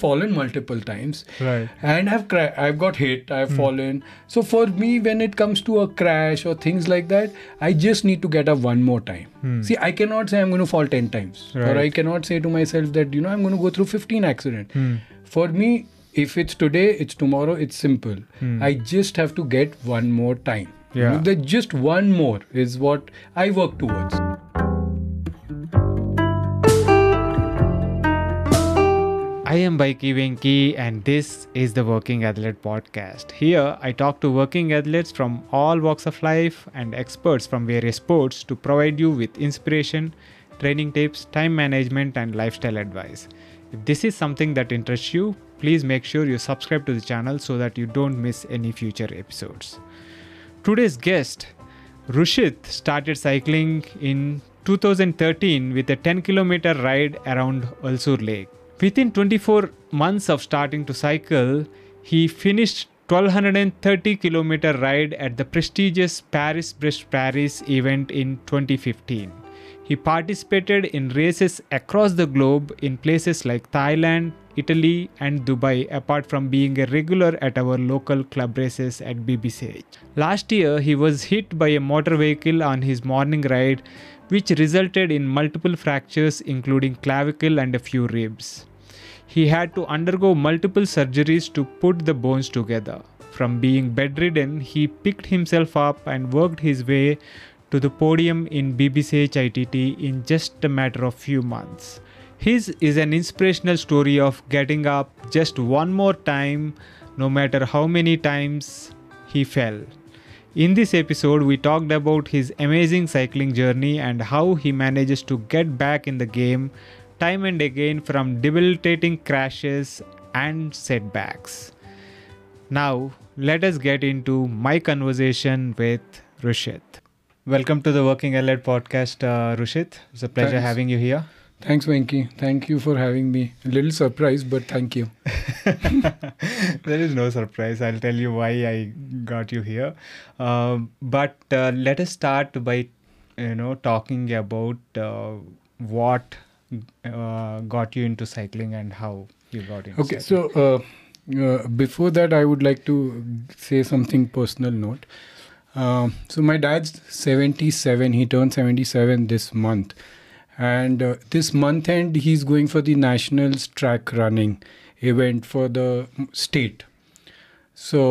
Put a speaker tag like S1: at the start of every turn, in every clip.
S1: fallen multiple times
S2: Right. Hmm.
S1: and I've cra- I've got hit, I've fallen. So for me, when it comes to a crash or things like that, I just need to get up one more time. See, I cannot say I'm going to fall ten times, or
S2: Hmm. Right.
S1: I cannot say to myself that you know I'm going to go through fifteen accident.
S2: Hmm.
S1: For me, if it's today, it's tomorrow. It's simple. I just have to get one more time. You
S2: Hmm. Yeah.
S1: know, that just one more is what I work towards.
S2: I am Baiki Venki, and this is the Working Athlete Podcast. Here, I talk to working athletes from all walks of life and experts from various sports to provide you with inspiration, training tips, time management, and lifestyle advice. If this is something that interests you, please make sure you subscribe to the channel so that you don't miss any future episodes. Today's guest, Rushit, started cycling in 2013 with a 10 kilometer ride around Ulsur Lake. Within 24 months of starting to cycle, he finished 1230 kilometer ride at the prestigious Paris Brest Paris event in 2015. He participated in races across the globe in places like Thailand, Italy, and Dubai, apart from being a regular at our local club races at BBCH. Last year, he was hit by a motor vehicle on his morning ride, which resulted in multiple fractures, including clavicle and a few ribs. He had to undergo multiple surgeries to put the bones together. From being bedridden, he picked himself up and worked his way to the podium in BBC HITT in just a matter of few months. His is an inspirational story of getting up just one more time, no matter how many times he fell. In this episode, we talked about his amazing cycling journey and how he manages to get back in the game time and again from debilitating crashes and setbacks. Now, let us get into my conversation with Rushit. Welcome to the Working Alert podcast, uh, Rushit. It's a pleasure
S1: Thanks.
S2: having you here.
S1: Thanks, Venki. Thank you for having me. A little surprised, but thank you.
S2: there is no surprise. I'll tell you why I got you here. Um, but uh, let us start by, you know, talking about uh, what uh, got you into cycling and how you got into.
S1: Okay,
S2: cycling.
S1: so uh, uh, before that, I would like to say something personal note. Um so my dad's 77. He turned 77 this month, and uh, this month end he's going for the nationals track running event for the state. So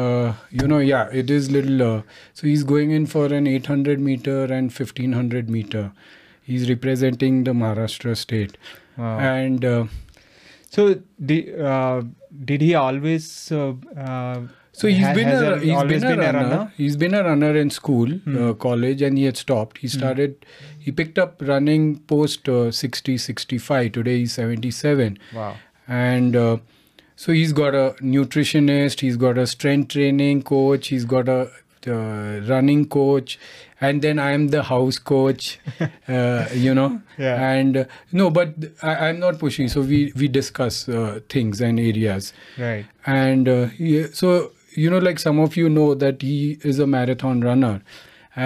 S1: uh, you know, yeah, it is little. Uh, so he's going in for an 800 meter and 1500 meter. He's representing the Maharashtra state,
S2: Wow.
S1: and. Uh,
S2: So did uh, did he always? Uh, uh,
S1: So he's
S2: ha-
S1: been
S2: has
S1: a,
S2: al-
S1: he's
S2: always
S1: been a runner. He's been a runner in school, uh, college, and he had stopped. He started, he picked up running post uh, 60, 65. Today he's 77.
S2: Wow.
S1: And uh, so he's got a nutritionist, he's got a strength training coach, he's got a uh, running coach, and then I'm the house coach, uh, you know.
S2: Yeah.
S1: And uh, no, but I, I'm not pushing. So we, we discuss uh, things and areas
S2: Right.
S1: and uh, he, so you know like some of you know that he is a marathon runner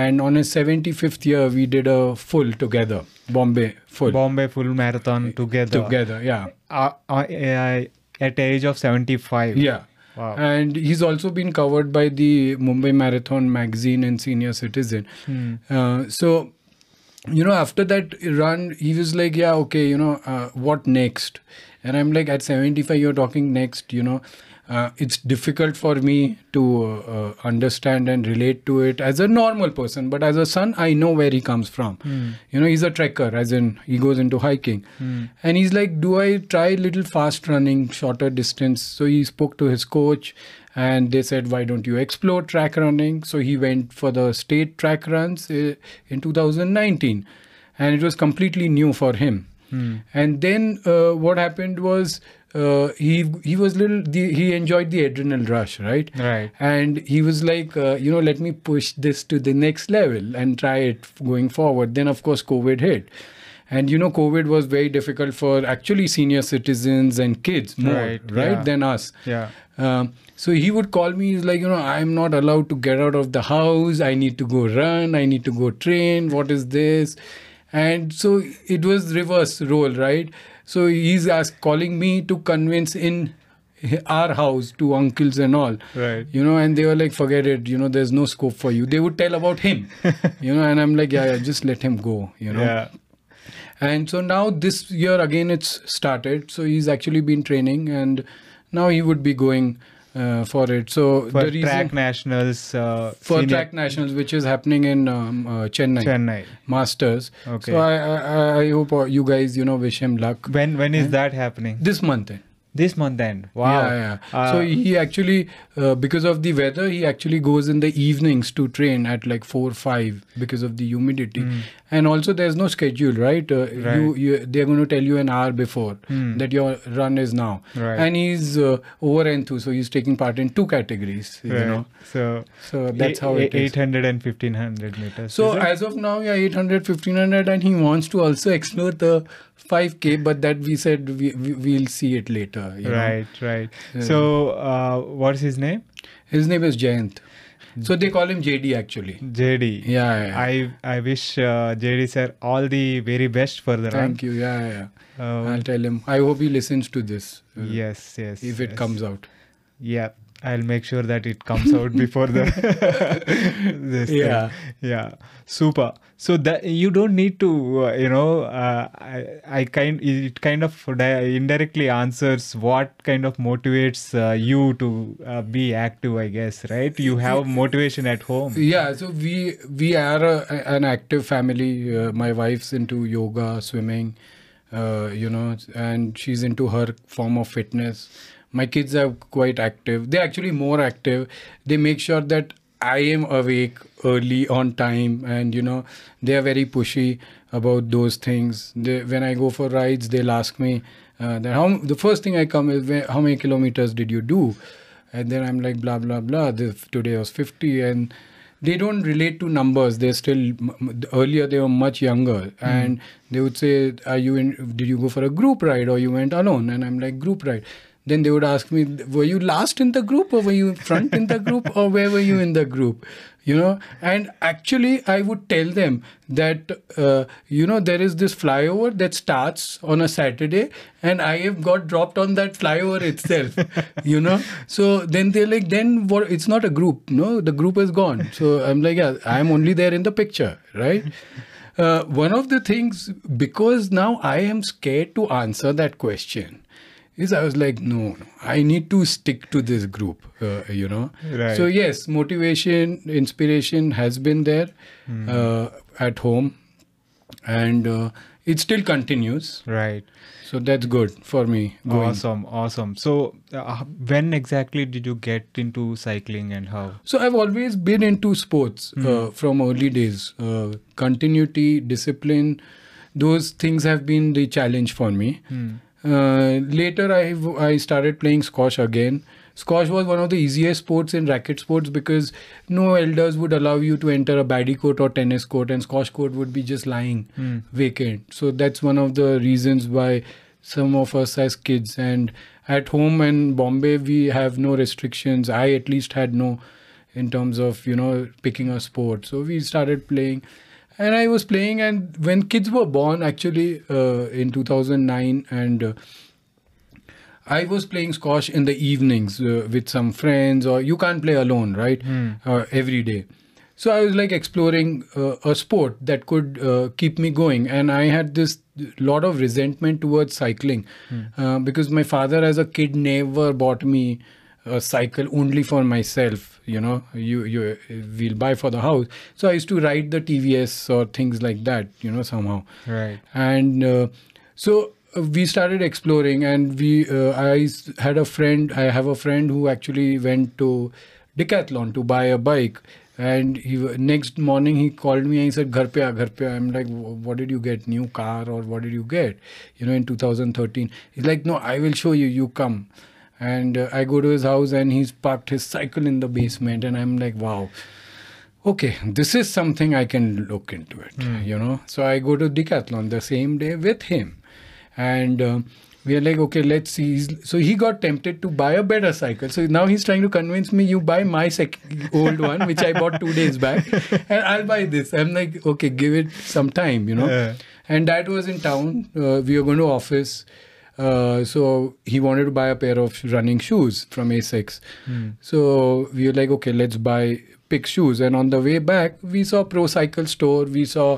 S1: and on his 75th year we did a full together bombay full
S2: Bombay full marathon together.
S1: together yeah
S2: Uh, uh, uh, at the age of seventy-five.
S1: yeah
S2: Wow.
S1: and he's also been covered by the mumbai marathon magazine and senior citizen uh, so you know after that run he was like yeah okay you know uh, what next and i'm like at 75 you're talking next you know uh, it's difficult for me to uh, uh, understand and relate to it as a normal person but as a son i know where he comes from you know he's a trekker as in he goes into hiking and he's like do i try little fast running shorter distance so he spoke to his coach and they said why don't you explore track running so he went for the state track runs uh, in 2019 and it was completely new for him and then uh, what happened was uh, he he was little the, he enjoyed the adrenal rush right
S2: Right.
S1: and he was like uh, you know let me push this to the next level and try it f- going forward then of course covid hit and you know covid was very difficult for actually senior citizens and kids more
S2: Right,
S1: right,
S2: yeah.
S1: than us
S2: Yeah.
S1: um, so he would call me. He's like, you know, I'm not allowed to get out of the house. I need to go run. I need to go train. What is this? And so it was reverse role, right? So he's ask, calling me to convince in our house to uncles and all.
S3: Right.
S1: You know, and they were like, forget it. You know, there's no scope for you. They would tell about him. you know, and I'm like, yeah, yeah, just let him go. You know.
S3: Yeah.
S1: And so now this year again it's started. So he's actually been training, and now he would be going uh, for it. So
S3: For
S1: the reason
S3: track nationals. Uh,
S1: for
S3: senior-
S1: track nationals, which is happening in um, uh, Chennai,
S3: Chennai.
S1: Masters.
S3: Okay.
S1: So I, I I- I hope uh, you guys you know wish him luck
S3: When when is that happening?
S1: this month. eh. End.
S3: This month end. Wow.
S1: Hmm? Yeah, yeah.
S3: Uh,
S1: so he actually, uh, because of the weather, he actually goes in the evenings to train at like four, five because of the humidity, and also there's no schedule, right? Uh, You,
S3: Hmm. Right.
S1: you, they're going to tell you an hour before
S3: Mm.
S1: that your run is now,
S3: Right.
S1: and he's uh, over and through, so he's taking part in two categories, you
S3: right.
S1: know.
S3: So
S1: So that's how it is.
S3: 800 and 1500 meters.
S1: So
S3: is it?
S1: as of now, yeah, 800, 1500, and he wants to also explore the 5k, but that we said we, we we'll see it later. You Know?
S3: right, right.
S1: Yeah.
S3: So uh, what's his name?
S1: His name is Jayant. So they call him JD actually.
S3: JD.
S1: Yeah. yeah.
S3: I I wish uh, JD sir all the very best for the
S1: Thank you. Yeah, yeah.
S3: run.
S1: yeah.
S3: Uh,
S1: I'll tell him. I hope he listens to this. uh,
S3: yes, yes.
S1: If it
S3: yes.
S1: comes out.
S3: Yeah, I'll make sure that it comes out before the. this thing.
S1: Yeah.
S3: yeah, super. So that you don't need to, uh, you know, uh, I, I kind it kind of di- indirectly answers what kind of motivates uh, you to uh, be active. I guess right. You have motivation at home.
S1: Yeah. So we we are a, an active family. Uh, my wife's into yoga, swimming, uh, you know, and she's into her form of fitness. My kids are quite active. They're actually more active. They make sure that I am awake early on time, and you know, they are very pushy about those things. They, when I go for rides, they'll ask me. Uh, that how the first thing I come is "Where- how many kilometers did you do? and then I'm like blah blah blah. This, today was 50, and they don't relate to numbers. They're still m- m- earlier. They were much younger, and they would say, "Are you in? Did you go for a group ride or you went alone?" And I'm like, "Group ride." Then they would ask me, "Were you last in the group or were you front in the group or where were you in the group?" You know, and actually, I would tell them that uh, you know there is this flyover that starts on a Saturday, and I have got dropped on that flyover itself. you know, so then they're like, then what? It's not a group, no. The group is gone. So I'm like, yeah, I'm only there in the picture, right? Uh, one of the things because now I am scared to answer that question is I was like, no, no I need to stick to this group, uh, you know.
S3: Right.
S1: So yes, motivation, inspiration has been there uh, at home, and uh, it still continues.
S3: Right.
S1: So that's good for me. Going.
S3: Awesome. Awesome. So uh, when exactly did you get into cycling and how?
S1: So I've always been into sports uh, from early days. Uh, continuity, discipline, those things have been the challenge for me. Uh, later, I I started playing squash again. Squash was one of the easiest sports in racket sports because no elders would allow you to enter a baddie court or tennis court, and squash court would be just lying vacant. So that's one of the reasons why some of us as kids and at home in bombay we have no restrictions i at least had no in terms of you know picking a sport so we started playing and i was playing and when kids were born actually uh, in 2009 and uh, I was playing squash in the evenings uh, with some friends, or you can't play alone, right? Uh, every day. So I was like exploring uh, a sport that could uh, keep me going, and I had this lot of resentment towards cycling uh, because my father, as a kid, never bought me a cycle only for myself. You know, you you we'll buy for the house. So I used to ride the TVS or things like that. You know, somehow
S3: Right.
S1: and uh, so uh, we started exploring and we uh, i s- had a friend i have a friend who actually went to decathlon to buy a bike and he w- next morning he called me and he said ghar pe aa, ghar pe aa." i'm like "Wh- what did you get new car or what did you get you know in 2013 he's like no i will show you you come and uh, i go to his house and he's parked his cycle in the basement and i'm like wow okay this is something i can look into it you know so i go to decathlon the same day with him and um, we are like, okay, let's see. He's, so he got tempted to buy a better cycle. So now he's trying to convince me, you buy my sec- old one, which I bought two days back, and I'll buy this. I'm like, okay, give it some time, you know.
S3: Yeah.
S1: And that was in town. Uh, we were going to office. Uh, so he wanted to buy a pair of running shoes from A6. So we were like, okay, let's buy pick shoes. And on the way back, we saw Pro Cycle Store, we saw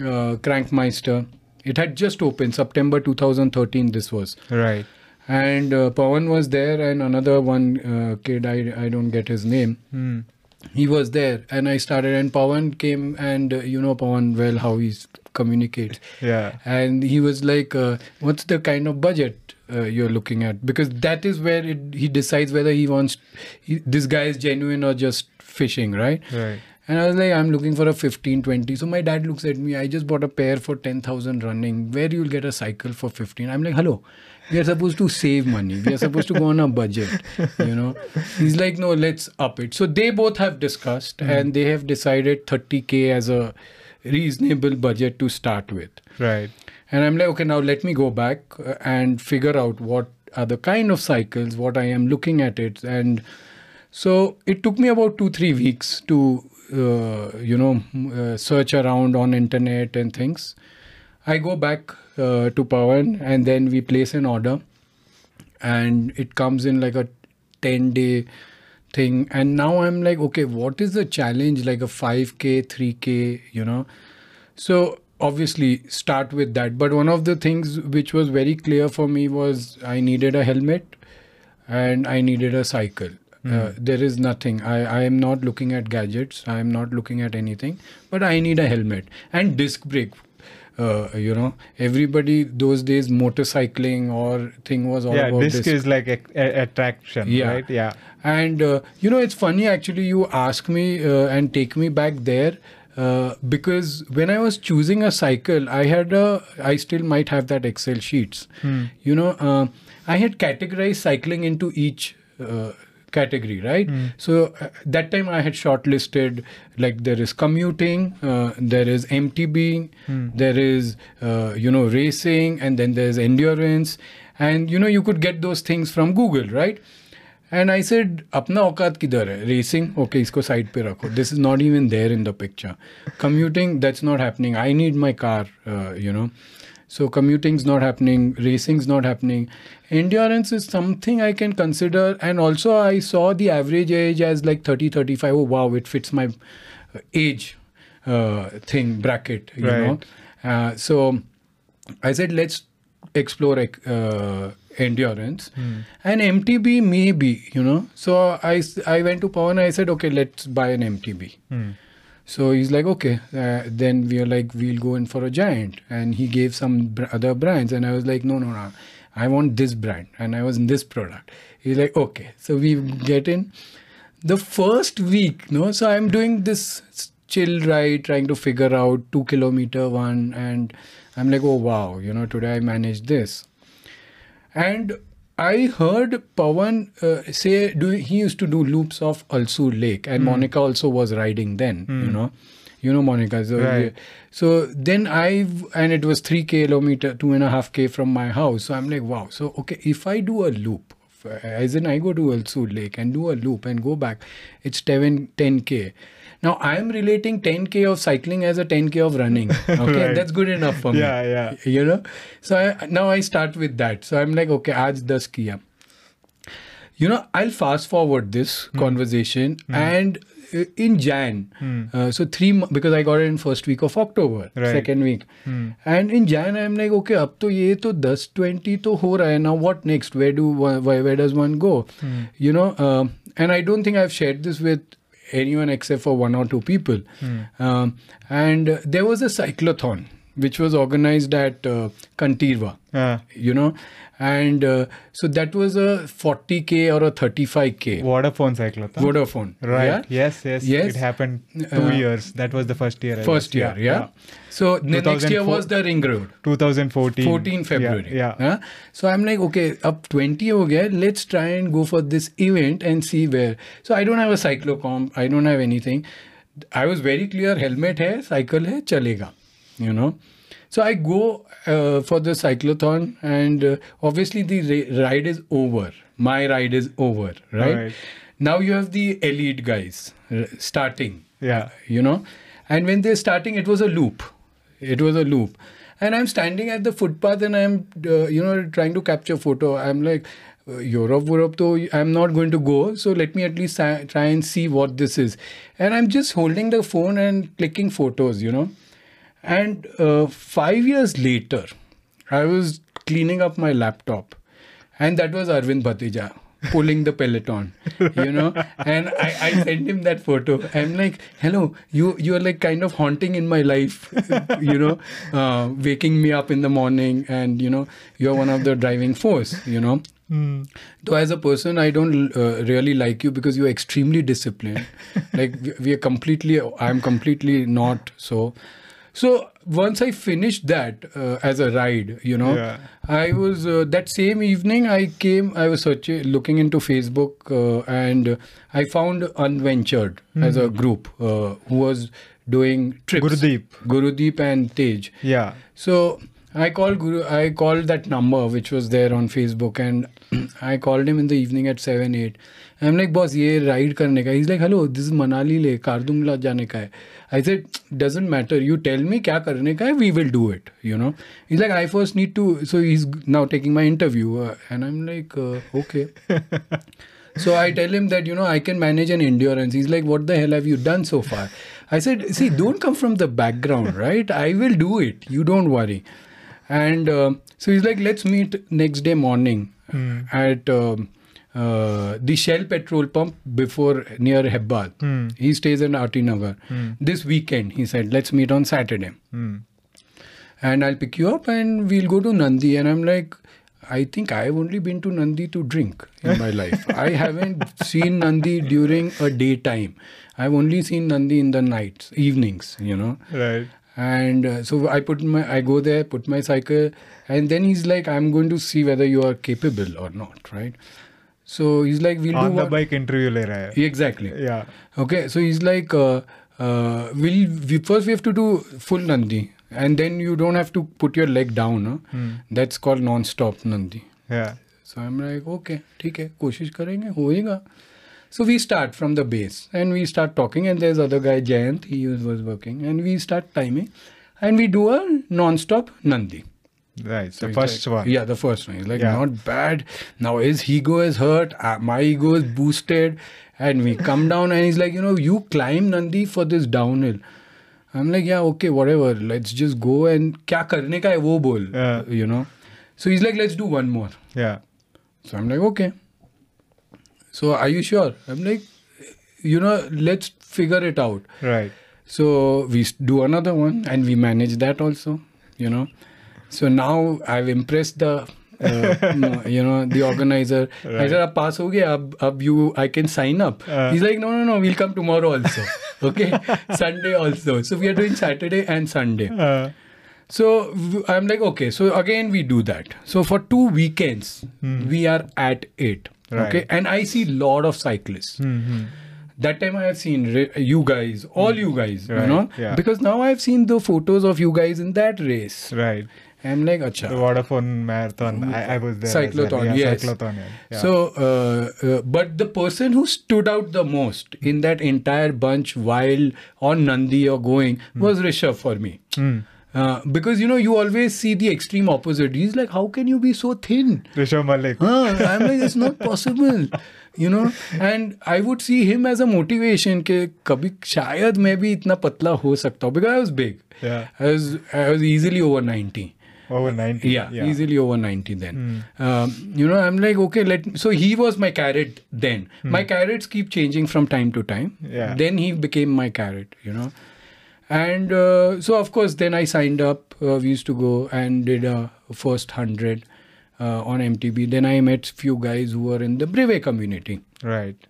S1: uh, Crankmeister. It had just opened September 2013. This was,
S3: Right.
S1: and uh, Pawan was there, and another one uh, kid. I I don't get his name.
S3: Hmm.
S1: He was there, and I started. And Pawan came, and uh, you know Pawan well how he communicates
S3: Yeah.
S1: and he was like uh, what's the kind of budget uh, you're looking at because that is where it, he decides whether he wants he, this guy is genuine or just fishing right
S3: Right.
S1: and i was like i'm looking for a 15 20 so my dad looks at me i just bought a pair for 10000 running where you'll get a cycle for 15 i'm like hello we are supposed to save money we are supposed to go on a budget you know he's like no let's up it so they both have discussed and they have decided 30k as a reasonable budget to start with
S3: Right.
S1: and i'm like okay now let me go back uh, and figure out what are the kind of cycles what i am looking at it and so it took me about 2 3 weeks to uh, you know m- uh, search around on internet and things i go back uh, to pawan and then we place an order and it comes in like a 10 day thing and now i'm like okay what is the challenge like a 5k 3k you know so obviously start with that but one of the things which was very clear for me was i needed a helmet and i needed a cycle uh, there is nothing I, I am not looking at gadgets i am not looking at anything but i need a helmet and disc brake uh, you know everybody those days motorcycling or thing was all
S3: Yeah.
S1: about
S3: Disc
S1: disc
S3: is like a, a, attraction.
S1: Yeah.
S3: Right. Yeah.
S1: and uh, you know, it's funny actually. You ask me uh, and take me back there uh, because when I was choosing a cycle, I had a. I still might have that Excel sheets. You know, uh, I had categorized cycling into each. Uh, category right so uh, that time i had shortlisted like there is commuting uh, there is mtb there is uh, you know racing and then there's endurance and you know you could get those things from google right and I said अपना औकात किधर है racing okay इसको side पे रखो this is not even there in the picture commuting that's not happening I need my car you know so commuting is not happening racing is not happening endurance is something I can consider and also I saw the average age age like thirty thirty five oh wow it fits my uh, age thing bracket uh, you
S3: Right.
S1: know uh, so i said let's explore ec- uh, endurance and mtb maybe you know so i s- I went to pawan i said okay let's buy an mtb so he's like okay uh, then we are like we'll go in for a giant and he gave some br- other brands and i was like no no no i want this brand and i was in this product he's like okay so we get in the first week no so i'm doing this chill ride trying to figure out two kilometer one and i'm like oh wow you know today i managed this and i heard pawan uh, say do, he used to do loops of alsu lake and
S3: Hmm.
S1: monica also was riding then you know you know monica so,
S3: Right.
S1: so then i and it was three kilometer two and a half k from my house so i'm like wow so okay if i do a loop f- as in i go to alsu lake and do a loop and go back it's 7 10k now i am relating 10k of cycling as a 10k of running okay
S3: Right.
S1: that's good enough for me
S3: Yeah, yeah.
S1: you know so I, now i start with that so i'm like okay aaj 10 kiya you know i'll fast forward this
S3: Hmm.
S1: conversation and uh, in jan uh, so 3 mo- because i got it in first week of october
S3: Right.
S1: second week and in jan i'm like okay तो up to ye to 10 20 to ho raha hai now what next where do wh- where, where does one go you know um, and i don't think i've shared this with anyone except for one or two people um, and uh, there was a cyclothon which was organized at uh, kantirva
S3: Uh,
S1: you know and uh, so that was a 40k or a 35k
S3: Vodafone cyclothon.
S1: vodafone
S3: Right.
S1: yeah?
S3: Yes, yes.
S1: Yes.
S3: It happened two
S1: Uh,
S3: years. That was the first year. I
S1: first
S3: guess.
S1: year yeah, so the next year
S3: 2004
S1: was the ring road
S3: 2014.
S1: 14 February.
S3: Yeah. yeah.
S1: huh? So I'm like, okay, up 20 हो गया. Let's try and go for this event and see where. So I don't have a cyclocom. I don't have anything. I was very clear. Helmet है, cycle है, चलेगा. You know. So I go uh, for the cyclothon, and uh, obviously the ra- ride is over. My ride is over, right?
S3: Right.
S1: Now you have the elite guys r- starting,
S3: Yeah.
S1: you know, and when they're starting, it was a loop. It was a loop. And I'm standing at the footpath and I'm, uh, you know, trying to capture photo. I'm like, uh, Europe, Europe, though, I'm not going to go. So let me at least sa- try and see what this is. And I'm just holding the phone and clicking photos, you know. And uh, five years later, I was cleaning up my laptop, and that was Arvind Bhatija pulling the peloton, you know. And I, I sent him that photo. I'm like, "Hello, you you are like kind of haunting in my life, you know, uh, waking me up in the morning, and you know, you're one of the driving force, you know." Though as a person, I don't uh, really like you because you're extremely disciplined. like we- we are completely, I'm completely not so. So once I finished that uh, as a ride, you know,
S3: Yeah.
S1: I was uh, that same evening. I came. I was searching, looking into Facebook, uh, and uh, I found Unventured as a group uh, who was doing trips.
S3: Gurudeep.
S1: Gurudeep and Tej.
S3: Yeah.
S1: So I called Guru. I called that number which was there on Facebook, and I called him in the evening at seven eight. I'm like, boss, ये ride करने का. He's like, hello, this is Manali ले कार्दुंगला जाने का है. I said, doesn't matter. You tell me क्या करने का है. We will do it. You know. He's like, I first need to. So he's now taking my interview, uh, and I'm like, uh, okay. So I tell him that, you know, I can manage an endurance. He's like, what the hell have you done so far? I said, see, don't come from the background, right? I will do it. You don't worry. And um so he's like, let's meet next day morning at um, uh, the Shell petrol pump before near Hebbal. He stays in Artinagar. This weekend, he said, let's meet on Saturday and I'll pick you up and we'll go to Nandi. And I'm like, I think I've only been to Nandi to drink in my life. I haven't seen Nandi during a daytime. I've only seen Nandi in the nights, evenings, you know.
S3: Right.
S1: And uh, so I put my, I go there, put my cycle, and then he's like, I'm going to see whether you are capable or not, right? So he's like, we'll
S3: On
S1: do
S3: the
S1: what-
S3: bike interview le raha hai.
S1: Exactly.
S3: Yeah.
S1: Okay, so he's like, uh, uh, we'll, we first we have to do full Nandi, and then you don't have to put your leg down. Huh? That's called non-stop Nandi.
S3: Yeah.
S1: So I'm like, okay, ठीक है, कोशिश करेंगे, होएगा. So we start from the base and we start talking, and there's other guy Jayant, he was working, and we start timing, and we do a non-stop Nandi.
S3: Right.
S1: So
S3: the
S1: he's
S3: first
S1: like-
S3: one.
S1: Yeah, the first one. He's like,
S3: Yeah.
S1: not bad. Now his ego is hurt. uh, my ego is boosted. And we come down and he's like, you know, you climb Nandi for this downhill. I'm like, yeah, okay, whatever. Let's just go and kya karne ka hai wo bol.
S3: Yeah.
S1: You know? So he's like, let's do one more.
S3: Yeah.
S1: So I'm like, okay. So are you sure? I'm like, you know, let's figure it out.
S3: Right.
S1: So we s- do another one and we manage that also, you know. So now I've impressed the, uh, no, you know, the organizer. I said, "Ab pass ho gaya, ab, ab you, I can sign up.
S3: Uh.
S1: He's like, no, no, no, we'll come tomorrow also. okay, Sunday also. So we are doing Saturday and Sunday.
S3: Uh,
S1: So w- I'm like, okay, so again we do that. So for two weekends, we are at
S3: Hmm. Right.
S1: it.
S3: Hmm,
S1: Okay, and I see lot of cyclists. That time I have seen ra- you guys, all you guys,
S3: Right,
S1: you know,
S3: yeah.
S1: because now I've seen the photos of you guys in that race.
S3: right.
S1: I'm like,
S3: The
S1: acha.
S3: Vodafone marathon. I, I was there. as well.
S1: Cyclothon,
S3: Yeah,
S1: yes.
S3: Cyclothon. yeah. Yeah.
S1: So, uh, uh, but the person who stood out the most in that entire bunch while on Nandi or going
S3: Hmm.
S1: was Rishabh for me. Uh, because you know, you always see the extreme opposite. He's like, How can you be so thin?
S3: Rishabh Malik.
S1: Huh? I'm like, It's not possible. You know, and I would see him as a motivation ke kabhi shayad main bhi itna patla ho sakta hu. because I was big.
S3: Yeah.
S1: I was, I was easily over 90
S3: Over 90.
S1: yeah, easily over 90 then um, you know i'm like okay let so he was my carrot then my carrots keep changing from time to time
S3: Yeah.
S1: then he became my carrot you know and uh, so of course then i signed up uh, we used to go and did a first 100 uh, on mtb then i met few guys who were in the brevet community
S3: Right.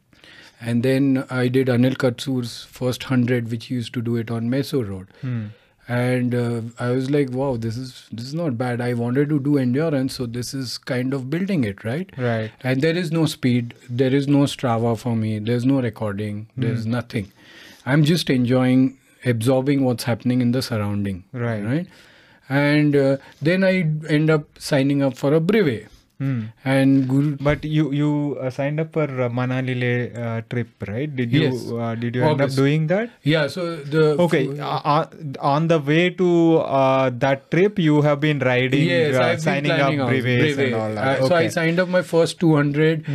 S1: and then I did Anil Katsur's first 100, which he used to do it on Meso Road.
S3: Hmm.
S1: And uh, I was like, wow, this is this is not bad. I wanted to do endurance, so this is kind of building it, right?
S3: Right.
S1: And there is no speed, there is no Strava for me, there's no recording, there's
S3: Hmm.
S1: nothing. I'm just enjoying absorbing what's happening in the surrounding,
S3: Right.
S1: Right. and uh, then I end up signing up for a brevet.
S3: Hmm.
S1: And Guru
S2: But you you uh, signed up for uh, Manali uh, trip, right? Did you
S1: Yes.
S2: uh, did you end up
S1: August.
S2: doing that?
S1: Yeah, so the
S2: Okay, uh, uh, on the way to uh, that trip, you have been riding,
S1: yes,
S2: uh,
S1: I've been
S2: signing up
S1: planning out
S2: brevets
S1: brevet.
S2: and all that.
S1: Uh, So I
S2: Okay. Hmm.
S1: signed up my first 200,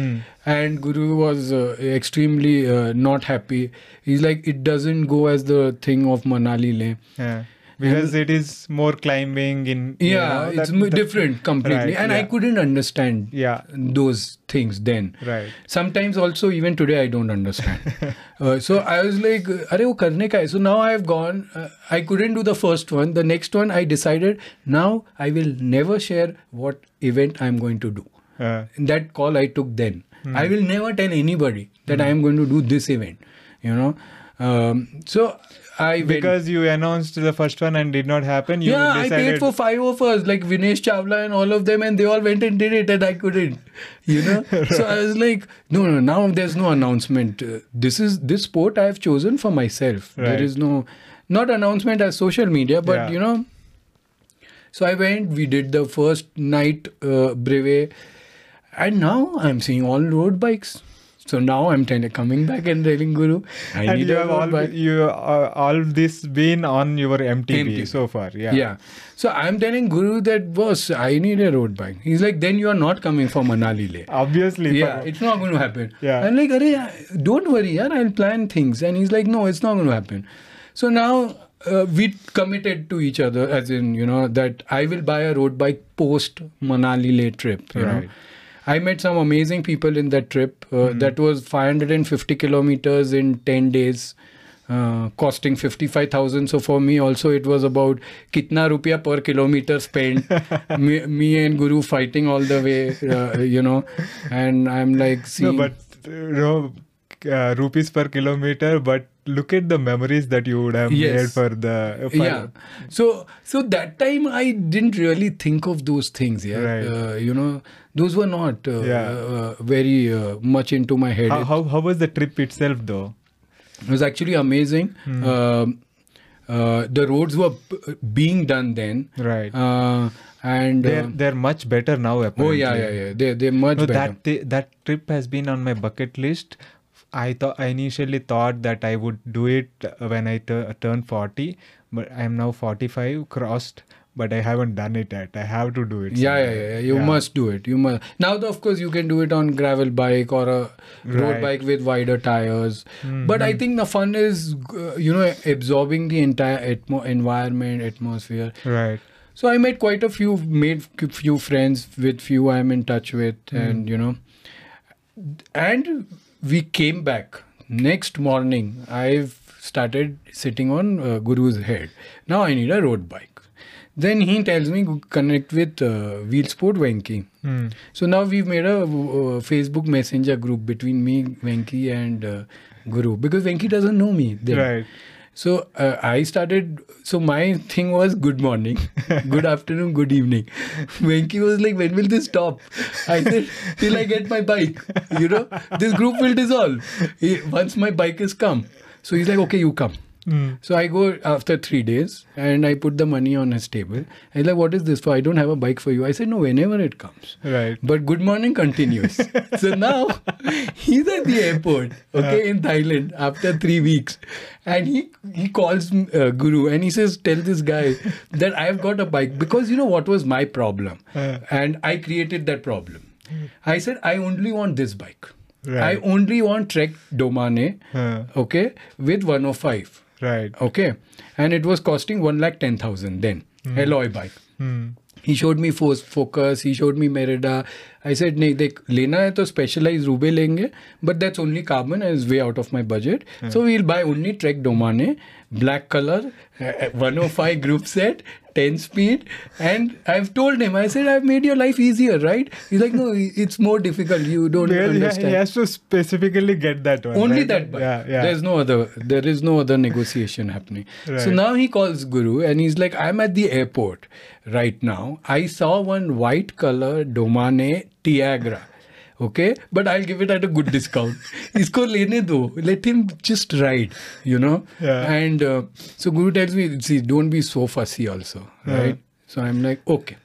S1: and Guru was uh, extremely uh, not happy. He's like, it doesn't go as the thing of Manali Leh.
S2: Yeah. Because it is more climbing in you
S1: Yeah,
S2: know,
S1: it's
S2: that-
S1: m
S2: that-
S1: different completely,
S2: Right,
S1: and I
S2: yeah.
S1: couldn't understand
S2: Yeah.
S1: those things then.
S2: Right.
S1: Sometimes also even today I don't understand. uh, so I was like, "Arey, wo karne ka hai?" So now I have gone. Uh, I couldn't do the first one. The next one I decided now I will never share what event I'm going to do.
S2: Uh,
S1: And that call I took then.
S2: Hmm.
S1: I will never tell anybody that I am going to do this event. You know. Um, so I went-
S2: because you announced the first one and did not happen. You
S1: yeah, I
S2: decided,
S1: paid for five of us, like Vinesh Chawla and all of them, and they all went and did it, and I couldn't. You know, so I was like, no, no. Now there's no announcement. Uh, this is this sport I have chosen for myself. There
S2: Right.
S1: is no, not announcement as social media, but
S2: Yeah.
S1: you know. So I went. We did the first night uh, brevet, and now I'm seeing all road bikes. So now I'm trying to coming back and telling Guru, I
S2: and
S1: need
S2: you
S1: a
S2: have
S1: road
S2: all
S1: bike.
S2: you uh, all this been on your MTB,
S1: MTB.
S2: so far. Yeah.
S1: Yeah. So I'm telling Guru that boss, I need a road bike. He's like, then you are not coming for Manali Leh.
S2: Obviously.
S1: Yeah,
S2: but-
S1: it's not going to happen.
S2: Yeah.
S1: I'm like, Are, don't worry, yaar, I'll plan things. And he's like, no, it's not going to happen. So now uh, we committed to each other, as in, you know, that I will buy a road bike post Manali Leh trip. You
S2: Right. Hmm.
S1: know? I met some amazing people in that trip. Uh, That was 550 kilometers in 10 days. Uh, costing 55,000. So for me also it was about kitna rupiah per kilometer spent. me, me and Guru fighting all the way, uh, you know, and I'm like, see,
S2: No, but uh, no, uh, rupees per kilometer. But look at the memories that you would have made
S1: Yes.
S2: for the. uh, For,
S1: yeah. So so that time I didn't really think of those things. Yeah,
S2: Right.
S1: uh, you know, those were not uh,
S2: Yeah.
S1: uh, very uh, much into my head.
S2: How, how how was the trip itself though?
S1: It was actually amazing.
S2: Hmm.
S1: Um uh, the roads were p- being done then,
S2: Right.
S1: Uh, and
S2: they're
S1: uh,
S2: they're much better now.
S1: oh
S2: Apparently.
S1: yeah, yeah, yeah. They they're much
S2: No,
S1: better.
S2: that thi- that trip has been on my bucket list. I thought I initially thought that I would do it uh, when I tu- turned forty, but I am now forty-five crossed. But I haven't done it yet. I have to do it.
S1: yeah, yeah,
S2: someday.
S1: yeah, yeah. You
S2: Yeah.
S1: must do it. You must. Now, though, of course, you can do it on gravel bike or a
S2: Right. Hmm.
S1: road bike with wider tires. But I think the fun is, uh, you know, absorbing the entire atmo- environment, atmosphere.
S2: Right.
S1: So I met quite a few, made c- few friends with few I'm in touch with,
S2: Hmm.
S1: and you know, and we came back next morning. I've started sitting on uh, Guru's head. Now I need a road bike. Then he tells me "Go connect with uh, Wheelsport Venki.
S2: Hmm.
S1: So now we've made a uh, Facebook Messenger group between me, Venki, and uh, Guru because Venki doesn't know me. Then.
S2: Right.
S1: So uh, I started. So my thing was good morning, good afternoon, good evening. Venki was like, when will this stop? I said, till I get my bike. You know, this group will dissolve eh, once my bike is come. So he's like, okay, you come. So I go after three days and I put the money on his table. He's like, what is this for? I don't have a bike for you. I said, no, whenever it comes.
S2: Right.
S1: But good morning continues. so now he's at the airport, okay, in Thailand after three weeks, and he he calls uh, Guru and he says, "Tell this guy that I've got a bike because you know what was my problem, and I created that problem. I said I only want this bike. I
S2: Right.
S1: only want Trek Domane,
S2: Huh.
S1: okay, with 105."
S2: Right.
S1: Okay. And it was costing one lakh ten thousand then. Alloy bike. He showed me Force Focus. He showed me Merida. I said, "नहीं देख लेना है तो specialized रूबे लेंगे but that's only carbon and is way out of my budget. So we'll buy only Trek Domane, black color, uh, uh, 105 group set, 10 speed. And I've told him, I said, I've made your life easier, right? He's like, no, it's more difficult. You don't
S2: Because he-
S1: understand.
S2: he has to specifically get that one.
S1: Only
S2: right?
S1: that bike.
S2: Yeah, yeah.
S1: There's no other. There is no other negotiation happening. So
S2: Right.
S1: now he calls Guru and he's like, "I'm at the airport right now. I saw one white color Domane Tiagra." Okay, but I'll give it at a good discount. Isko lene do. Let him just ride, you know.
S2: Yeah.
S1: And uh, so Guru tells me, see, don't be so fussy also, right? So I'm like, okay,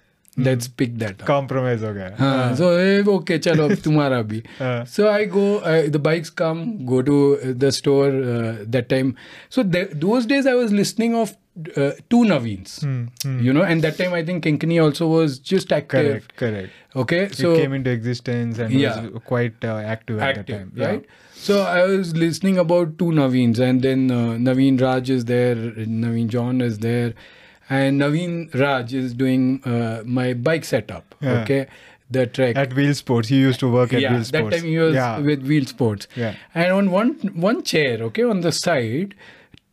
S1: let's pick that up.
S3: compromise हो गया
S1: हाँ, so eh, okay, चलो अब तुम्हारा भी.
S3: हाँ.
S1: So I go, I, the bikes come, go to uh, the store uh, that time. So th- those days I was listening of uh, two Naveens,
S3: Hmm,
S1: you know, and that time I think Kinkani also was just active.
S3: correct correct
S1: Okay,
S3: it
S1: so
S3: came into existence and
S1: Yeah.
S3: was quite uh, active, at the time
S1: active, right? So I was listening about two Naveens, and then uh, Naveen Raj is there, Naveen John is there, and Naveen Raj is doing uh, my bike setup.
S3: Yeah.
S1: Okay, the trek.
S3: at wheel sports he used to work at
S1: yeah,
S3: wheel sports
S1: that time he was
S3: yeah
S1: with Wheel Sports.
S3: Yeah.
S1: And on one one chair, okay, on the side,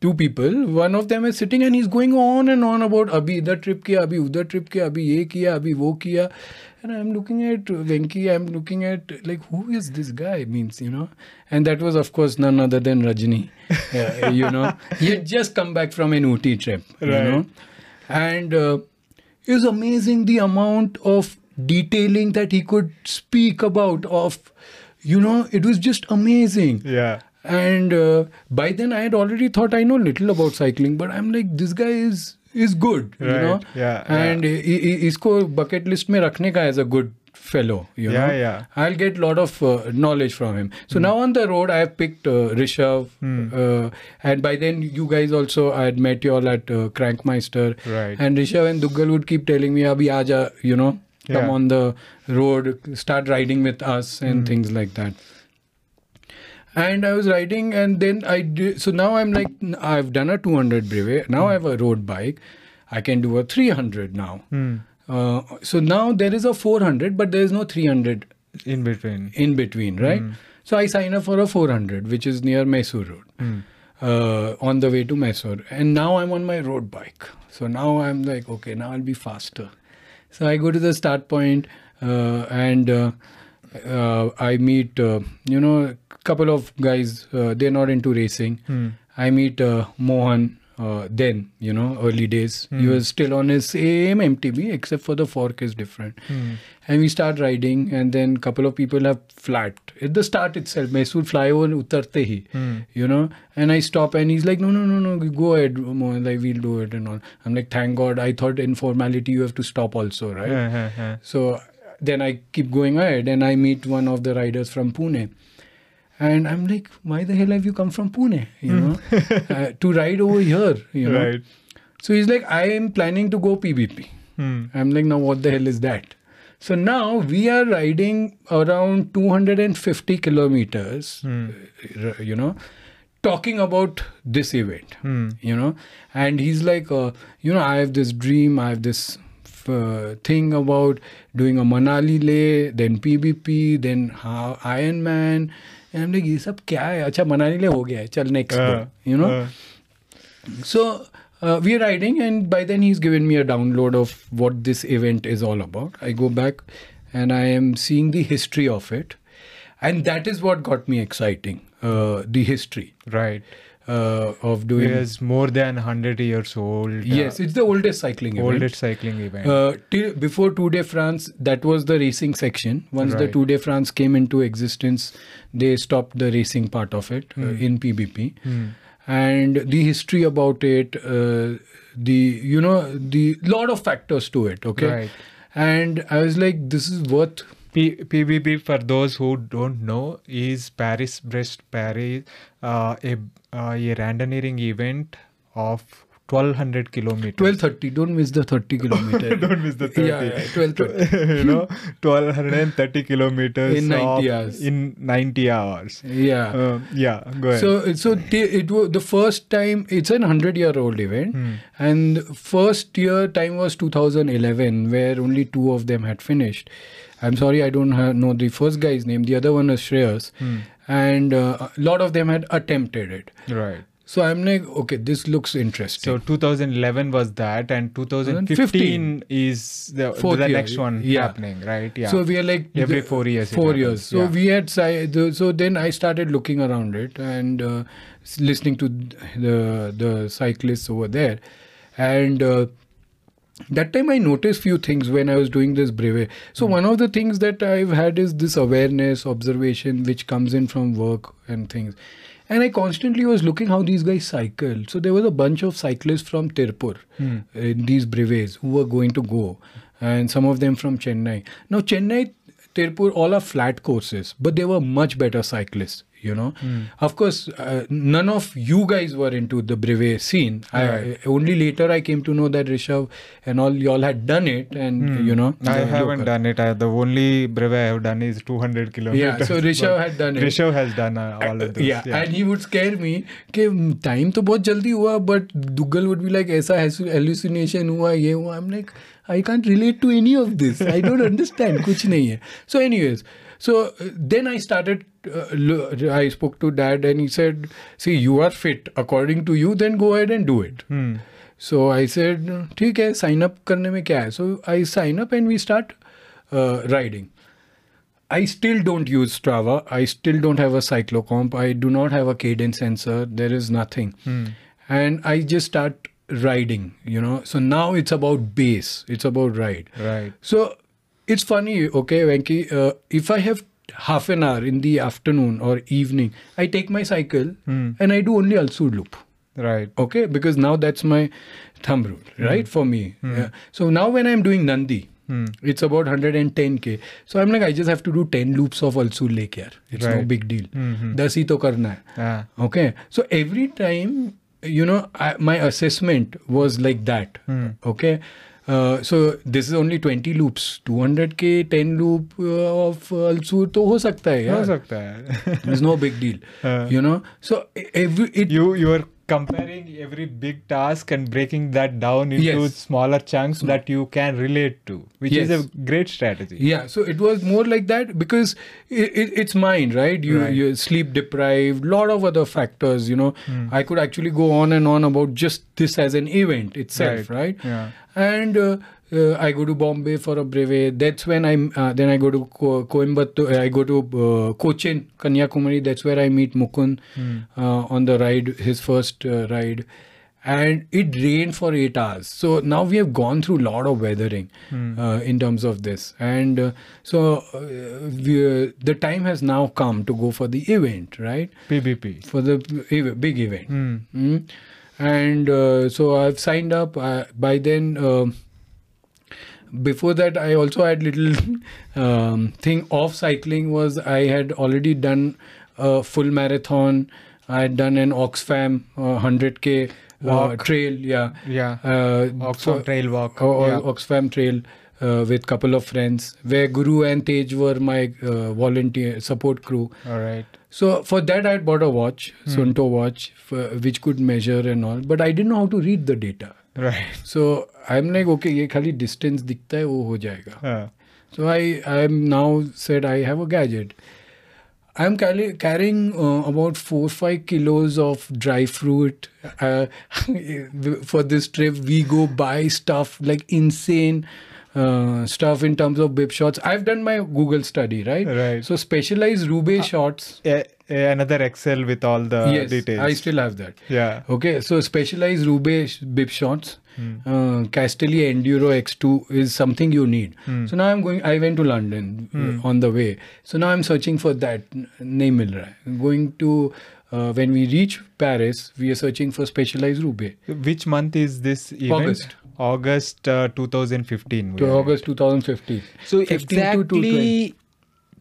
S1: two people. One of them is sitting and he's going on and on about abhi idhar trip kiya, abhi udhar trip kiya, abhi ye kiya, abhi wo kiya. And I'm looking at Venki. I'm looking at like who is this guy? Means you know. And that was of course none other than Rajni. Yeah, you know, he had just come back from an Ooty trip. You
S3: Right.
S1: know, and. Uh, it was amazing the amount of detailing that he could speak about of you know it was just amazing
S3: yeah
S1: and uh, by then i had already thought i know little about cycling but i'm like this guy is is good you
S3: Right.
S1: know
S3: Yeah, yeah.
S1: and yeah. isko bucket list mein rakhne ka as a good fellow you
S3: Yeah,
S1: know
S3: yeah.
S1: i'll get lot of uh, knowledge from him so
S3: Hmm.
S1: now on the road i have picked uh, rishav uh, and by then you guys also i had met you all at uh, crankmeister
S3: Right.
S1: and rishav and duggal would keep telling me abhi aja you know come
S3: Yeah. Hmm.
S1: on the road start riding with us and things like that and I was riding, and then I did. So now I'm like, n- I've done a 200 brevet.
S3: Hmm.
S1: Now I have a road bike. I can do a 300 now.
S3: Hmm.
S1: Uh, so now there is a 400, but there is no 300
S3: in between
S1: in between, right? So I sign up for a 400, which is near Mysore Road, uh, on the way to Mysore. And now I'm on my road bike. So now I'm like, okay, now I'll be faster. So I go to the start point uh, and uh, uh, I meet, uh, you know, a couple of guys, uh, they're not into racing. I meet uh, Mohan. Uh, then you know early days he was still on his same mtb except for the fork is different and we start riding and then couple of people have flat at the start itself Mysore flyover utarte hi you know and I stop and he's like no no no no go ahead Mohan like we'll do it and all I'm like thank god I thought in formality you have to stop also right
S3: Yeah, yeah, yeah.
S1: so then I keep going ahead and I meet one of the riders from Pune. And I'm like, why the hell have you come from Pune? You know, uh, to ride over here, you know.
S3: right
S1: So he's like, I am planning to go PBP.
S3: Hmm.
S1: I'm like, now what the hell is that? So now we are riding around 250 kilometers, uh, r- you know, talking about this event, you know. And he's like, uh, you know, I have this dream, I have this f- uh, thing about doing a Manali lay, then PBP, then how Iron Man. And I'm like, ये सब क्या है? अच्छा मनाली ले हो गया है चल next
S3: Uh,
S1: go, you know
S3: uh,
S1: so uh, we are riding and by then he's given me a download of what this event is all about i go back and i am seeing the history of it and that is what got me exciting uh, the history
S3: right
S1: uh, of doing
S3: it is more than 100 years old uh,
S1: yes it's the oldest cycling event
S3: oldest cycling event
S1: uh, till before Tour de France, that was the racing section. Once the
S3: Right.
S1: Tour de France came into existence, they stopped the racing part of it
S3: Hmm.
S1: uh, in PBP, and the history about it, uh, the you know the lot of factors to it. Okay,
S3: Right.
S1: and I was like, this is worth
S3: P- PBB, for those who don't know, is Paris Brest Paris, uh, a, uh, a randonneuring event of 1200 kilometers.
S1: twelve thirty. Don't miss the thirty kilometer.
S3: don't miss the 30.
S1: Yeah, yeah, 12:30.
S3: you know, 1230 kilometers
S1: In 90
S3: of-
S1: hours.
S3: In 90 hours.
S1: yeah.
S3: Um, yeah, go ahead.
S1: So, so t- it was the first time. It's an hundred-year-old event,
S3: Hmm.
S1: and first year time was 2011, where only two of them had finished. I'm sorry, I don't ha- know the first guy's name. The other one is Shreyas,
S3: Hmm.
S1: and uh, a lot of them had attempted it.
S3: right.
S1: So I'm like, okay, this looks interesting.
S3: So 2011 was that, and 2015 is the,
S1: Fourth
S3: the
S1: year,
S3: next one
S1: yeah.
S3: happening, right? Yeah.
S1: So we are like
S3: Every
S1: the-
S3: four years it
S1: Four
S3: happens,
S1: years. So
S3: yeah.
S1: we had si- the- so then I started looking around it and uh, s- listening to th- the the cyclists over there, and. Uh, that time I noticed few things when I was doing this brevet. So one of the things that I've had is this awareness, observation, which comes in from work and things. And I constantly was looking how these guys cycle. So there was a bunch of cyclists from Tirupur in these brevets who were going to go, and some of them from Chennai. Now Chennai, Tirupur, all are flat courses, but they were much better cyclists. You know,
S2: Hmm.
S1: of course, uh, none of you guys were into the brevet scene. I, only later I came to know that Rishabh and all y'all had done it, and you know,
S2: Hmm. I
S1: the
S2: haven't
S1: local-
S2: done it. I, the only brevet I have done is 200 kilometers.
S1: Yeah, so Rishabh
S2: but
S1: had done it.
S2: Rishabh has done uh, all of this.
S1: yeah, and he would scare me कि time तो बहुत जल्दी हुआ but Duggal would be like ऐसा hallucination हुआ ये हुआ I am like I can't relate to any of this i don't understand कुछ नहीं है so anyways so uh, then i started uh, lo- i spoke to dad and he said see you are fit according to you then go ahead and do it so i said ठीक है sign up करने में क्या है so i sign up and we start uh, riding I still don't use Strava. I still don't have a cyclocomp. I do not have a cadence sensor. There is nothing. And I just start riding, you know. So now it's about base, it's about ride.
S2: Right.
S1: So it's funny, okay, Venki. Uh, if I have half an hour in the afternoon or evening, I take my cycle and I do only Alsud loop
S2: Right.
S1: okay because now that's my thumb rule right for me Yeah. so now when i'm doing nandi it's about 110k so i'm like i just have to do 10 loops of also lake here it's no
S2: Right.
S1: big deal that's it karna hai.
S2: Ah.
S1: okay so every time you know I, my assessment was like that okay uh, so this is only 20 loops 200k 10 loop uh, of also to ho sakta hai
S2: हो
S1: yaar.
S2: सकता है
S1: it's no big deal
S2: Uh.
S1: you know so e- every it
S2: you you are comparing every big task and breaking that down into
S1: Yes.
S2: smaller chunks that you can relate to which is
S1: Yes.
S2: a great strategy
S1: yeah so it was more like that because it, it, it's mine right you
S2: Right.
S1: you're sleep deprived lot of other factors you know i could actually go on and on about just this as an event itself
S2: Right.
S1: right,
S2: Yeah.
S1: and uh, uh, i go to bombay for a brevet that's when i uh, then i go to Co- coimbatore i go to uh, cochin kanyakumari that's where i meet mukund uh, on the ride his first uh, ride and it rained for eight hours. So now we have gone through a lot of weathering uh, in terms of this, and uh, so uh, we, the time has now come to go for the event, right?
S2: pbp
S1: For the ev- big event,
S2: Hmm.
S1: Mm. and uh, so I've signed up. Uh, by then. um before that i also had little um, thing of cycling was i had already done a full marathon i had done an oxfam uh, 100k uh,
S2: Walk.
S1: trail yeah
S2: yeah
S1: uh,
S2: oxfam
S1: so- oh,
S2: trail walk
S1: or, or
S2: yeah.
S1: Oxfam Trail uh, with couple of friends, where Guru and Tej were my uh, volunteer support crew.
S2: all right
S1: So for that, I had bought a watch, Sunto watch, for, which could measure and all, but I didn't know how to read the data.
S2: right
S1: So I'm like, okay, ये खाली distance दिखता है वो हो जाएगा.
S2: Uh,
S1: So I I'm now said I have a gadget. I'm carry, carrying uh, about four five kilos of dry fruit uh, for this trip. We go buy stuff like insane uh, stuff in terms of bib shots. I've done my Google study, right?
S2: Right.
S1: So specialized Roubaix shots.
S2: a, a- another excel with all the
S1: yes,
S2: uh, details
S1: I still have that.
S2: yeah
S1: Okay, so specialized Roubaix sh- bib shots,
S2: Hmm.
S1: uh, Castelli Enduro X2 is something you need.
S2: Hmm.
S1: So now I'm going. I went to London uh, on the way. So now I'm searching for that. N- nahi mil raha hai. Going to uh, when we reach Paris, we are searching for specialized Roubaix.
S2: which month is this event
S1: August.
S2: august uh, 2015 we
S1: To
S2: are in.
S1: August 2015.
S2: so
S1: 15 to 220.
S2: exactly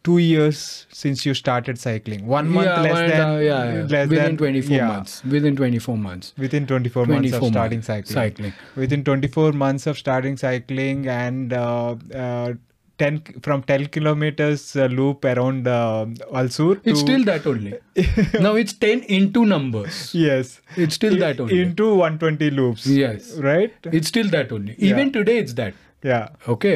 S2: two years since you started cycling one month
S1: yeah,
S2: less
S1: one and
S2: than
S1: a- yeah, yeah.
S2: less
S1: within
S2: than
S1: 24
S2: yeah.
S1: months. Within 24 months.
S2: within 24, months of
S1: 24
S2: starting
S1: months.
S2: cycling.
S1: Cycling.
S2: within 24 months of starting cycling and uh, uh, 10 k- from 10 kilometers uh, loop around uh, Alsur
S1: It's
S2: to-
S1: still that only. now it's 10 into numbers.
S2: yes
S1: It's still
S2: I-
S1: that only.
S2: into 120 loops
S1: Yes.
S2: right
S1: It's still that only.
S2: Yeah.
S1: Even today, it's that.
S2: yeah
S1: Okay.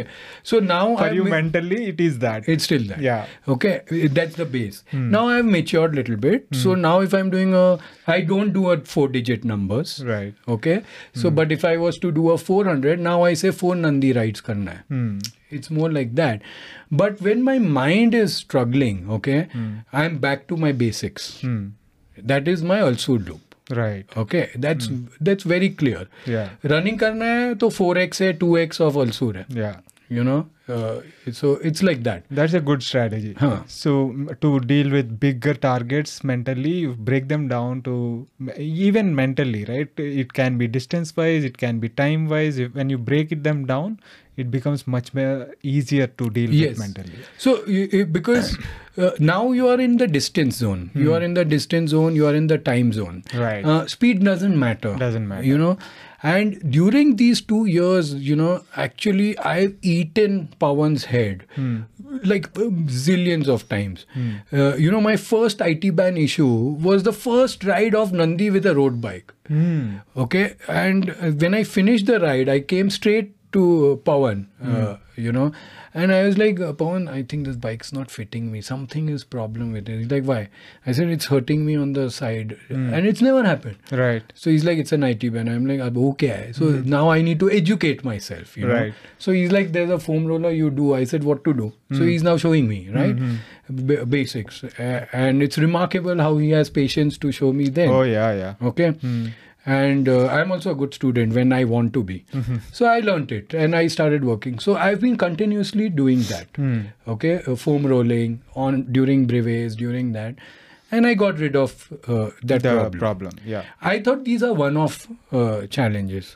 S1: So now
S2: for
S1: I've
S2: you
S1: ma-
S2: mentally it is that
S1: it's still that.
S2: Yeah. Hmm.
S1: Okay. That's the base. Now I've matured a little bit. So now if I'm doing a, I don't do a four digit numbers.
S2: right Hmm.
S1: Okay. So, but if I was to do a 400, now I say four Nandi rides karna
S2: Hmm.
S1: hai. It's more like that. But when my mind is struggling, okay,
S2: Hmm.
S1: I'm back to my basics. That is my also loop.
S2: right
S1: okay that's that's very clear
S2: Yeah.
S1: Running करना है तो four X है two X of Ulsoor है
S2: yeah
S1: you know Uh, so it's like that.
S2: That's a good strategy.
S1: Huh.
S2: So m- to deal with bigger targets mentally, you break them down to m- even mentally, right? It can be distance wise, it can be time wise. If, when you break it them down, it becomes much more easier to deal with mentally.
S1: So you, you- because uh, now you are in the distance zone, you are in the distance zone, you are in the time zone.
S2: Hmm. Right.
S1: Uh, speed doesn't matter.
S2: Doesn't matter.
S1: You know, and during these two years, you know, actually I've eaten Pawan's head
S2: Hmm.
S1: like um, zillions of times. Uh, you know, my first IT ban issue was the first ride of Nandi with a road bike. Hmm. Okay, and uh, when I finished the ride, I came straight to uh, Pawan, uh,
S2: Hmm.
S1: you know, and I was like, uh, Pawan, I think this bike's not fitting me. Something is problem with it. He's like, why? I said, it's hurting me on the side, and it's never happened.
S2: Hmm. Right. Hmm.
S1: So he's like, it's an IT ban. I'm like, "Ab okay. hai." So now I need to educate myself, you know.
S2: Right.
S1: So he's like, there's a foam roller you do. I said, what to do? So
S2: Hmm.
S1: he's now showing me, right? Ba- basics. Uh, and it's remarkable how he has patience to show me then
S2: Oh yeah, yeah. Hmm.
S1: okay and uh, i'm also a good student when i want to be
S2: Mm-hmm.
S1: so i learnt it and i started working so i've been continuously doing that
S2: Hmm.
S1: okay uh, foam rolling on during brevets during that and i got rid of uh, that
S2: The
S1: problem.
S2: problem. Yeah.
S1: i thought these are one off uh, challenges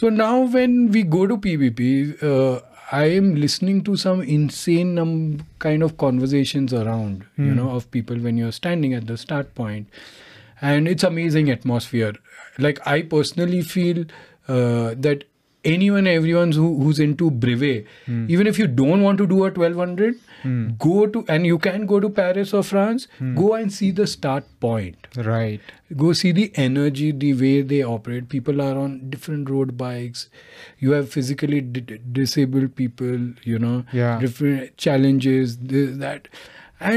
S1: so now when we go to pvp uh, i am listening to some insane num- kind of conversations around you know of people when you're standing at the start point and it's amazing atmosphere like i personally feel uh, that anyone everyone who, who's into brevet even if you don't want to do a 1200 go to and you can go to paris or france go and see the start point
S2: Right.
S1: go see the energy the way they operate people are on different road bikes you have physically di- disabled people you know
S2: Yeah.
S1: different challenges this that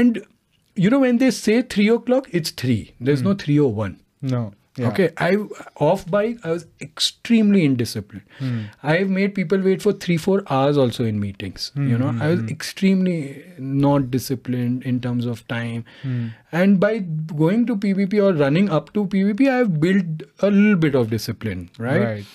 S1: and you know when they say 3 o'clock it's 3 there's no 301
S2: No. Yeah.
S1: Okay, I off bike. I was extremely indisciplined. I've made people wait for three, four hours also in meetings. You know, I was extremely not disciplined in terms of time. And by going to PvP or running up to PvP, I've built a little bit of discipline, right?
S2: Right.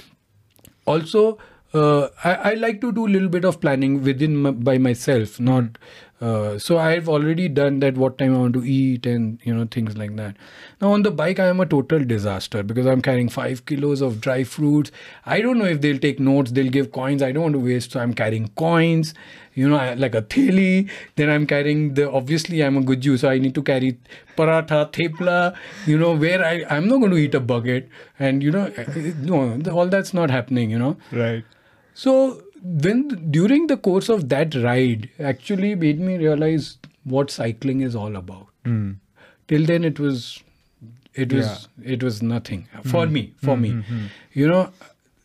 S1: also uh, I, I like to do a little bit of planning within m- by myself not uh, so i've already done that what time i want to eat and you know things like that now on the bike i am a total disaster because i'm carrying five kilos of dry fruits i don't know if they'll take notes they'll give coins i don't want to waste so i'm carrying coins you know I- like a theli then i'm carrying the obviously i'm a good Jew so i need to carry paratha thepla you know where i i'm not going to eat a bucket and you know eh, no all that's not happening you know
S2: Right.
S1: so then during the course of that ride actually made me realize what cycling is all about. Till then it was it was it was nothing for me for me. You know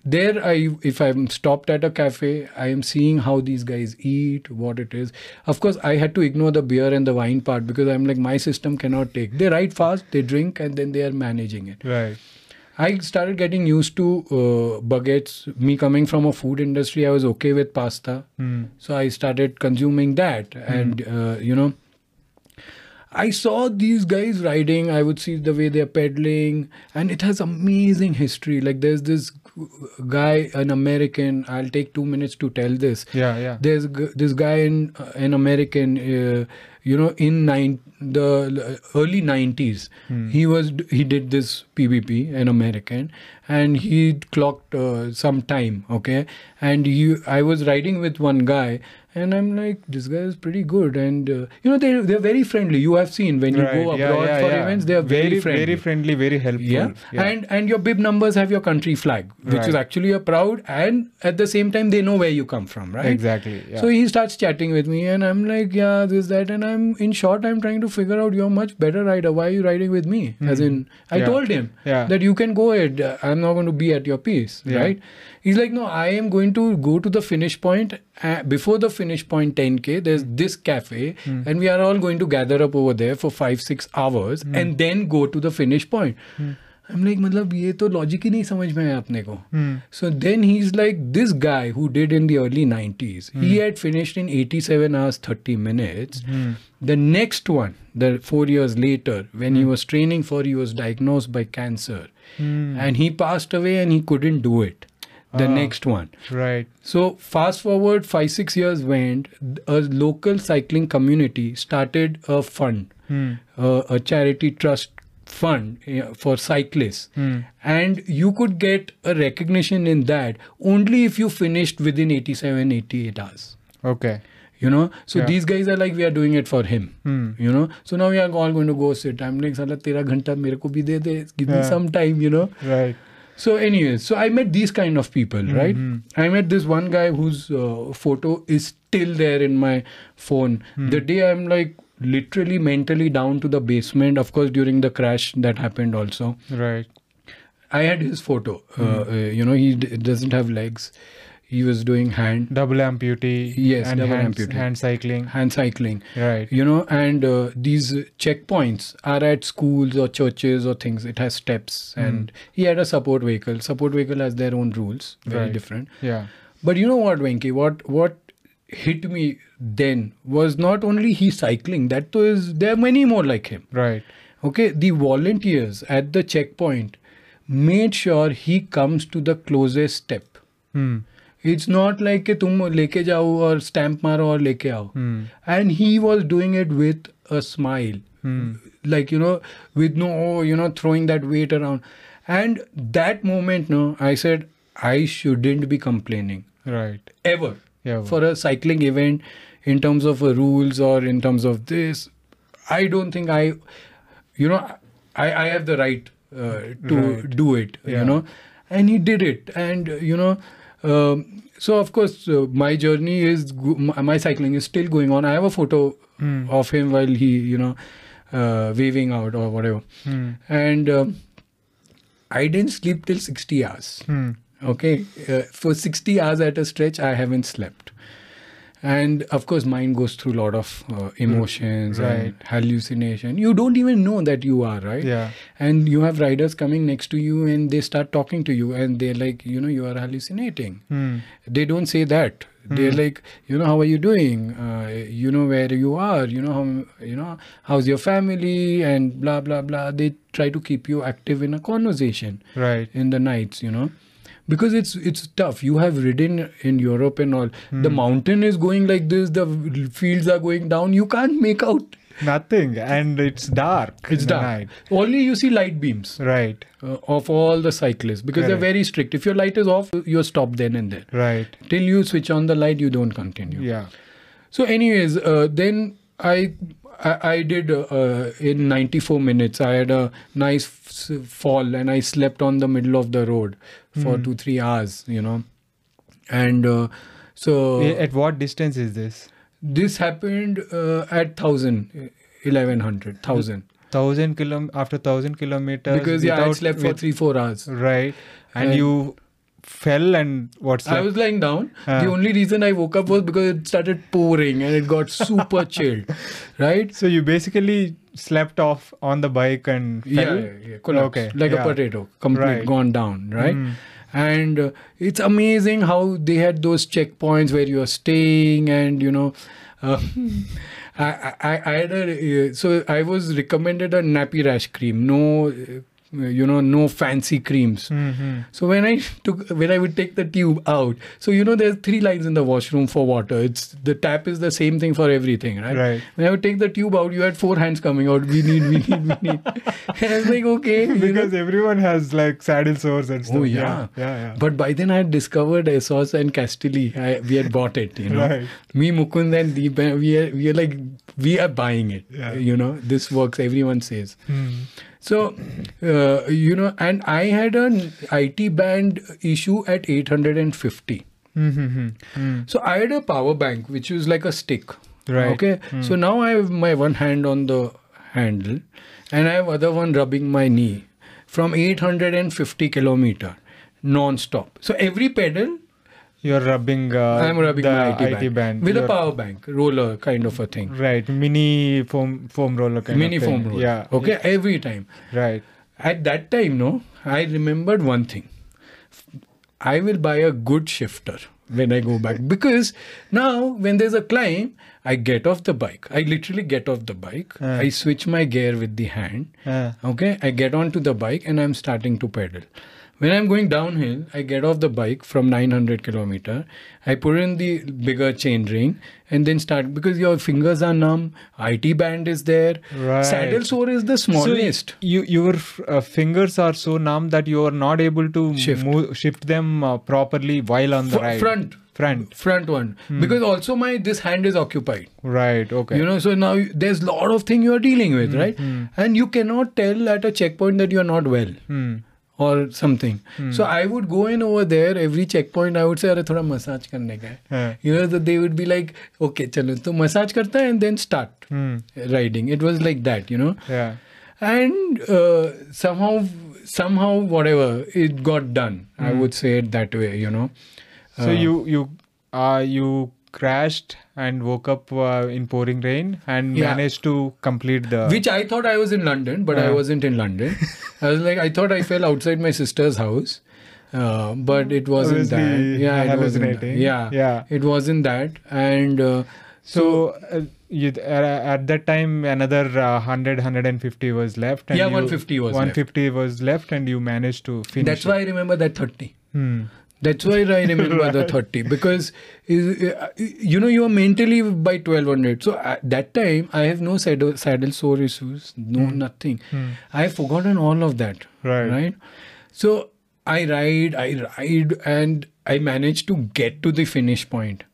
S1: there I if I'm stopped at a cafe I am seeing how these guys eat what it is. Of course I had to ignore the beer and the wine part because I'm like my system cannot take. They ride fast, they drink and then they are managing it.
S2: Right.
S1: I started getting used to uh, baguettes. Me coming from a food industry, I was okay with pasta,
S2: Hmm.
S1: so I started consuming that, and uh, you know. I saw these guys riding. I would see the way they're pedaling, and it has amazing history. Like there's this g- guy, an American. I'll take two minutes to tell this.
S2: Yeah. Yeah.
S1: There's g- this guy in uh, an American, uh, you know, in nine the l- early nineties. He was d- he did this PvP an American, and he clocked uh, some time. Okay, and he I was riding with one guy. And I'm like, this guy is pretty good, and uh, you know they they're very friendly. You have seen when you go abroad for events, they are very, friendly.
S2: very friendly, very helpful.
S1: yeah? and and your bib numbers have your country flag, which is
S2: Right.
S1: actually a proud, and at the same time they know where you come from, right?
S2: exactly. Yeah.
S1: So he starts chatting with me, and I'm like, yeah, this, that. And I'm, in short, I'm trying to figure out you're a much better rider. Why are you riding with me? As in, I
S2: Hmm. Yeah.
S1: told him
S2: Yeah.
S1: that you can go ahead. Uh, I'm not going to be at your pace,
S2: Yeah.
S1: right? He's like, no, I am going to go to the finish point. Uh, before the finish point 10K, there's
S2: Hmm.
S1: this cafe, and we are all going to gather up over there for five, six hours,
S2: Hmm.
S1: and then go to the finish point. I'm like, मतलब ये तो logic ही नहीं समझ में आया अपने को
S2: Hmm.
S1: So then he's like, this guy who did in the early 90s, he had finished in 87 hours 30 minutes. The next one, the four years later, when he was training for, he was diagnosed by cancer, and he passed away and he couldn't do it. the
S2: Ah.
S1: next one.
S2: Right.
S1: So fast forward five six years went. A local cycling community started a fund,
S2: Hmm.
S1: uh, a charity trust fund uh, for cyclists,
S2: Hmm.
S1: and you could get a recognition in that only if you finished within 87 88 hours.
S2: Okay.
S1: You know, so
S2: Yeah.
S1: these guys are like, we are doing it for him.
S2: Hmm.
S1: You know, so now we are all going to go sit. I'm like, "Sala, tera ghanta mere ko bhi de de. Give me
S2: Yeah.
S1: some time. You know.
S2: Right.
S1: So, anyways, so I met these kind of people, right? I met this one guy whose uh, photo is still there in my phone. The day I'm like literally mentally down to the basement, of course, during the crash that happened, also,
S2: Right.
S1: I had his photo. Uh, uh, you know, he d- doesn't have legs, he was doing hand,
S2: Double amputee.
S1: Yes,
S2: And
S1: double
S2: hand,
S1: amputee.
S2: hand cycling.
S1: hand cycling.
S2: Right.
S1: You know, and uh, these checkpoints are at schools or churches or things. It has
S2: Hmm.
S1: steps, and he had a support vehicle. Support vehicle has their own rules, very
S2: Right.
S1: different.
S2: Yeah.
S1: But you know what, Venki? What what hit me then was not only he cycling. That too is there are many more like him.
S2: Right.
S1: Okay, the volunteers at the checkpoint made sure he comes to the closest step.
S2: Hmm.
S1: It's not like कि तुम लेके जाओ और stamp मारो और लेके आओ.
S2: Hmm.
S1: And he was doing it with a smile.
S2: Hmm.
S1: Like, you know, with no, oh, you know, throwing that weight around. And that moment, no, I said, I shouldn't be complaining
S2: Right.
S1: ever
S2: Yeah.
S1: for a cycling event in terms of uh, rules or in terms of this i don't think i you know i i have the right uh, to
S2: Right.
S1: do it you
S2: Yeah.
S1: know and he did it and uh, you know um, so of course uh, my journey is go- my, my cycling is still going on i have a photo
S2: Hmm.
S1: of him while he you know uh, waving out or whatever
S2: Hmm.
S1: and um, i didn't sleep till 60 hours
S2: Hmm.
S1: okay uh, for 60 hours at a stretch i haven't slept and of course mind goes through a lot of uh, emotions and
S2: Mm, Right.
S1: hallucination you don't even know that you are right
S2: Yeah.
S1: and you have riders coming next to you and they start talking to you and they're like you know you are hallucinating
S2: Hmm.
S1: they don't say that they're like you know how are you doing uh, you know where you are you know how you know how's your family and blah blah blah they try to keep you active in a conversation
S2: Right.
S1: in the nights you know because it's it's tough you have ridden in europe and all
S2: Hmm.
S1: the mountain is going like this the v- fields are going down you can't make out
S2: Nothing. And it's dark.
S1: it's
S2: in the
S1: dark
S2: night.
S1: only you see light beams
S2: Right.
S1: uh, of all the cyclists because they're
S2: Correct.
S1: very strict if your light is off you're stopped then and there
S2: Right.
S1: till you switch on the light you don't continue
S2: Yeah.
S1: so anyways uh, then i i, I did uh, uh, in 94 minutes i had a nice f- s- fall and i slept on the middle of the road
S2: Hmm.
S1: for 2 3 hours you know and uh, so
S2: A- At what distance is this?
S1: this happened uh, at 1000 uh, 1100 1000
S2: Thousand kilo after thousand kilometers.
S1: because yeah i
S2: without-
S1: slept for
S2: with-
S1: 3 4 hours
S2: Right. And,
S1: And-
S2: you fell and what's
S1: I
S2: that?
S1: was lying down.
S2: Ah.
S1: The only reason I woke up was because it started pouring and it got super chilled, right?
S2: So you basically slept off on the bike and fell?
S1: yeah, yeah, yeah, collapsed
S2: Okay,
S1: like
S2: yeah.
S1: a potato complete
S2: Right. Mm-hmm.
S1: gone down right and uh, it's amazing how they had those checkpoints where you're staying and you know uh,
S2: Hmm.
S1: I, I, I I had a uh, so I was recommended a nappy rash cream no uh, you know no fancy creams
S2: Mhm.
S1: so when I took when I would take the tube out so you know there's three lines in the washroom for water it's the tap is the same thing for everything right
S2: Right.
S1: when I would take the tube out, you had four hands coming out. We need, we need, we need. and I was like, okay. you
S2: Because
S1: know.
S2: everyone has like saddle sores and stuff.
S1: Oh,
S2: Yeah,
S1: yeah.
S2: yeah. yeah.
S1: But by then I had discovered Esos and Castelli. I, we had bought it, you know.
S2: Right.
S1: Me, Mukund and Deep, uh, we are, we are like, we are buying it.
S2: Yeah.
S1: You know, this works, everyone says.
S2: Hmm.
S1: So, uh, you know, and I had an IT band issue at 850.
S2: Mm-hmm.
S1: So I had a power bank, which was like a stick.
S2: Right. Hmm.
S1: Okay. So now I have my one hand on the handle, and I have other one rubbing my knee from 850 kilometer non-stop. So every pedal,
S2: You're rubbing. Uh,
S1: I'm rubbing
S2: the
S1: my IT, band, with
S2: You're-
S1: a power bank roller kind of a thing,
S2: Right, mini foam foam roller kind
S1: mini
S2: of thing.
S1: foam roller. Oh.
S2: Yeah.
S1: Okay. Every time.
S2: Right.
S1: At that time, no, I remembered one thing. I will buy a good shifter when I go back because now when there's a climb, I get off the bike. I literally get off the bike.
S2: Uh.
S1: I switch my gear with the hand.
S2: Uh,
S1: Okay, I get onto the bike and I'm starting to pedal. When I'm going downhill, I get off the bike from 900 kilometer. I put in the bigger chain ring and then start because your fingers are numb. IT band is there.
S2: Right.
S1: Saddle sore is the smallest.
S2: So you your uh, fingers are so numb that you are not able to
S1: Shift.
S2: move, shift them uh, properly while on the
S1: Fr-
S2: ride.
S1: front.
S2: front,
S1: front one because also my this hand is occupied
S2: right? Okay. Hmm.
S1: you know so now you- there's lot of thing you are dealing with right and you cannot tell at a checkpoint that you're not well
S2: Hmm.
S1: or something so i would go in over there every checkpoint i would say अरे थोड़ा massage करने का है
S2: Yeah.
S1: you know that they would be like okay चलो तो massage करता है and then start
S2: Hmm.
S1: riding it was like that you know
S2: Yeah.
S1: and uh, somehow somehow whatever it got done i
S2: Hmm.
S1: would say it that way you know
S2: So you you uh, you crashed and woke up uh, in pouring rain and
S1: Yeah.
S2: managed to complete the
S1: which I thought I was in London, but I
S2: Uh-huh.
S1: wasn't in London. I was like, I thought I fell outside my sister's house, uh, but it wasn't
S2: was
S1: that.
S2: the
S1: Yeah, it wasn't. That.
S2: hallucinating.
S1: Yeah,
S2: Yeah.
S1: it wasn't that. And uh, so,
S2: So uh, you, uh, at that time, another uh, 100, 150 was left.
S1: Yeah,
S2: you-
S1: 150 was left.
S2: 150 was left, and you managed to finish.
S1: that's
S2: it.
S1: why I remember that thirty.
S2: Hmm.
S1: That's why I remember the 30 because is- uh, you know you are mentally by 1200. So at that time I have no saddle, saddle sore issues, no nothing. I have forgotten all of that.
S2: Hmm. Right.
S1: Right. So I ride, I ride, and I managed to get to the finish point.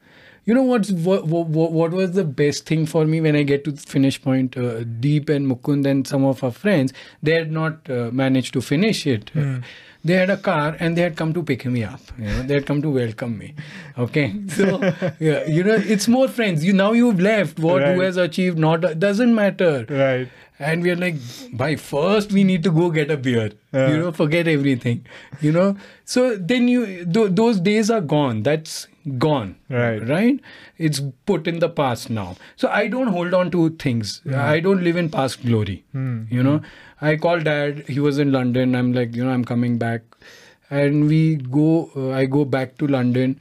S1: You know what's what, what, what was the best thing for me when I get to the finish point? Uh, Deep and Mukund and some of our friends, they had not uh, managed to finish it.
S2: Hmm.
S1: They had a car and they had come to pick me up. You know, they had come to welcome me. Okay, so yeah, you know, it's more friends. You now you've left. What who
S2: Right.
S1: has achieved? Not doesn't matter.
S2: Right.
S1: And we are like, by first we need to go get a beer.
S2: Yeah.
S1: You know, forget everything. You know, so then you th- those days are gone. That's gone.
S2: Right.
S1: Right. It's put in the past now. So I don't hold on to things. I don't live in past glory. You know, I call dad. He was in London. I'm like, you know, I'm coming back, and we go. Uh, I go back to London.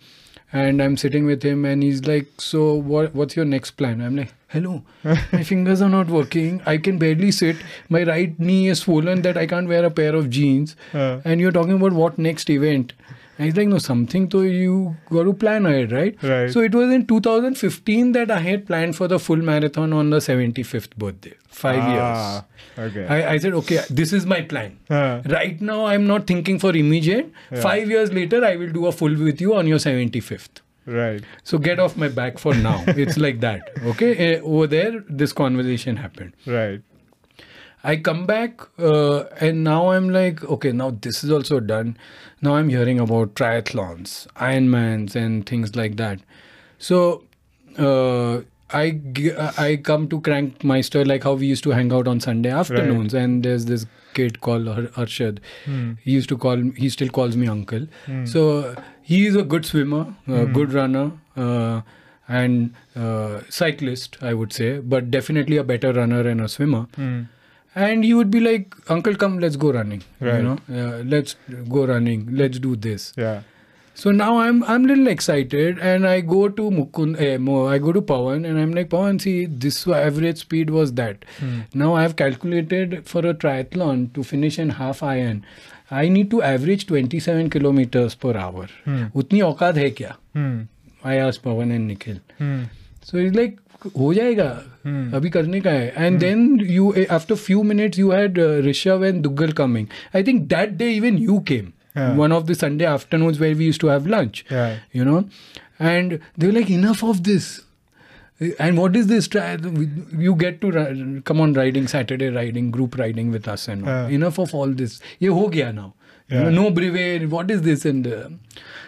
S1: And I'm sitting with him, and he's like, "So what? What's your next plan?" I'm like, "Hello, my fingers are not working. I can barely sit. My right knee is swollen that I can't wear a pair of jeans.
S2: Uh.
S1: And you're talking about what next event? And he's like, no, something. So you got to plan ahead, right?
S2: Right.
S1: So it was in 2015 that I had planned for the full marathon on the 75th birthday. Five
S2: Ah, Okay.
S1: years. I, I said, okay, this is my plan.
S2: Huh.
S1: Right now, I'm not thinking for immediate.
S2: Yeah.
S1: Five years later, I will do a full with you on your 75th.
S2: right.
S1: So get off my back for now. it's like that. Okay. Eh, Over there, this conversation happened.
S2: Right.
S1: I come back uh, and now I'm like, okay, now this is also done. Now I'm hearing about triathlons, Ironmans, and things like that. So uh, I g- uh, I come to Crankmeister like how we used to hang out on Sunday afternoons. And there's this kid called Har- Harshad. He used to call he still calls me uncle. So he is a good swimmer, a good runner. Uh, and uh, cyclist, I would say, but definitely a better runner and a swimmer
S2: Hmm.
S1: and he would be like uncle come let's go running
S2: Right.
S1: you know uh, let's go running let's do this
S2: Yeah.
S1: so now i'm i'm little excited and i go to mukund eh, Mo- i go to pawan and i'm like pawan see this average speed was that now i have calculated for a triathlon to finish in half iron i need to average 27 kilometers per hour utni औकात है क्या
S2: Hmm.
S1: i asked pawan and nikhil
S2: Hmm.
S1: so it's like हो जाएगा अभी करने का है
S2: Hmm.
S1: And then you after few minutes you had Rishabh and Duggal coming I think that day even you came
S2: Yeah.
S1: One of the Sunday afternoons where we use to have lunch
S2: Yeah.
S1: you know and they were like enough of this and what is this try you get to ri- come on riding saturday riding group riding with us and all.
S2: Yeah.
S1: enough of all this ye ho gaya now You
S2: Yeah.
S1: know, no brevet what is this and uh,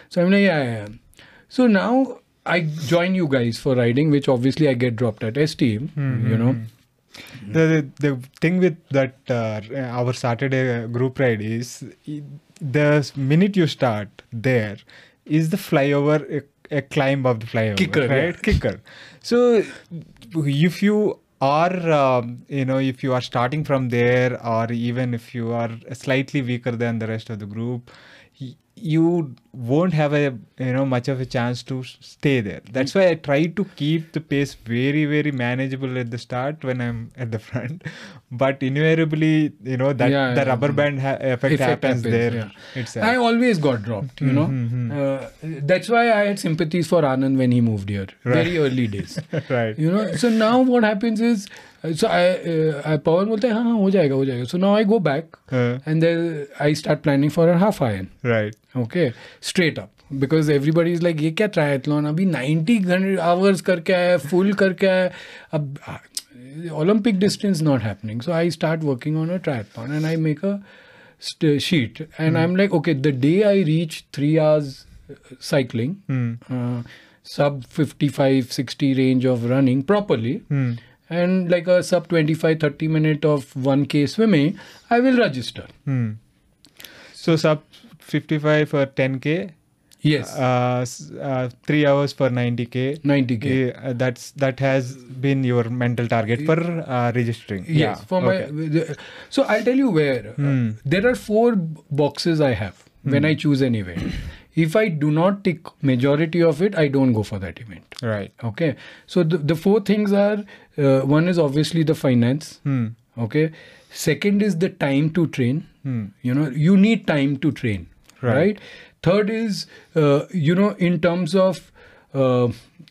S1: so i'm like yeah, yeah. so now i join you guys for riding which obviously i get dropped at st you
S2: Mm-hmm.
S1: know
S2: The, the the thing with that uh, our Saturday uh, group ride is i- the minute you start there is the flyover a, a climb of the flyover
S1: Kicker, yeah.
S2: right kicker so if you are um, you know if you are starting from there or even if you are slightly weaker than the rest of the group y- you won't have a you know much of a chance to s- stay there that's why i try to keep the pace very very manageable at the start when i'm at the front but invariably you know that
S1: Yeah,
S2: the
S1: yeah,
S2: rubber
S1: yeah.
S2: band ha- effect, happens, there itself
S1: I always got dropped, you
S2: Mm-hmm.
S1: know. Uh, that's why I had sympathies for Anand when he moved here, very early days.
S2: right
S1: you know. So now what happens is, uh, so I, uh, I Pawan बोलते हैं हाँ हाँ हो जाएगा हो जाएगा. So now I go back
S2: Uh,
S1: and then I start planning for a half iron.
S2: right
S1: Okay, straight up. Because everybody is like, ये क्या triathlon अभी 90 hours करके आया full करके आया अब Olympic distance not happening. So I start working on a triathlon and I make a st- sheet
S2: Hmm.
S1: and I'm like, okay, the day I reach three hours uh, cycling,
S2: Hmm.
S1: uh, sub 55, 60 range of running properly,
S2: Hmm.
S1: and like a sub 25, 30 minute of 1K swimming, I will register.
S2: Hmm. so sub 55 for 10k
S1: Yes,
S2: uh, s- uh, 3 hours for 90k
S1: 90K.
S2: Yeah, uh, that's that has been your mental target for uh, registering.
S1: Yes,
S2: Yeah,
S1: for
S2: okay.
S1: my. the- So I'll tell you where.
S2: Hmm.
S1: Uh, there are four b- boxes I have when I choose an event. if I do not tick majority of it, I don't go for that event.
S2: right.
S1: Okay. So the, the four things are uh, one is obviously the finance.
S2: Hmm.
S1: Okay. Second is the time to train.
S2: Hmm.
S1: You know, you need time to train.
S2: Right.
S1: Right. Third is, uh, you know, in terms of, uh,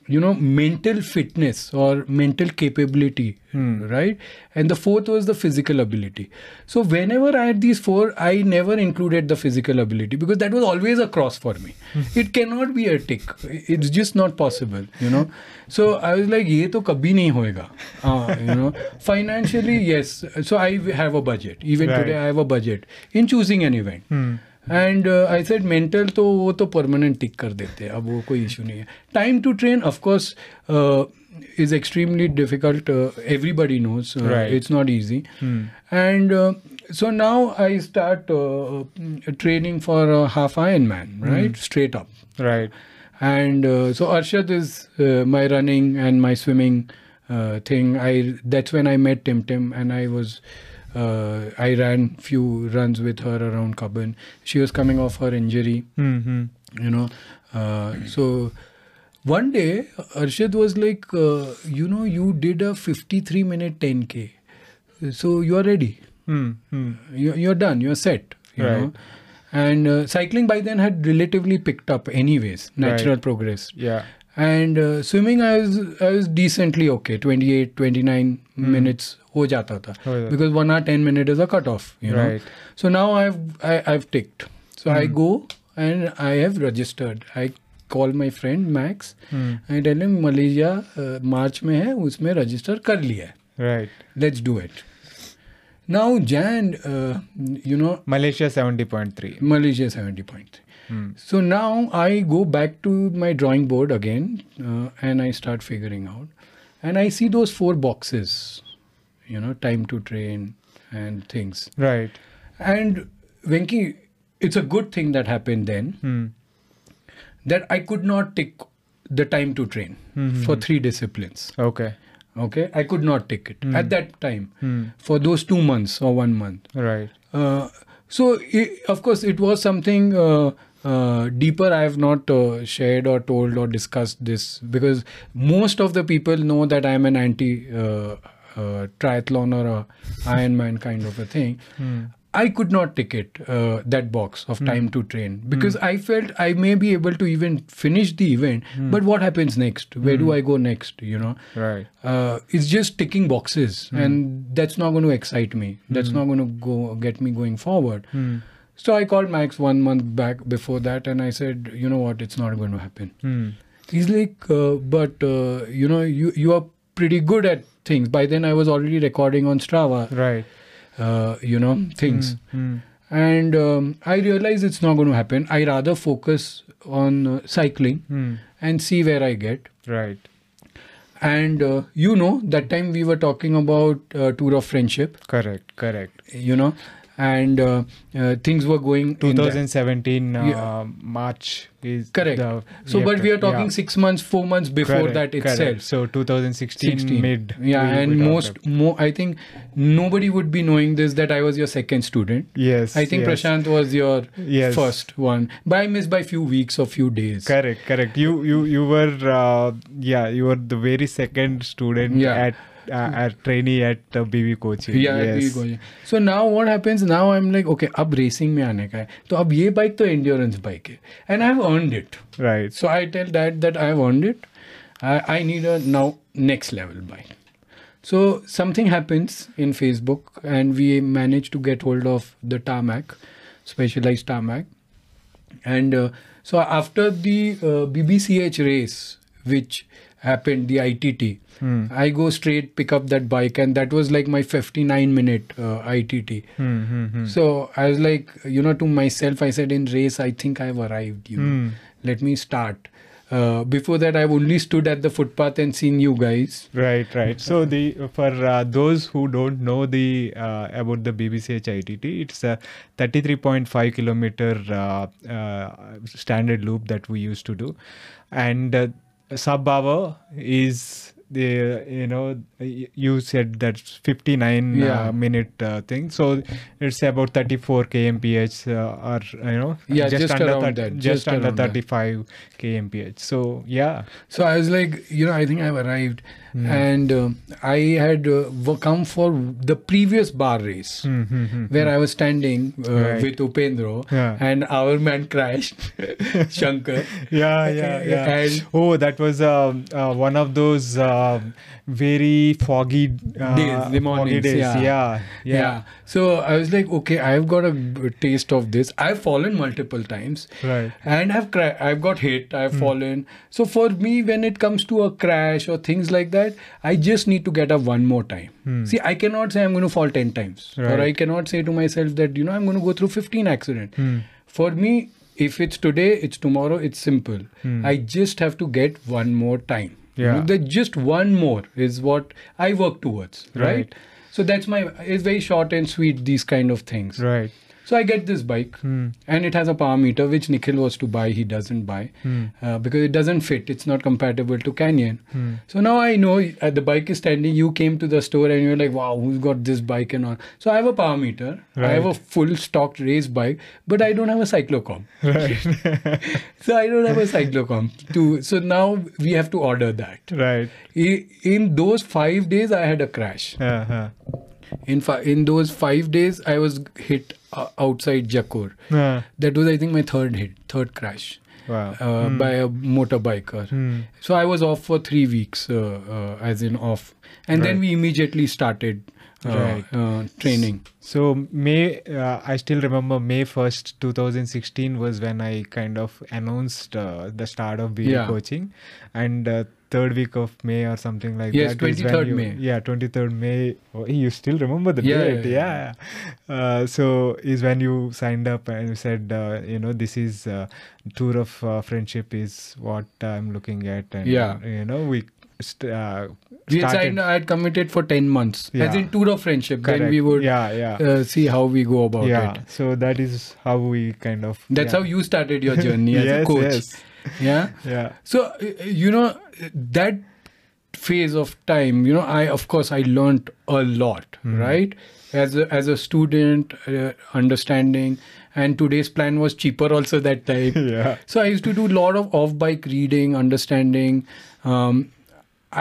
S1: you know, mental fitness or mental capability. Right. And the fourth was the physical ability. So whenever I had these four, I never included the physical ability because that was always a cross for me. it cannot be a tick. It's just not possible. You know. So I was like, ये तो कभी नहीं होएगा. Uh, you know, financially yes. So I have a budget. Even
S2: Right.
S1: today I have a budget in choosing an event. uh, and I said mental तो वो तो permanent टिक कर देते हैं अब वो कोई इशू नहीं है time to train of course uh, is extremely difficult everybody knows
S2: Right.
S1: It's not easy and so now I start training for half ion man right straight up
S2: Right.
S1: and uh, so Arshad is uh, my running and my swimming uh, thing. I that's when I met Tim Tim, and I was uh, I ran few runs with her around Cubbon. She was coming off her injury,
S2: Mm-hmm.
S1: you know. Uh, so one day Arshad was like, uh, you know, you did a 53 minute 10k, so you are ready.
S2: Mm-hmm.
S1: You, you're done. You're set. You
S2: Right.
S1: know. And uh, cycling by then had relatively picked up, anyways. Natural
S2: Right.
S1: progress
S2: Yeah.
S1: and uh, swimming i was i was decently okay 28 29 minutes ho jata tha
S2: Hmm. हो जाता।
S1: because 1 hour 10 minute is a cutoff you know
S2: Right. Hmm.
S1: so now i've I, i've ticked so i go and i have registered i call my friend max
S2: Hmm.
S1: i tell him malaysia uh, march mein hai usme register kar liya hai
S2: Right.
S1: let's do it now jan uh, you know
S2: Malaysia seventy point three.
S1: Malaysia 70 point.
S2: Hmm.
S1: So now I go back to my drawing board again uh, and I start figuring out. And I see those four boxes, you know, time to train and things.
S2: Right.
S1: And Venki, it's a good thing that happened then
S2: Hmm.
S1: that I could not take the time to train
S2: Hmm.
S1: for three disciplines.
S2: Okay.
S1: Okay. I could not take it at that time
S2: Hmm.
S1: for those two months or one month.
S2: Right.
S1: Uh, so i of course it was something uh, uh, deeper i have not uh, shared or told or discussed this because most of the people know that i am an anti uh, uh, triathlon or a ironman kind of a thing i could not tick it uh, that box of time to train because i felt i may be able to even finish the event but what happens next where do i go next you know
S2: Right.
S1: uh, it's just ticking boxes
S2: Hmm.
S1: and that's not going to excite me that's not going to go get me going forward
S2: Hmm.
S1: so i called max one month back before that and i said you know what it's not going to happen
S2: Hmm.
S1: he's like uh, but uh, you know you you are pretty good at things by then i was already recording on strava
S2: Right.
S1: uh, you know things
S2: Hmm.
S1: and um, i realized it's not going to happen i rather focus on uh, cycling
S2: Hmm.
S1: and see where i get
S2: Right.
S1: and uh, you know that time we were talking about uh, tour of friendship
S2: Correct. Correct.
S1: you know and uh, uh, things were going in that-
S2: 2017 uh,
S1: Yeah.
S2: March is
S1: correct
S2: the-
S1: so
S2: yeah,
S1: but we are talking
S2: yeah.
S1: six months four months before
S2: Correct,
S1: that itself
S2: correct. So 2016
S1: 16.
S2: mid.
S1: yeah
S2: we- we
S1: and
S2: talked
S1: most
S2: about-
S1: mo- i think nobody would be knowing this that i was your second student
S2: Yes.
S1: i think
S2: yes.
S1: prashant was your
S2: Yes.
S1: first one but i missed by few weeks or few days
S2: Correct, correct. You you you were uh, yeah you were the very second student
S1: Yeah.
S2: at uh, at trainee at uh, BV coaching.
S1: Yeah,
S2: yes.
S1: अभी कोई- So now what happens? Now I'm like, okay, अब racing में आने का है तो अब ये bike तो endurance bike है and I've earned it.
S2: Right.
S1: So I tell dad that I've earned it. I, I need a now next level bike. So something happens in Facebook, and we manage to get hold of the tarmac, specialized tarmac. And uh, so after the uh, BBCH race, which happened, the ITT,
S2: Hmm.
S1: I go straight pick up that bike, and that was like my 59 minute uh, ITT.
S2: Hmm, hmm, hmm.
S1: So I was like, you know, to myself, I said, in race, I think I've arrived. You
S2: Hmm.
S1: know, let me start. Uh, before that, I've only stood at the footpath and seen you guys.
S2: Right, right. So the for uh, those who don't know the uh, about the BBCH ITT, it's a 33.5 kilometer uh, uh, standard loop that we used to do, and uh, sub hour is the you know y- you said that 59
S1: Yeah.
S2: uh, minute uh, thing. So it's about 34 kmph uh, or you know
S1: Yeah, just
S2: under
S1: around
S2: thirty-
S1: that,
S2: just,
S1: just
S2: under
S1: around that.
S2: 35 kmph. So yeah,
S1: So I was like, you know, I think I've arrived.
S2: Hmm.
S1: And um, I had uh, wo- come for the previous bar race
S2: Hmm, hmm, hmm.
S1: Mm-hmm. where I was standing uh,
S2: Right.
S1: with Upendro
S2: Yeah.
S1: and our man crashed, Shankar.
S2: yeah yeah yeah
S1: And-
S2: oh that was um, uh, one of those um very foggy uh,
S1: Days, the
S2: foggy
S1: mornings,
S2: days yeah
S1: yeah.
S2: yeah,
S1: Yeah. So I was like, okay, I've got a b- taste of this. I've fallen multiple times.
S2: right Hmm.
S1: and I've cra- I've got hit, I've fallen. So for me, when it comes to a crash or things like that, I just need to get up one more time. See, I cannot say I'm going to fall ten times, or I
S2: Hmm. Right.
S1: cannot say to myself that you know I'm going to go through fifteen accident.
S2: Hmm.
S1: For me, if it's today, it's tomorrow. It's simple. I just have to get one more time. You
S2: Hmm. Yeah.
S1: know, that just one more is what I work towards, right?
S2: Right.
S1: So that's my. It's very short and sweet. These kind of things.
S2: right Hmm.
S1: So I get this bike, and it has a power meter which Nikhil was to buy. He doesn't buy
S2: Hmm.
S1: uh, because it doesn't fit. It's not compatible to Canyon.
S2: Hmm.
S1: So now I know uh, the bike is standing. You came to the store and you're like, "Wow, we've got this bike and all." So I have a power meter. I have a full stocked race bike, but I don't have a cyclocom. so I don't have a cyclocom. To so now we have to order that.
S2: right
S1: I- In those five days, I had a crash
S2: uh-huh.
S1: in fi- in those five days i was hit uh, outside jakur
S2: Uh,
S1: that was i think my third hit third crash
S2: wow Hmm.
S1: uh, by a motorbiker so i was off for three weeks uh, uh, as in off and then
S2: Right.
S1: we immediately started uh,
S2: Right.
S1: uh, training
S2: so may uh, i still remember may 1st 2016 was when i kind of announced uh, the start of BA
S1: Yeah.
S2: coaching and uh, third week of may or something like
S1: Yes,
S2: that is when
S1: 23rd
S2: you-
S1: May.
S2: yeah 23rd may oh, you still remember the
S1: Yeah,
S2: date
S1: yeah,
S2: yeah, Uh, so is when you signed up and you said uh, you know this is uh, tour of uh, friendship is what i'm looking at and
S1: Yeah.
S2: you know we st- uh,
S1: we had
S2: started-
S1: signed, i had committed for 10 months as
S2: Yeah.
S1: in tour of friendship then
S2: Correct.
S1: we would
S2: yeah yeah
S1: uh, see how we go about
S2: yeah
S1: it
S2: so that is how we kind of
S1: that's
S2: yeah.
S1: how you started your journey as a
S2: Yes,
S1: coach
S2: yes.
S1: yeah
S2: yeah
S1: So uh, uh, you know uh, that phase of time, you know, I of course I learnt a lot, right? As a, as a student, uh, understanding, and today's plan was cheaper also that time.
S2: yeah
S1: So I used to do a lot of off bike reading, understanding. Um,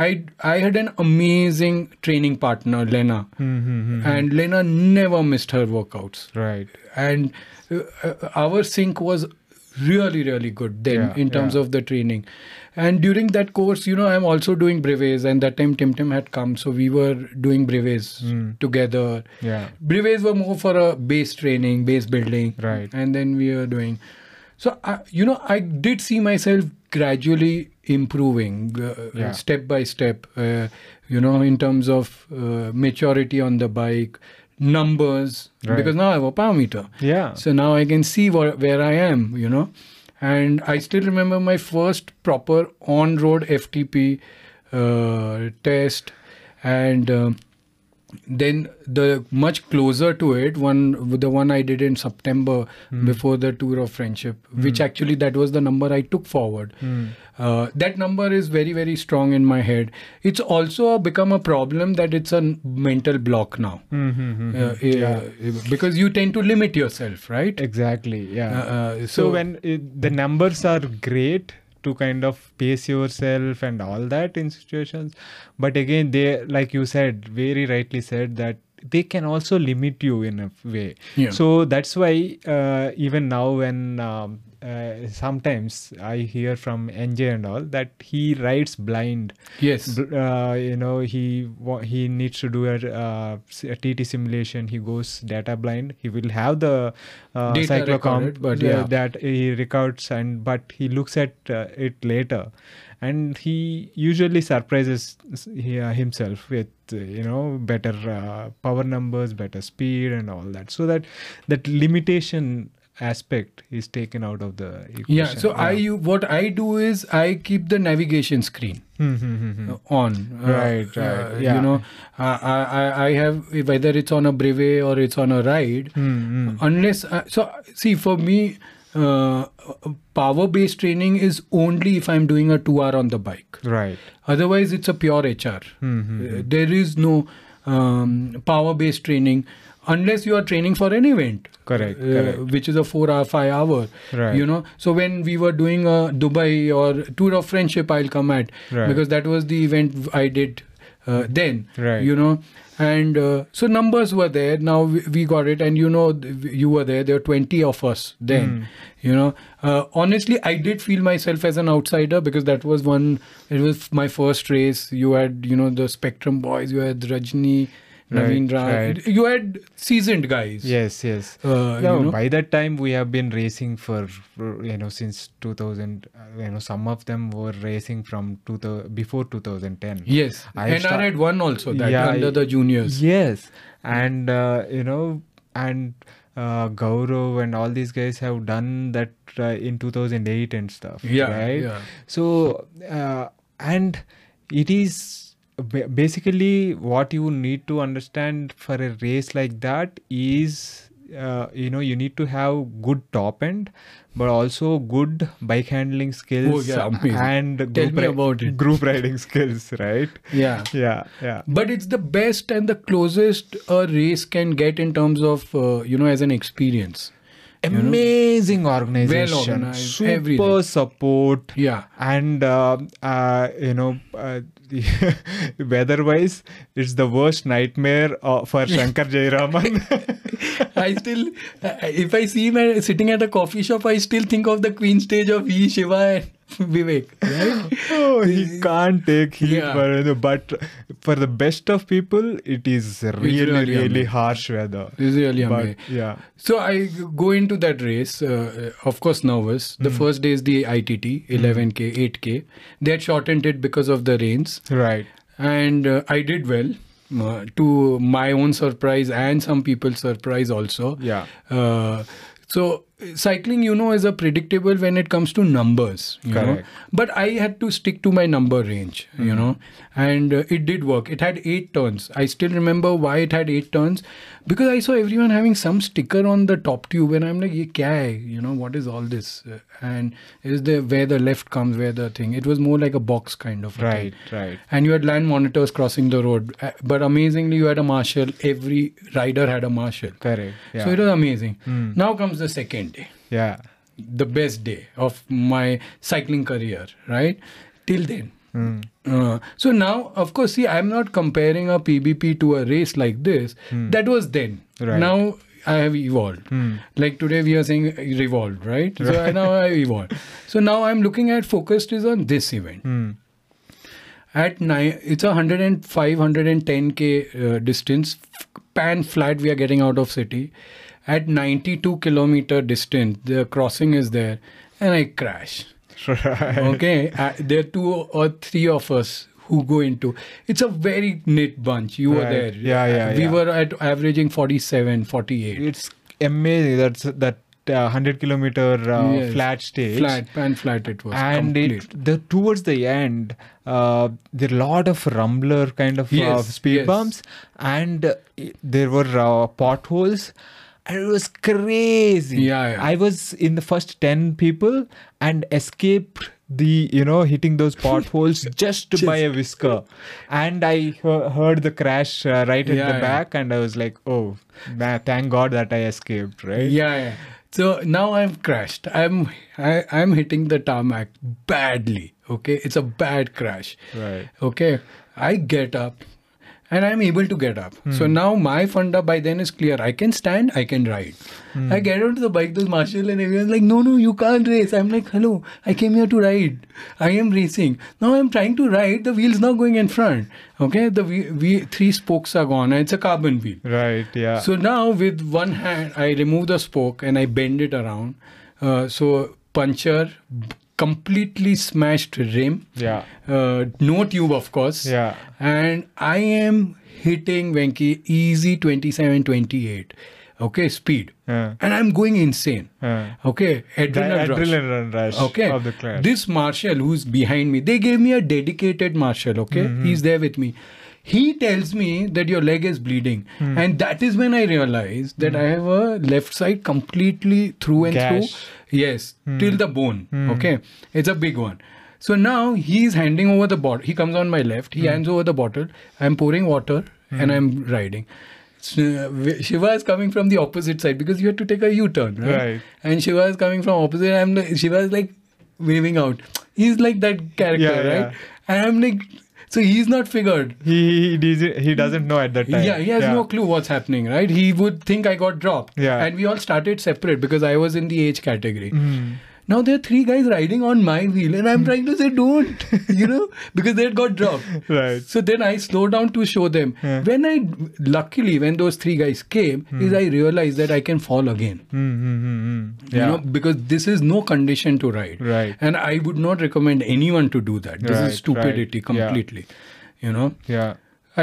S1: I I had an amazing training partner, Lena,
S2: Hmm.
S1: and Lena never missed her workouts
S2: right
S1: and uh, uh, our sync was really really good then
S2: Yeah,
S1: in terms
S2: yeah.
S1: of the training and during that course you know i'm also doing brevets and that time tim tim had come so we were doing brevets together
S2: Hmm. yeah
S1: brevets were more for a base training base building
S2: Right.
S1: and then we were doing so I, you know i did see myself gradually improving uh,
S2: Yeah.
S1: step by step uh, you know in terms of uh, maturity on the bike numbers
S2: Right.
S1: because now i have a power meter
S2: yeah
S1: so now I can see where, where I am, you know. And I still remember my first proper on road FTP uh, test. And um then the much closer to it one the one i did in september
S2: Hmm.
S1: before the tour of friendship which actually that was the number i took forward
S2: Hmm.
S1: uh, that number is very very strong in my head it's also become a problem that it's a n- mental block now
S2: Mm-hmm,
S1: Uh, uh, because you tend to limit yourself right
S2: exactly yeah
S1: Uh, uh,
S2: so, when it, the numbers are great to kind of pace yourself and all that in situations but again they like you said very rightly said that they can also limit you in a way
S1: Yeah.
S2: so that's why uh, even now when um, uh, sometimes i hear from nj and all that he writes blind
S1: yes
S2: bl- uh, you know he wa- he needs to do a, uh, s- a TT simulation. He goes data blind. He will have the uh,
S1: Data
S2: cyclocom
S1: recorded, but
S2: uh,
S1: yeah.
S2: that he records and but he looks at uh, it later, and he usually surprises s- he, uh, himself with uh, you know better uh, power numbers, better speed, and all that. So that that limitation aspect is taken out of the equation.
S1: yeah so i you what i do is i keep the navigation screen uh, on uh,
S2: Right, right,
S1: uh,
S2: yeah.
S1: you know I, I I- i have whether it's on a brevet or it's on a ride
S2: Mm-hmm.
S1: unless I, so see for me uh, power based training is only if i'm doing a 2 hour on the bike
S2: right.
S1: otherwise it's a pure hr
S2: Mm-hmm.
S1: Uh, there is no um, power based training unless you are training for an event
S2: Correct,
S1: uh,
S2: correct.
S1: which is a 4 hour 5 hour
S2: Right.
S1: you know so when we were doing a dubai or tour of friendship i'll come at
S2: Right.
S1: because that was the event i did uh, then
S2: Right.
S1: you know and uh, so numbers were there now we, we got it and you know th- you were there there were 20 of us then
S2: Hmm.
S1: you know uh, honestly i did feel myself as an outsider because that was one it was my first race you had you know the spectrum boys you had rajni naveen
S2: Right,
S1: Ra-
S2: right.
S1: you had seasoned guys
S2: Yes, yes.
S1: uh,
S2: no,
S1: you know
S2: by that time we have been racing for for, you know since 2000. uh, You know, some of them were racing from 2000 before 2010.
S1: yes
S2: I
S1: nr
S2: start-
S1: had one also that
S2: Yeah,
S1: under
S2: I-
S1: the juniors
S2: Yes, and uh, you know, and uh, Gaurav and all these guys have done that uh, in 2008 and stuff.
S1: Yeah,
S2: right.
S1: yeah.
S2: So uh, and it is ba- basically what you need to understand for a race like that is. Uh, you know you need to have good top end but also good bike handling skills
S1: Oh, yeah, amazing.
S2: and
S1: Tell
S2: group,
S1: me about it.
S2: group riding skills right
S1: yeah
S2: yeah yeah
S1: but it's the best and the closest a race can get in terms of uh, you know as an experience
S2: amazing organization
S1: organized,
S2: super
S1: everything.
S2: support
S1: yeah
S2: and uh, uh, you know uh, weather wise it's the worst nightmare uh, for shankar jayaraman
S1: I still, if I see him sitting at a coffee shop, I still think of the Queen stage of E Shiva and Vivek. Right?
S2: oh, he can't take heat
S1: Yeah.
S2: for you know, but for the best of people it is really
S1: really
S2: really,
S1: amazing.
S2: harsh weather
S1: It's really amazing.
S2: but, yeah
S1: So I go into that race, uh, of course nervous. The first day is the ITT, 11k, 8k. They had shortened it because of the rains,
S2: right
S1: and uh, I did well. Uh, to my own surprise and some people's surprise also.
S2: Yeah.
S1: Uh, so cycling, you know, is a predictable when it comes to numbers. You Know?
S2: Correct. Mm-hmm.
S1: But I had to stick to my number range, you know, and uh, it did work. It had eight turns. I still remember why it had eight turns because I saw everyone having some sticker on the top tube, and I'm like, "Ye kya hai? You know, what is all this? Uh, And is there where the left comes, where the thing? It was more like a box kind of a thing
S2: right right
S1: and you had land monitors crossing the road Uh, but amazingly you had a marshal every rider had a marshal
S2: correct yeah Hmm.
S1: so it was amazing now comes the second day
S2: yeah
S1: the best day of my cycling career right till then
S2: Hmm.
S1: Uh, so now of course see i'm not comparing a pbp to a race like this that was then
S2: Hmm. Right. Hmm.
S1: now i have evolved like today we are saying revolved right, so I, now i evolved so now i'm looking at focused is on this event at nine it's a 105 110k uh, distance f- pan flat we are getting out of city at 92 kilometer distance the crossing is there and i crash okay uh, there are two or three of us who go into it's a very knit bunch you were
S2: Right.
S1: there Uh,
S2: Yeah, yeah,
S1: we
S2: yeah.
S1: were at averaging 47 48
S2: it's amazing that's that uh, 100 kilometer uh,
S1: Yes.
S2: flat stage
S1: Flat and flat it was.
S2: and
S1: complete.
S2: it the towards the end uh, there are lot of rumbler kind of uh,
S1: Yes,
S2: speed
S1: yes.
S2: bumps and uh, i- there were uh, potholes and it was crazy
S1: Yeah, yeah.
S2: i was in the first 10 people and escaped the you know hitting those potholes just, by a whisker and i he- heard the crash uh, right at
S1: Yeah,
S2: the
S1: yeah.
S2: back and i was like oh man, thank god that i escaped right
S1: yeah, yeah. So now I'm crashed. I'm I, I'm hitting the tarmac badly. Okay, it's a bad crash.
S2: Right.
S1: Okay, I get up, and I'm able to get up. So
S2: Hmm.
S1: now my funda by then is clear. I can stand. I can ride.
S2: Hmm.
S1: I get onto the bike. Those marshal and everyone's like, "No, no, you can't race." I'm like, "Hello, I came here to ride. I am racing. Now I'm trying to ride. The wheel's not going in front. Okay, the whe- whe- three spokes are gone. It's a carbon wheel.
S2: right yeah
S1: So now with one hand, I remove the spoke and I bend it around. Uh, so puncture, b- completely smashed rim.
S2: Yeah.
S1: Uh, no tube, of course.
S2: Yeah.
S1: And I am hitting Venki easy 27, 28. Okay, speed.
S2: Yeah.
S1: And I'm going insane.
S2: Yeah.
S1: Okay,
S2: The
S1: adrenaline rush.
S2: adrenaline run rush
S1: Okay.
S2: of the crash
S1: This marshal who's behind me, they gave me a dedicated marshal. Okay,
S2: Mm-hmm.
S1: he's there with me. He tells me that your leg is bleeding,
S2: Hmm.
S1: and that is when I realize that I have a left side completely through and
S2: Gash.
S1: through. Yes, till the bone.
S2: Hmm.
S1: Okay, it's a big one. So now he's handing over the bottle. He comes on my left.
S2: Hmm.
S1: He hands over the bottle. I'm pouring water and I'm riding. So, Shiva is coming from the opposite side because you have to take a U-turn, right?
S2: Right.
S1: And Shiva is coming from opposite. I'm like, Shiva is like waving out. He's like that character,
S2: Yeah, yeah.
S1: right? And I'm like, so he's not figured.
S2: he he, does- he doesn't know at that time.
S1: Yeah, he has no clue what's happening, right? He would think I got dropped.
S2: Yeah.
S1: And we all started separate because I was in the age category.
S2: Hmm.
S1: Now there are three guys riding on my wheel, and I'm trying to say, don't, you know, because they had got dropped.
S2: Right.
S1: So then I slow down to show them. When I, luckily, when those three guys came,
S2: Hmm.
S1: is I realized that I can fall again
S2: Mm-hmm.
S1: you
S2: Yeah.
S1: know because this is no condition to ride
S2: Right.
S1: and i would not recommend anyone to do that this
S2: Right,
S1: is stupidity
S2: right.
S1: completely you know
S2: yeah.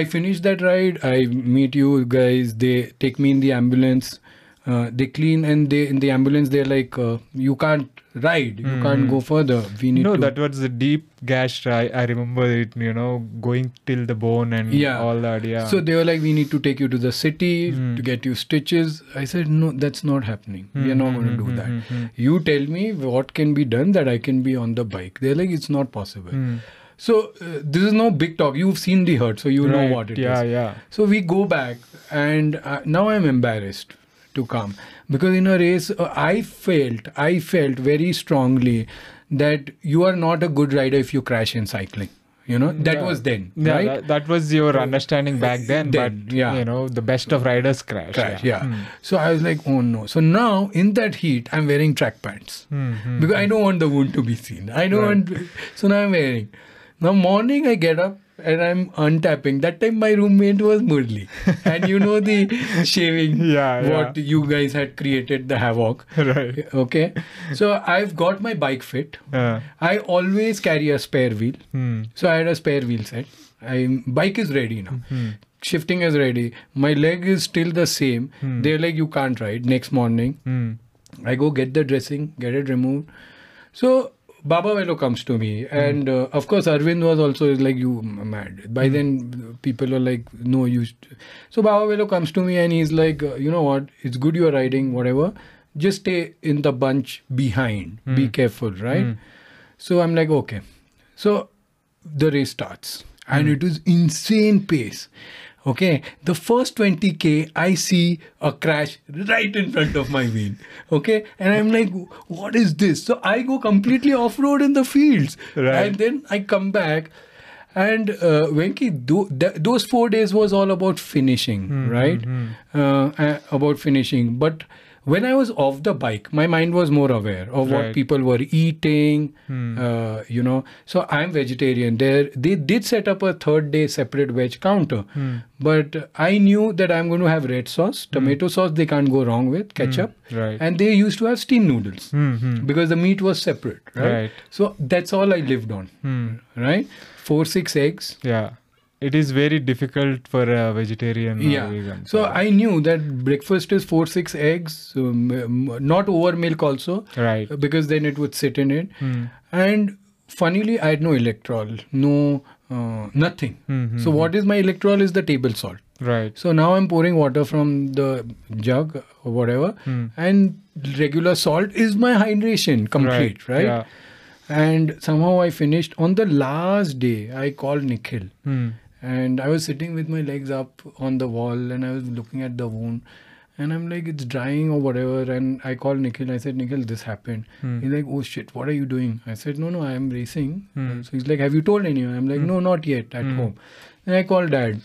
S1: i finish that ride i meet you guys they take me in the ambulance uh, they clean and they in the ambulance they're like uh, you can't ride you can't go further we need
S2: Hmm. No,
S1: to
S2: that was a deep gash. I, I remember it, you know, going till the bone and
S1: yeah
S2: all that. Yeah. Hmm.
S1: so they were like we need to take you to the city to get you stitches i said no that's not happening we are
S2: Hmm,
S1: not going to do that you tell me what can be done that i can be on the bike they're like it's not possible
S2: Hmm.
S1: so uh, this is no big talk you've seen the hurt so you
S2: Right,
S1: know what it is.
S2: yeah, yeah.
S1: so we go back and uh, now i'm embarrassed to come because in a race uh, i felt i felt very strongly that you are not a good rider if you crash in cycling you know that
S2: Yeah.
S1: was then
S2: Yeah,
S1: right uh,
S2: that, that was your understanding back then,
S1: Then,
S2: but
S1: yeah.
S2: you know the best of riders crash.
S1: crash. Yeah. So I was like, oh no. So now in that heat, I'm wearing track pants
S2: Mm-hmm.
S1: because I don't want the wound to be seen. I don't want. So now I'm wearing. Now morning I get up and I'm untapping. That time my roommate was Murli, and you know the shaving.
S2: Yeah, yeah.
S1: What you guys had created the havoc.
S2: Hmm. Right.
S1: Okay. So I've got my bike fit.
S2: Uh,
S1: I always carry a spare wheel.
S2: Hmm.
S1: So I had a spare wheel set. I bike is ready now. Shifting is ready. My leg is still the same. They're like, you can't ride. Next morning,
S2: Hmm.
S1: I go get the dressing, get it removed. So Baba Velo comes to me, and uh, of course Arvind was also like, "You m- mad." By then, uh, people are like, "No, you." St-. So Baba Velo comes to me, and he's like, uh, "You know what? It's good you're riding, whatever. Just stay in the bunch behind. Be careful, right?" So I'm like, "Okay." So the race starts, and it is insane pace. Okay, the first 20k, I see a crash right in front of my wheel. Okay, and I'm like, what is this? So I go completely off road in the fields,
S2: Right.
S1: and then I come back. And uh, Venki, tho- th- those four days was all about finishing,
S2: Hmm,
S1: right? Uh, uh, about finishing. But when I was off the bike, my mind was more aware of what
S2: Right. Hmm.
S1: people were eating, uh, you know. So I'm vegetarian. There, they did set up a third day separate veg counter,
S2: Hmm.
S1: but I knew that I'm going to have red sauce, tomato sauce. They can't go wrong with ketchup,
S2: Hmm. right.
S1: and they used to have steam noodles because the meat was separate, right?
S2: Right.
S1: So that's all I lived on, right? Four six eggs,
S2: yeah. it is very difficult for a vegetarian or
S1: yeah.
S2: vegan.
S1: So I knew that breakfast is four six eggs, so m- m- not over milk also,
S2: right.
S1: because then it would sit in it.
S2: Hmm.
S1: And funnily, I had no electrol, no uh, nothing. So what is my electrol is the table salt.
S2: Right.
S1: So now I'm pouring water from the jug or whatever, and regular salt is my hydration complete, right?
S2: Yeah.
S1: And somehow I finished on the last day. I called Nikhil,
S2: Hmm.
S1: and I was sitting with my legs up on the wall, and I was looking at the wound, and I'm like, it's drying or whatever. And I called Nikhil. I said, Nikhil, this happened. He's like, oh shit, what are you doing? I said, no, no, I am racing.
S2: Hmm.
S1: So he's like, have you told anyone? I'm like, no, not yet. At home. And I called dad.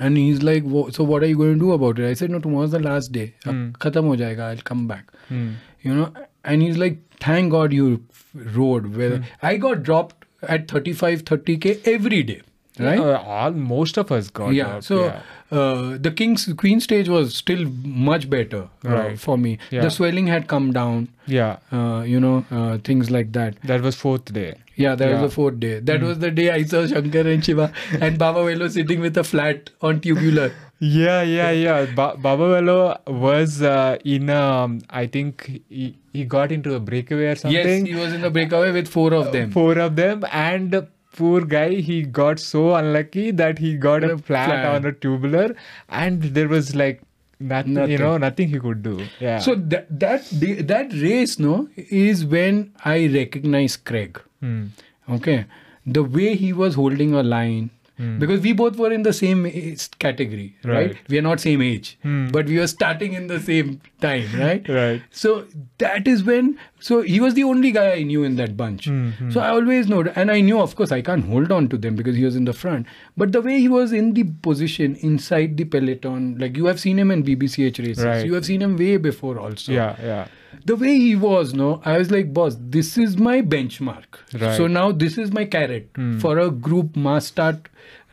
S1: And he's like, "Wo- so what are you going to do about it? I said, no, tomorrow's the last day. Ab
S2: Hmm.
S1: Khatam ho jayega. I'll come back.
S2: Hmm.
S1: You know, and he's like, thank God you f- rode. Where
S2: Hmm.
S1: I got dropped at 35, 30k every day, right?
S2: Uh, all most of us got.
S1: yeah.
S2: up,
S1: so
S2: yeah.
S1: Uh, the king's queen stage was still much better uh,
S2: Right.
S1: for me.
S2: Yeah.
S1: The swelling had come down.
S2: yeah,
S1: Uh, you know, uh, things like that.
S2: that was fourth day.
S1: Yeah, that
S2: Yeah. Hmm.
S1: was the fourth day. That was the day I saw Shankar and Shiva and Baba Velo sitting with a flat on tubular.
S2: Yeah, yeah, yeah. Ba- Baba Velo was uh, in. Um, I think he, he got into a breakaway or
S1: Yes,
S2: something.
S1: he was in the breakaway with four of them.
S2: Four of them, and the poor guy, he got so unlucky that he got a flat,
S1: flat.
S2: on a tubular, and there was like nothing, you
S1: Nothing.
S2: know, nothing he could do. Yeah.
S1: So that that day- that race, no, is when I recognize Craig.
S2: Hmm.
S1: Okay, the way he was holding a line. Because we both were in the same age category, right?
S2: Hmm. Right. Hmm.
S1: We are not same age, but we were starting in the same time, right?
S2: Right.
S1: So that is when. So he was the only guy I knew in that bunch.
S2: Hmm,
S1: So I always know, and I knew, of course, I can't hold on to them because he was in the front. But the way he was in the position inside the peloton, like you have seen him in BBCH races,
S2: Right.
S1: you have seen him way before also
S2: yeah, yeah.
S1: the way he was no i was like boss this is my benchmark
S2: Right. Hmm.
S1: so now this is my carrot for a group must start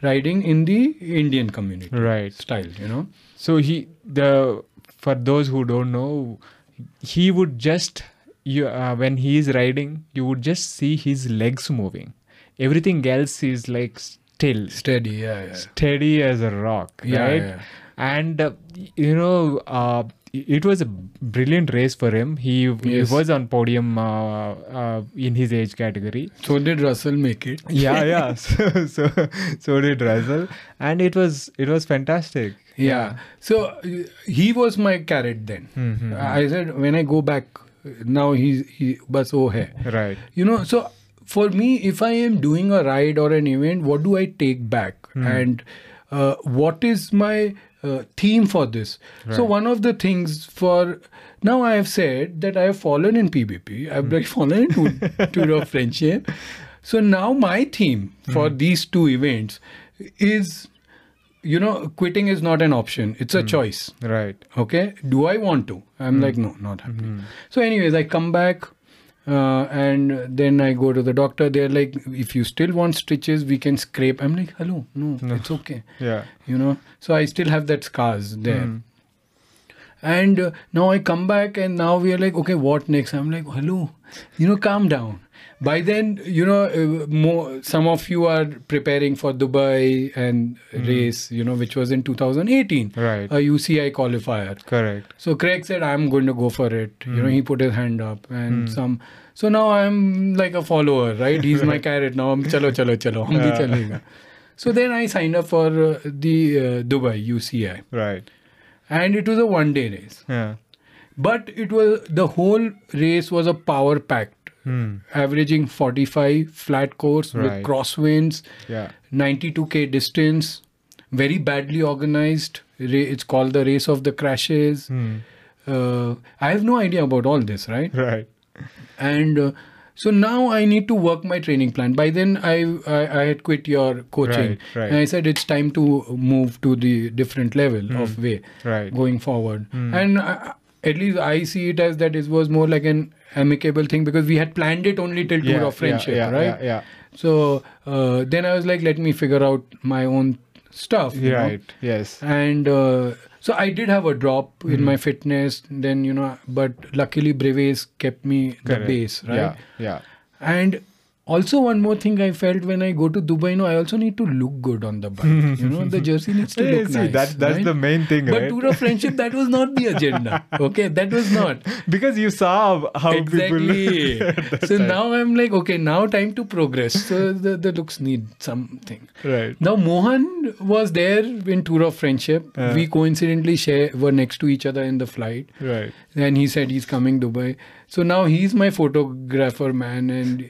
S1: riding in the indian community
S2: Right.
S1: style you know
S2: So he the for those who don't know, he would just you uh, when he is riding, you would just see his legs moving. Everything else is like still,
S1: steady yeah yeah
S2: steady as a rock,
S1: Yeah,
S2: right?
S1: yeah.
S2: And uh, y- you know, uh, it was a brilliant race for him. He,
S1: Yes.
S2: he was on podium uh, uh, in his age category
S1: so did russell make it
S2: yeah yeah so, so so did russell and it was it was fantastic
S1: yeah, so uh, he was my carrot then
S2: Mm-hmm.
S1: i said when i go back now he's he bus oh hai
S2: right
S1: you know so for me if i am doing a ride or an event what do i take back and uh, what is my uh, theme for this so one of the things for now i have said that i have fallen in pbp i've like fallen into tour of friendship so now my theme for these two events is you know quitting is not an option it's a choice
S2: right
S1: okay do i want to i'm like no not happening so anyways i come back uh, and then i go to the doctor they're like if you still want stitches we can scrape i'm like hello no, it's okay
S2: yeah
S1: you know so i still have that scars there and uh, now i come back and now we are like okay what next i'm like hello you know calm down by then you know uh, more, some of you are preparing for dubai and race you know which was in 2018
S2: Right.
S1: a uci qualifier
S2: correct
S1: so Craig said, I'm going to go for it. You know, he put his hand up and some. So now I'm like a follower, right? He's my carrot now. I'm chalo, chalo, chalo. Hum bhi chalega. So then I signed up for uh, the uh, Dubai UCI.
S2: right
S1: And it was a one day race.
S2: yeah
S1: But it was the whole race was a power packed,
S2: Hmm.
S1: averaging 45 flat course
S2: Right.
S1: with crosswinds.
S2: yeah
S1: 92k distance, very badly organized. Ra- It's called the race of the crashes.
S2: Hmm.
S1: Uh, I have no idea about all this, right?
S2: right
S1: And uh, so now I need to work my training plan. By then, I I, I had quit your coaching,
S2: Right, right.
S1: and I said it's time to move to the different level of way
S2: Hmm. right Hmm.
S1: going forward. And I, at least I see it as that it was more like an amicable thing because we had planned it only till tour of friendship,
S2: yeah,
S1: right?
S2: yeah, yeah.
S1: So uh, then I was like, let me figure out my own stuff. you know.
S2: right yes
S1: And uh, so I did have a drop in
S2: Hmm.
S1: my fitness. Then you know, but luckily Breves kept me the
S2: Correct.
S1: base, right?
S2: yeah yeah
S1: And also one more thing i felt when i go to dubai no i also need to look good on the bike you know the jersey needs to
S2: Yeah,
S1: look
S2: see,
S1: nice
S2: that- that's the main thing,
S1: but
S2: right?
S1: tour of friendship that was not the agenda okay that was not
S2: because you saw how
S1: exactly
S2: people
S1: so now i'm like okay now time to progress so the, the looks need something
S2: right
S1: now Mohan was there in tour of friendship.
S2: Yeah.
S1: we coincidentally share were next to each other in the flight.
S2: right
S1: And he said he's coming Dubai. So now he's my photographer man, and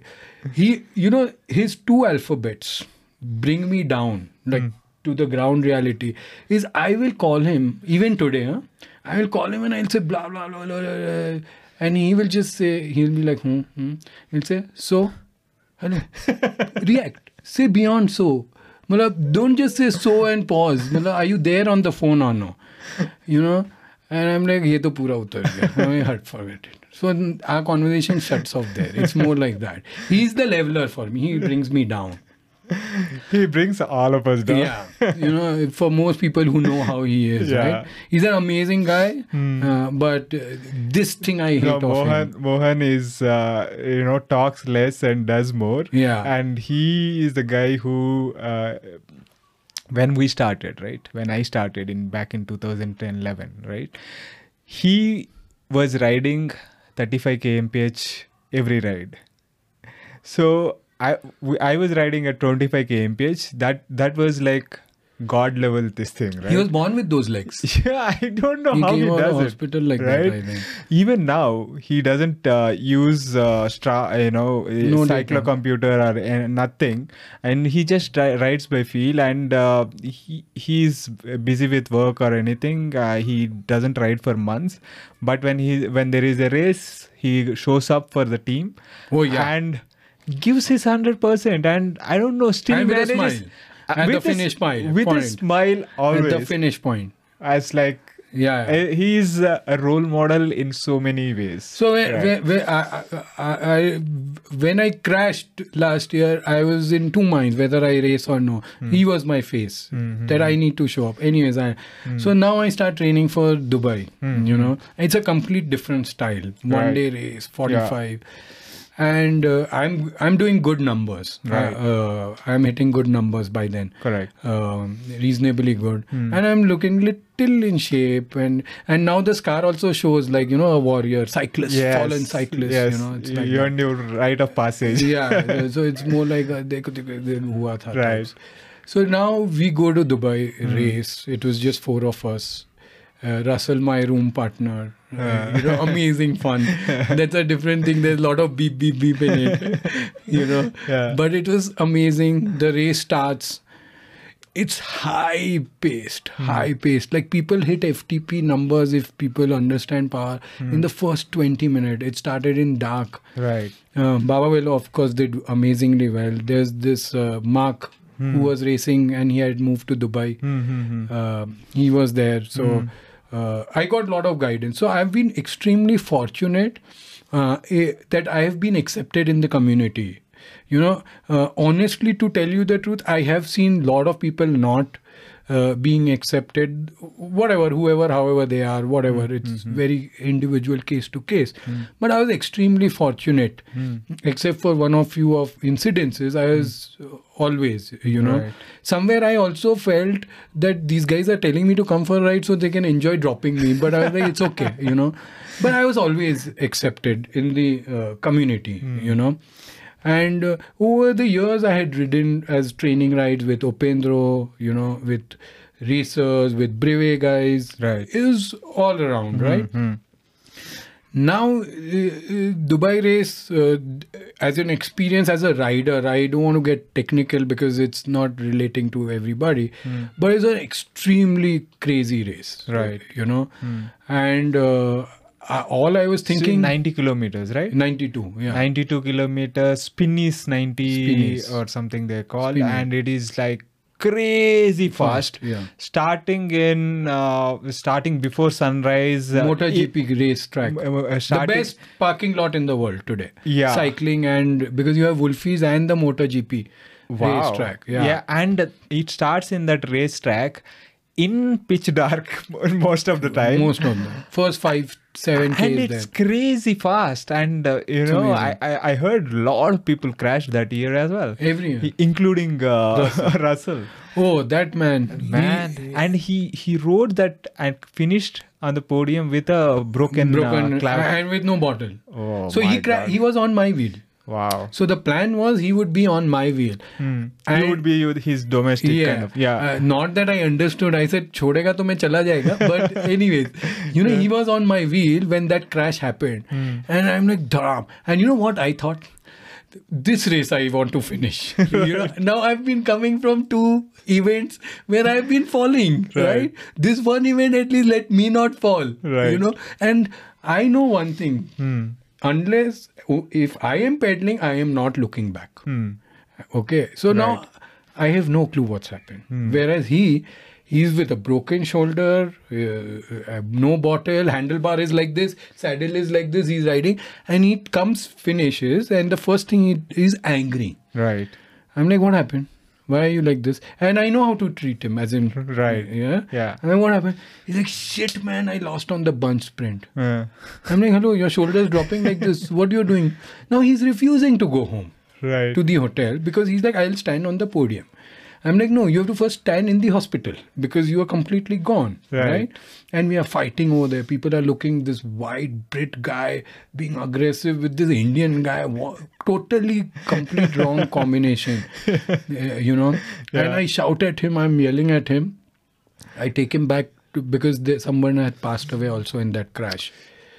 S1: he, you know, his two alphabets bring me down like
S2: Hmm.
S1: to the ground reality. Is I will call him even today. Huh? I will call him and I'll say blah blah blah blah, blah, blah and he will just say he'll be like hmm, hmm. he'll say so hello react say beyond so Matlab, don't just say so and pause Matlab, are you there on the phone or no you know and i'm like ye to pura utar gaya i had forget it so n- our conversation shuts off there it's more like that he's the leveler for me he brings me down
S2: he brings all of us down
S1: yeah you know for most people who know how he is
S2: Yeah.
S1: right he's an amazing guy uh, but uh, this thing i hate
S2: No,
S1: of
S2: Mohan,
S1: him
S2: Mohan is uh, you know talks less and does more.
S1: Yeah.
S2: and he is the guy who uh, when we started, right? When I started in back in 2010, 11, right? He was riding 35 kmph every ride. So I we- I was riding at 25 kmph. That that was like god level this thing, right?
S1: he was born with those legs
S2: Yeah, I don't know
S1: He
S2: how
S1: came
S2: he
S1: out of
S2: does
S1: hospital
S2: it.
S1: like that,
S2: right?
S1: I think.
S2: Even now, he doesn't uh, use uh, stra- you know
S1: No
S2: no
S1: data.
S2: cyclocomputer or uh, nothing, and he just ri- rides by feel. And uh, he he's busy with work or anything. Uh, he doesn't ride for months, but when he when there is a race, he shows up for the team.
S1: Oh, yeah.
S2: and gives his hundred percent. And I don't know, still
S1: And with a
S2: manages.
S1: smile. At the finish mile,
S2: with
S1: point.
S2: a smile always
S1: at the finish point.
S2: as like
S1: Yeah. yeah.
S2: uh, he is a, a role model in so many ways
S1: so when,
S2: Right.
S1: when, when, I, I, I, I- when I crashed last year, I was in two minds whether I race or no.
S2: Hmm.
S1: He was my face
S2: Mm-hmm.
S1: that I need to show up. Anyways, I
S2: Hmm.
S1: so now I start training for Dubai. You know, it's a complete different style. One
S2: Right.
S1: day race, forty-five. And uh, I'm I'm doing good numbers.
S2: Right.
S1: Uh, uh, I'm hitting good numbers by then.
S2: correct
S1: um, reasonably good and i'm looking little in shape and and now the scar also shows like you know a warrior cyclist fallen cyclist you know it's like
S2: you
S1: that.
S2: earned your rite of passage
S1: yeah so it's more like uh, a देखो देखो देखो हुआ था
S2: Right. Hmm.
S1: so now we go to dubai race it was just four of us uh, Russell, my room partner, uh, you know, amazing fun. That's a different thing. There's a lot of beep, beep, beep in it, you know.
S2: Yeah.
S1: But it was amazing. The race starts. It's high paced,
S2: Hmm.
S1: high paced. Like people hit FTP numbers if people understand power
S2: Hmm.
S1: in the first 20 minutes. It started in dark.
S2: right
S1: Uh, Baba Velo, of course, did amazingly well. There's this uh, Mark who was racing and he had moved to Dubai. Uh, he was there. So uh, I got a lot of guidance. So I've been extremely fortunate uh, eh, that I have been accepted in the community. You know, uh, honestly, to tell you the truth, I have seen a lot of people not uh, being accepted, whatever, whoever, however they are, whatever. It's very individual case to case. But I was extremely fortunate, except for one or few of incidences. I was uh, always, you know,
S2: Right.
S1: somewhere I also felt that these guys are telling me to come for a ride so they can enjoy dropping me. But I was like, it's okay, you know. But I was always accepted in the uh, community, you know. And uh, over the years, I had ridden as training rides with Opendro, you know, with racers, with Breve guys.
S2: Right. Mm-hmm,
S1: It was all around, right? now uh, uh, dubai race uh, d- as an experience as a rider i don't want to get technical because it's not relating to everybody but it's an extremely crazy race
S2: Hmm. Right. Hmm.
S1: you know and uh, I- all i was thinking
S2: thinking 90 kilometers right
S1: 92 yeah
S2: 92 kilometers spinnies 90
S1: Spinnies.
S2: or something they call
S1: Spinny.
S2: and it is like crazy fast,
S1: Fast, yeah.
S2: starting in uh, starting before sunrise uh,
S1: motor
S2: it-
S1: gp race track
S2: uh, uh,
S1: the
S2: starting-
S1: best parking lot in the world today
S2: Yeah.
S1: cycling and because you have wolfies and the motor gp race track yeah
S2: and it starts in that racetrack in pitch dark most of the time.
S1: Most of them. First five, seven K
S2: and
S1: is
S2: it's
S1: there.
S2: crazy fast and uh, you know I,
S1: amazing.
S2: I, I heard a lot of people crash that year as well
S1: Every year.
S2: He- including uh, russell
S1: Oh, that man.
S2: man and he he rode that and finished on the podium with a broken,
S1: broken
S2: uh, clav-
S1: and with no bottle.
S2: Oh,
S1: so he
S2: my
S1: cra-
S2: God.
S1: he was on my wheel.
S2: wow
S1: So the plan was he would be on my wheel.
S2: Hmm. he
S1: And-
S2: would be with his domestic
S1: yeah,
S2: kind of yeah
S1: Uh, not that I understood. I said छोड़ेगा तो मैं चला जाएगा. But anyways, you know he was on my wheel when that crash happened,
S2: Hmm.
S1: and I'm like damn. And you know what I thought? This race I want to finish. you know, now I've been coming from two events where I've been falling. Right. This one event at least let me not fall.
S2: Right.
S1: You know, and I know one thing. Unless oh, if I am pedaling, I am not looking back. Okay, so now I have no clue what's happened. Whereas he, he's with a broken shoulder, uh, uh, no bottle, handlebar is like this, saddle is like this. He's riding, and he comes finishes, and the first thing he is angry.
S2: right
S1: I'm like, what happened? Why are you like this? And I know how to treat him, as in
S2: Right.
S1: yeah,
S2: Yeah.
S1: And then what happened? He's like, shit, man, I lost on the bunch sprint.
S2: Uh,
S1: I'm like, hello, your shoulder's dropping like this. What you're doing? Now he's refusing to go home
S2: right
S1: to the hotel because he's like, I'll stand on the podium. I'm like, no, you have to first stand in the hospital because you are completely gone,
S2: Right.
S1: right? And we are fighting over there. People are looking this white Brit guy being aggressive with this Indian guy. Wa- Totally, complete wrong combination, Uh, you know. And I shout at him. I'm yelling at him. I take him back to, because there, someone had passed away also in that crash.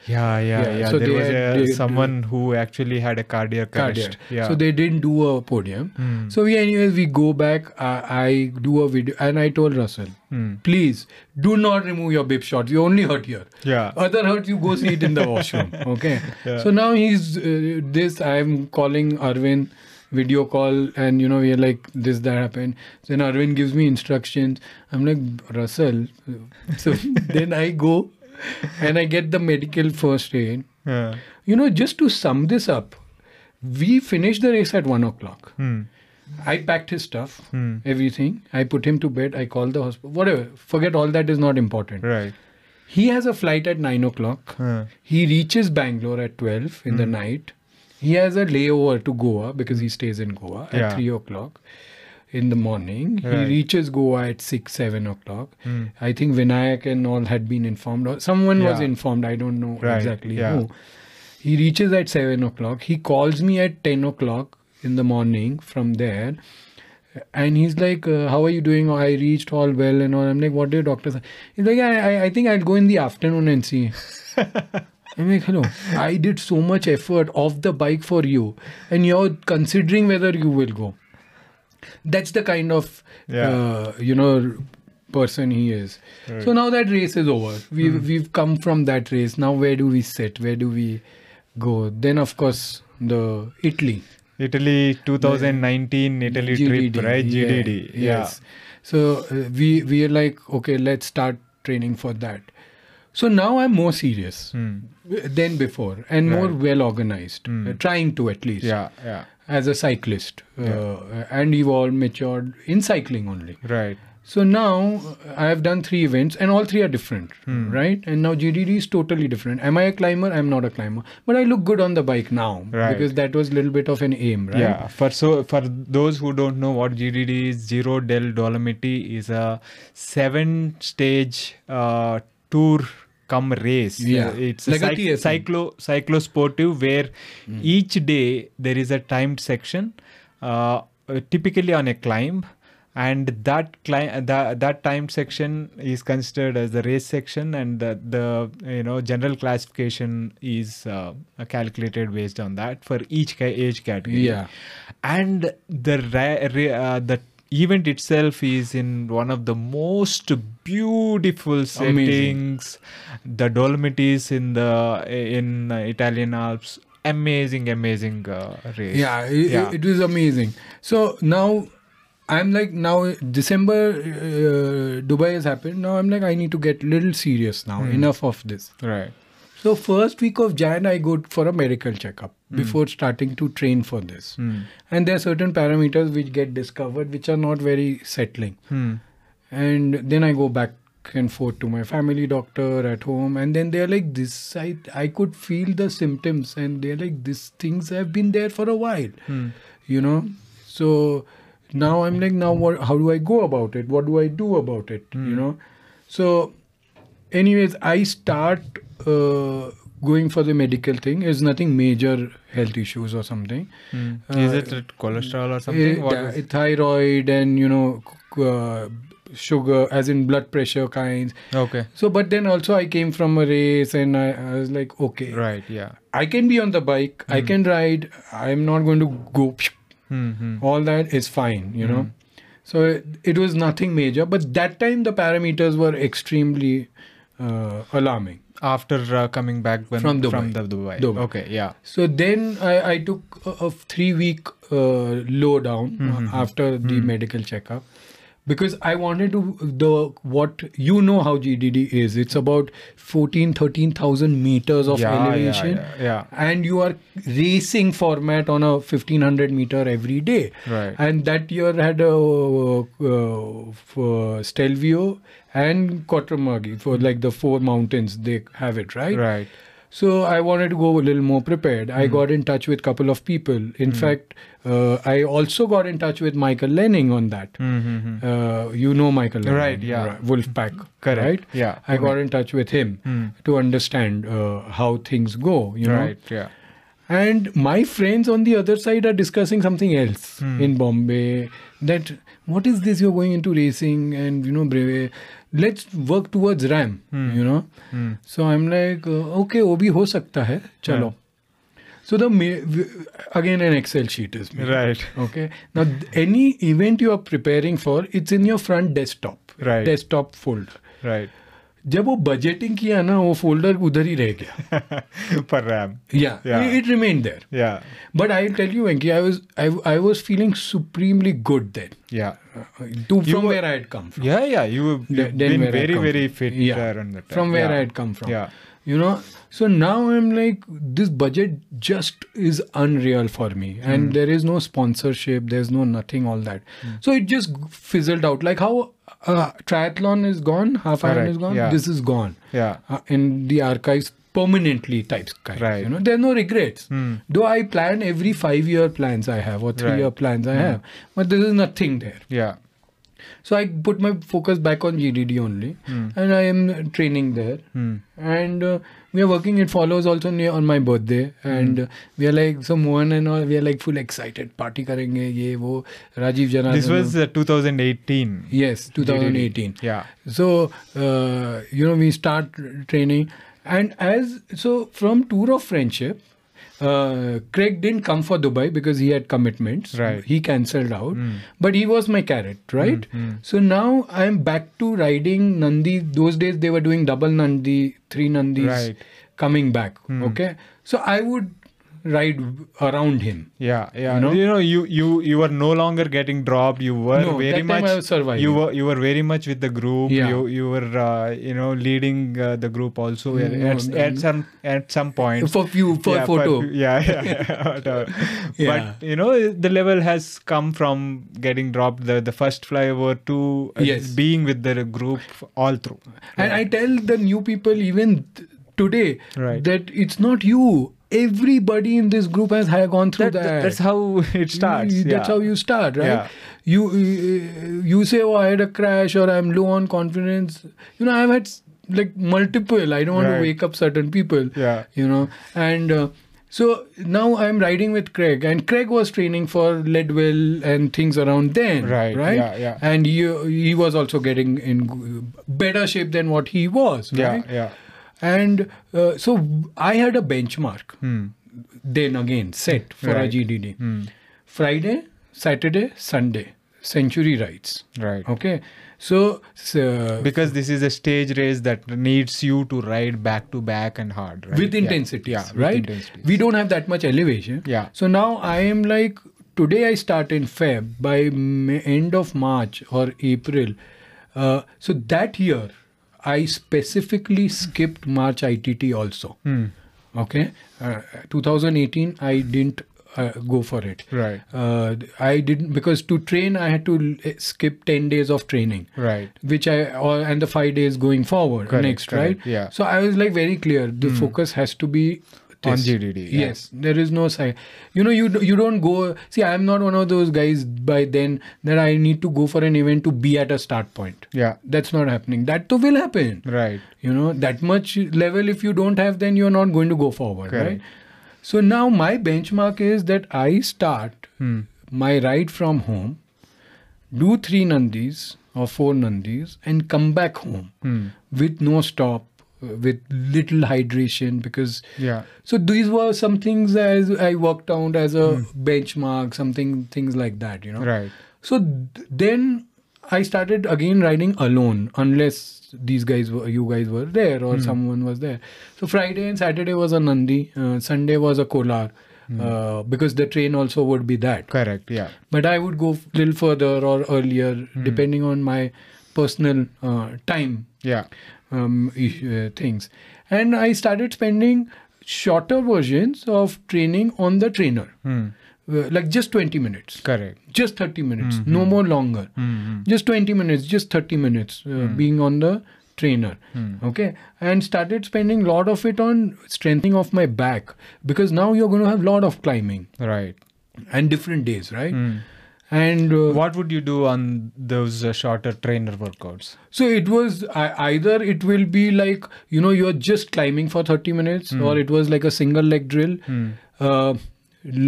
S2: yeah yeah yeah,
S1: Yeah, so
S2: there
S1: they
S2: was
S1: had-
S2: a,
S1: they-
S2: someone who actually had a cardiac
S1: cardiac.
S2: arrest yeah Hmm.
S1: So they didn't do a podium. So we, anyways, we go back. Uh, I do a video, and I told Russell,
S2: Hmm.
S1: please do not remove your bib shorts. You only hurt here.
S2: Yeah.
S1: Other hurt, you go see it in the washroom. Okay. So now he's uh, this. I'm calling Arvind video call and you know we're like this that happened then arvind gives me instructions i'm like russell so then i go and i get the medical first aid
S2: Yeah.
S1: you know, just to sum this up, we finished the race at one o'clock.
S2: Hmm.
S1: I packed his stuff,
S2: Hmm.
S1: everything. I put him to bed. I called the hospital. Whatever. Forget all that is not important.
S2: right Uh.
S1: He has a flight at nine o'clock.
S2: Huh.
S1: He reaches Bangalore at twelve in
S2: Hmm.
S1: the night. He has a layover to Goa because he stays in Goa
S2: Yeah.
S1: at three o'clock in the morning. He
S2: Right. Hmm.
S1: reaches Goa at six, seven o'clock. I think Vinayak and all had been informed. or Someone was
S2: Yeah.
S1: informed. I don't know
S2: Right,
S1: exactly
S2: yeah.
S1: who. He reaches at 7 o'clock. He calls me at 10 o'clock in the morning from there. And he's like, uh, How are you doing? Oh, I reached all well and all. I'm like, What did doctor say? He's like, I, I, I think I'll go in the afternoon and see. I'm like, Hello, I did so much effort off the bike for you, and you're considering whether you will go. That's the kind of,
S2: Yeah.
S1: uh, you know, person he is. So now that race is over. We've
S2: Hmm.
S1: we've come from that race. Now where do we sit? Where do we go? Then of course the Italy
S2: Italy 2019 Italy trip, right?
S1: yeah,
S2: GDD. Yeah.
S1: Yes. So uh, we we are like okay, let's start training for that. So now I'm more serious
S2: Hmm.
S1: than before and more well organized. uh, trying to at least
S2: Yeah. Yeah.
S1: as a cyclist uh, and evolved, matured in cycling only.
S2: Right.
S1: So now uh, I have done three events, and all three are different,
S2: Hmm.
S1: right? And now GDD is totally different. Am I a climber? I'm not a climber, but I look good on the bike now
S2: Right.
S1: because that was a little bit of an aim, right?
S2: Yeah. For so for those who don't know what GDD is, Zero del Dolomiti is a seven stage uh, tour come race.
S1: Yeah.
S2: Uh, It's
S1: Like a
S2: a, cyc-
S1: TSM.
S2: cyclo cyclo sportive where each day there is a timed section, uh, uh, typically on a climb. And that climb, that, that timed section is considered as the race section, and the, the you know general classification is uh, calculated based on that for each ca- age category.
S1: Yeah.
S2: and the ra- ra- uh, the event itself is in one of the most beautiful
S1: Amazing.
S2: settings the dolomites in the in uh, italian alps amazing amazing uh, race
S1: yeah, it,
S2: Yeah.
S1: it was amazing so now i'm like now december uh, dubai has happened now i'm like i need to get little serious now
S2: Hmm.
S1: enough of this
S2: right
S1: so first week of jan i go for a medical checkup before starting to train for
S2: Hmm. Hmm.
S1: this and there are certain parameters which get discovered which are not very settling and then I go back and forth to my family doctor at home and then they're like this i i could feel the symptoms and they're like these things have been there for a while you know so now i'm like now what how do i go about it what do i do about it you know so anyways i start uh, going for the medical thing it's nothing major health issues or something
S2: Hmm. is
S1: Uh,
S2: it like cholesterol or something?
S1: uh,
S2: What
S1: tha-
S2: is it?
S1: thyroid and you know c- uh, sugar as in blood pressure kinds
S2: Okay.
S1: so but then also i came from a race and i, I was like okay
S2: Right. Hmm. Yeah.
S1: i can be on the bike i can ride i'm not going to go
S2: Mm-hmm.
S1: all that is fine you know
S2: Hmm.
S1: so it, it was nothing major but that time the parameters were extremely uh, alarming
S2: After uh, coming back when,
S1: From
S2: From
S1: Dubai.
S2: the Dubai.
S1: Dubai.
S2: Okay. Yeah.
S1: so then I, I took a, a three week uh, low down
S2: Mm-hmm.
S1: uh, after the medical checkup because I wanted to the what you know how GDD is. It's about 14, 13,000 meters of
S2: yeah,
S1: elevation.
S2: Yeah. yeah,
S1: And you are racing format on a 1500 meter every day.
S2: yeah. Right.
S1: And that year had a uh, for Stelvio and Kotromagi for like the four mountains they have it, right?
S2: right.
S1: So I wanted to go a little more prepared.
S2: Mm-hmm.
S1: I got in touch with a couple of people. In fact, uh, I also got in touch with Michael Lenning on that.
S2: Mm-hmm.
S1: Uh, you know Michael Lenning,
S2: Right, yeah. Mm-hmm.
S1: Wolfpack,
S2: Correct.
S1: right?
S2: Yeah. Mm-hmm.
S1: I got in touch with him
S2: Mm.
S1: to understand uh, how things go, you know.
S2: Right. Yeah.
S1: And my friends on the other side are discussing something else
S2: Hmm.
S1: in Bombay. That what is this? You're going into racing, and you know, brave. Let's work towards RAM. You know.
S2: Mm.
S1: So I'm like, uh, okay, वो भी हो सकता है, चलो. So the ma- w- again an Excel sheet is made.
S2: Right.
S1: Okay. Now th- any event you are preparing for, it's in your front desktop.
S2: Right.
S1: Desktop folder.
S2: Right.
S1: जब वो budgeting किया ना वो folder उधर ही रह गया.
S2: per RAM.
S1: Yeah.
S2: Yeah.
S1: It, it remained there.
S2: Yeah.
S1: But I'll tell you, Venki, I was I, I was feeling supremely good then,
S2: Yeah.
S1: uh, to, from
S2: were-
S1: where I had come from.
S2: Yeah. Yeah. You have
S1: Th- then
S2: been
S1: where I
S2: very
S1: come
S2: very
S1: from.
S2: fit
S1: Yeah.
S2: there on that.
S1: From where
S2: yeah.
S1: I had come from.
S2: Yeah.
S1: you know so now i'm like this budget just is unreal for me
S2: Hmm.
S1: and there is no sponsorship there's no nothing all that so it just fizzled out like how uh, triathlon is gone half iron
S2: Correct,
S1: is gone
S2: yeah.
S1: this is gone
S2: Yeah.
S1: uh, in the archives permanently types kind
S2: Right. Hmm.
S1: you know there are no regrets though i plan every 5 year plans i have or 3
S2: Right. Hmm.
S1: year plans i have but there is nothing there
S2: Yeah.
S1: so I put my focus back on GDD only,
S2: Hmm.
S1: and I am training there. And uh, we are working. It follows also near on my birthday, and
S2: Hmm.
S1: uh, we are like so Mohan and all. We are like full excited. Party karenge ye wo Rajiv Janardhan.
S2: This was uh, 2018.
S1: yes, 2018.
S2: Yeah.
S1: So uh, you know we start training, and as so from tour of friendship. Uh, Craig didn't come for Dubai because he had commitments.
S2: Right. Hmm.
S1: He cancelled out, but he was my carrot, right? So now I'm back to riding Nandi. Those days they were doing double Nandi, three Nandis,
S2: Right. Hmm.
S1: coming back. Okay, so I would ride around him.
S2: Yeah, yeah. You
S1: You
S2: know,
S1: know?
S2: you you you were no longer getting dropped. You were
S1: No,
S2: very
S1: that
S2: much
S1: time I was surviving.
S2: you were you were very much with the group.
S1: Yeah.
S2: You you were uh, you know leading uh, the group also at,
S1: No,
S2: at,
S1: no,
S2: at
S1: no.
S2: some at some point.
S1: For few for
S2: yeah, for
S1: photo.
S2: few- yeah, yeah, yeah. Whatever.
S1: Yeah.
S2: But you know the level has come from getting dropped the the first flyover to uh,
S1: Yes.
S2: being with the group all through.
S1: And I tell the new people even th- today
S2: Right.
S1: that it's not you. Everybody in this group has ha- gone through
S2: That,
S1: that.
S2: that's how it starts.
S1: You- Mm, That's
S2: yeah.
S1: how you start, right?
S2: Yeah.
S1: You uh, you say, "Oh, I had a crash," or "I'm low on confidence." You know, I've had s- like multiple. I don't want
S2: Right.
S1: to wake up certain people.
S2: Yeah.
S1: You know, and uh, so now I'm riding with Craig, and Craig was training for Leadville and things around then.
S2: Right,
S1: Right.
S2: yeah, yeah.
S1: And he he was also getting in g- better shape than what he was.
S2: Yeah,
S1: Right?
S2: yeah.
S1: And uh, so I had a benchmark then again set for
S2: Hmm.
S1: a
S2: Right. Hmm.
S1: GDD. Friday, Saturday, Sunday, century rides.
S2: Right.
S1: Okay. So, uh, so
S2: because this is a stage race that needs you to ride back to back and hard right?
S1: with
S2: Yeah.
S1: intensities,
S2: yeah, with
S1: right?
S2: intensities.
S1: We don't have that much elevation.
S2: Yeah.
S1: So now I am like today I start in Feb by ma- end of March or April. Uh, so that year I specifically
S2: Hmm.
S1: skipped March ITT also. Okay. Uh, 2018 I didn't uh, go for it.
S2: Right.
S1: Uh, I didn't because to train I had to l- skip ten days of training,
S2: Right.
S1: which I or, and the five days going forward
S2: Correct,
S1: next,
S2: correct,
S1: right?
S2: yeah. Hmm.
S1: So I was like very clear. The focus has to be.
S2: On
S1: this.
S2: GDD, yeah.
S1: Yes, there is no side. You know, you do- you don't go. See, I'm not one of those guys by then that I need to go for an event to be at a start point.
S2: Yeah.
S1: That's not happening. That too will happen
S2: Right.
S1: you know that much level if you don't have then you're not going to go forward
S2: Correct.
S1: right so now my benchmark is that i start
S2: Hmm.
S1: my ride from home do three nandis or four nandis and come back home
S2: Hmm.
S1: with no stop uh, with little hydration because
S2: Yeah.
S1: so these were some things as i worked out as a
S2: Hmm.
S1: benchmark something things like that you know
S2: Right.
S1: so th- then I started again riding alone, unless these guys were, you guys were there or someone was there. So Friday and Saturday was a Nandi, uh, Sunday was a Kolar, uh, because the train also would be that.
S2: Correct. Yeah.
S1: But I would go f- little further or earlier, depending on my personal uh, time
S2: Yeah.
S1: um, i- uh, things. And I started spending shorter versions of training on the trainer,
S2: Hmm.
S1: uh, like just 20 minutes
S2: Correct. Hmm.
S1: just 30 minutes
S2: Mm-hmm.
S1: no more longer just 20 minutes just 30 minutes uh,
S2: Mm-hmm.
S1: being on the trainer okay and started spending a lot of it on strengthening of my back because now you're going to have a lot of climbing
S2: Right. Hmm.
S1: and different days right and uh,
S2: Mm. What would you do on those uh, shorter trainer workouts?
S1: so it was I, either it will be like you know you're just climbing for 30 minutes
S2: Mm.
S1: or it was like a single leg drill uh,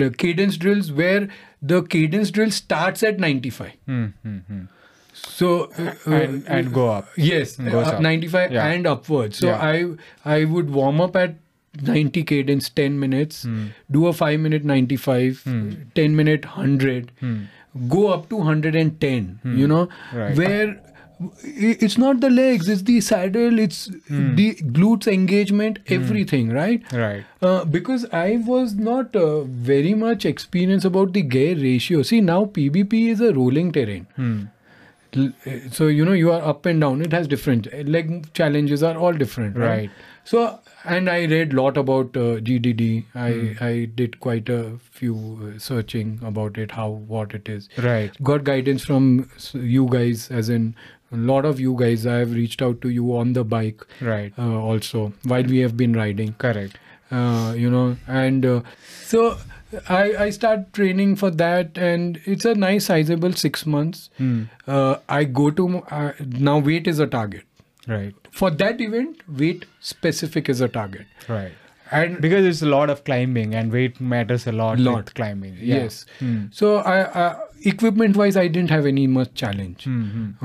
S1: l- cadence drills where the cadence drill starts at 95
S2: Mm-hmm.
S1: so uh,
S2: And
S1: uh,
S2: and go up.
S1: Yes,
S2: Goes
S1: uh,
S2: up.
S1: 95
S2: Yeah.
S1: and upwards. So
S2: Yeah.
S1: I I would warm up at 90 cadence 10 minutes,
S2: Hmm.
S1: do a 5 minute 95, 10 minute 100,
S2: Hmm.
S1: go up to 110, you know,
S2: Right.
S1: where i- it's not the legs, it's the saddle, it's
S2: Hmm.
S1: the glutes engagement, everything, right?
S2: Right.
S1: Uh, because I was not uh, very much experienced about the gear ratio. See, now PBP is a rolling terrain.
S2: Hmm.
S1: L- uh, So, you know, you are up and down. It has different uh, leg challenges are all different.
S2: Right.
S1: So, and I read lot about uh, GDD. I,
S2: Hmm.
S1: I did quite a few uh, searching about it, how, what it is
S2: Right.
S1: got guidance from s- you guys as in a lot of you guys i have reached out to you on the bike
S2: Right.
S1: uh, also while we have been riding
S2: Correct.
S1: uh, you know and uh, so I, I start training for that and it's a nice sizable six months
S2: Hmm.
S1: uh, i go to uh, now weight is a target
S2: Right.
S1: for that event weight specific is a target
S2: Right.
S1: and
S2: Because it's a lot of climbing and weight matters a lot. with
S1: Lot.
S2: climbing. Yeah. Hmm.
S1: Yes. So I, I equipment wise, I didn't have any much challenge.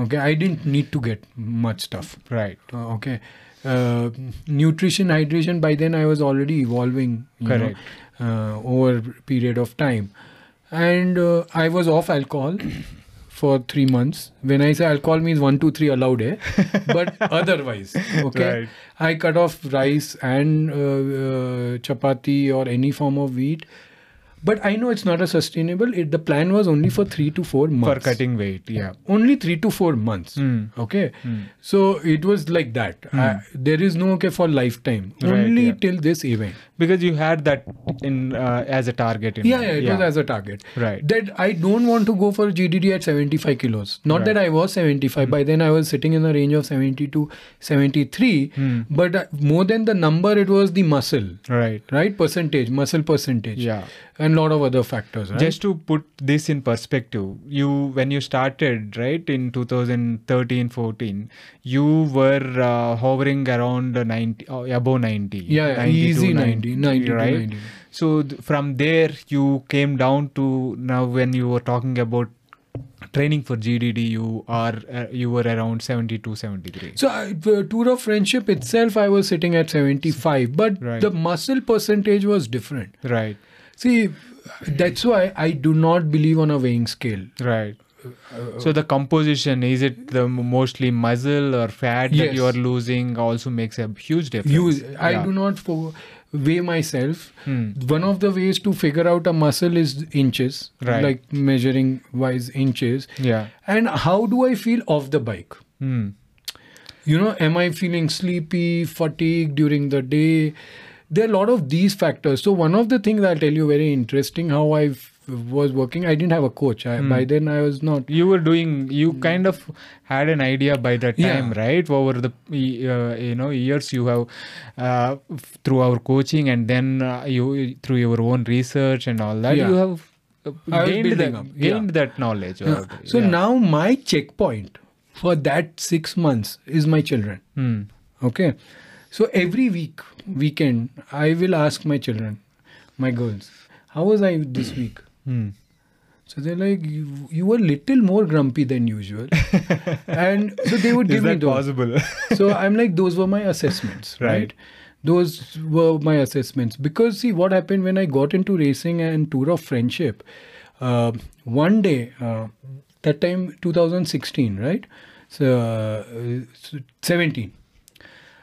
S1: Okay, I didn't need to get much stuff.
S2: Hmm. Right.
S1: Uh, okay, uh, nutrition, hydration. By then, I was already evolving. You
S2: Correct.
S1: Know, uh, over period of time, and uh, I was off alcohol. For three months. When I say alcohol means one, two, three allowed, eh? but otherwise, okay.
S2: Right.
S1: I cut off rice and uh, uh, chapati or any form of wheat. But I know it's not a sustainable. It, the plan was only for three to four
S2: For
S1: months.
S2: cutting weight. Yeah.
S1: Only three to four months.
S2: Hmm.
S1: Okay. So it was like that. I- there is no okay for lifetime.
S2: Right,
S1: only
S2: yeah.
S1: till this event.
S2: Because you had that in uh, as a target. In
S1: Yeah,
S2: mind.
S1: yeah, it was as a target.
S2: Right.
S1: That I don't want to go for GDD at 75 kilos. Not
S2: Right. Hmm.
S1: that I was 75. By then I was sitting in the range of 70 to 73.
S2: Hmm.
S1: But uh, more than the number, it was the muscle.
S2: Right.
S1: right percentage muscle percentage
S2: Yeah.
S1: and lot of other factors right?
S2: Just to put this in perspective, you when you started right in 2013 14, you were uh, hovering around the 90 oh, above 90.
S1: Yeah, yeah, easy 90, 90 to
S2: right?
S1: 90.
S2: So th- from there you came down to now when you were talking about training for GDD, you are uh, you were around 72 73.
S1: so I- the tour of friendship itself i was sitting at 75 but
S2: Right.
S1: the muscle percentage was different
S2: right,
S1: see that's why i do not believe on a weighing scale
S2: right.
S1: Uh,
S2: So the composition is it the m- mostly muscle or fat that
S1: Yes.
S2: you are losing also makes a huge difference.
S1: you i
S2: Yeah.
S1: do not for weigh myself
S2: Hmm.
S1: one of the ways to figure out a muscle is inches
S2: Right.
S1: like measuring wise inches
S2: Yeah.
S1: and how do i feel off the bike
S2: Mm.
S1: you know am i feeling sleepy fatigued during the day there are a lot of these factors. So one of the things I'll tell you very interesting how I was working. I didn't have a coach. I,
S2: Hmm.
S1: By then I was not.
S2: you were doing you kind of had an idea by that
S1: Mm. Yeah.
S2: time right over the uh, you know years you have uh, f- through our coaching and then uh, you through your own research and all that
S1: Yeah.
S2: you have
S1: I
S2: uh,
S1: was
S2: gained
S1: building
S2: that,
S1: up, yeah.
S2: gained that knowledge
S1: Yeah.
S2: out-
S1: So
S2: yeah.
S1: now my checkpoint for that six months is my children.
S2: Hmm.
S1: Okay. So every week, weekend, I will ask my children, my girls, how was I this week?
S2: Hmm.
S1: So they're like, you, you were little more grumpy than usual. and so they would
S2: is
S1: give me
S2: that
S1: those.
S2: possible
S1: so I'm like, those were my assessments, right.
S2: Right.
S1: Those were my assessments because see what happened when I got into racing and tour of friendship. Uh, one day, uh, that time 2016, right? So, uh, so 17.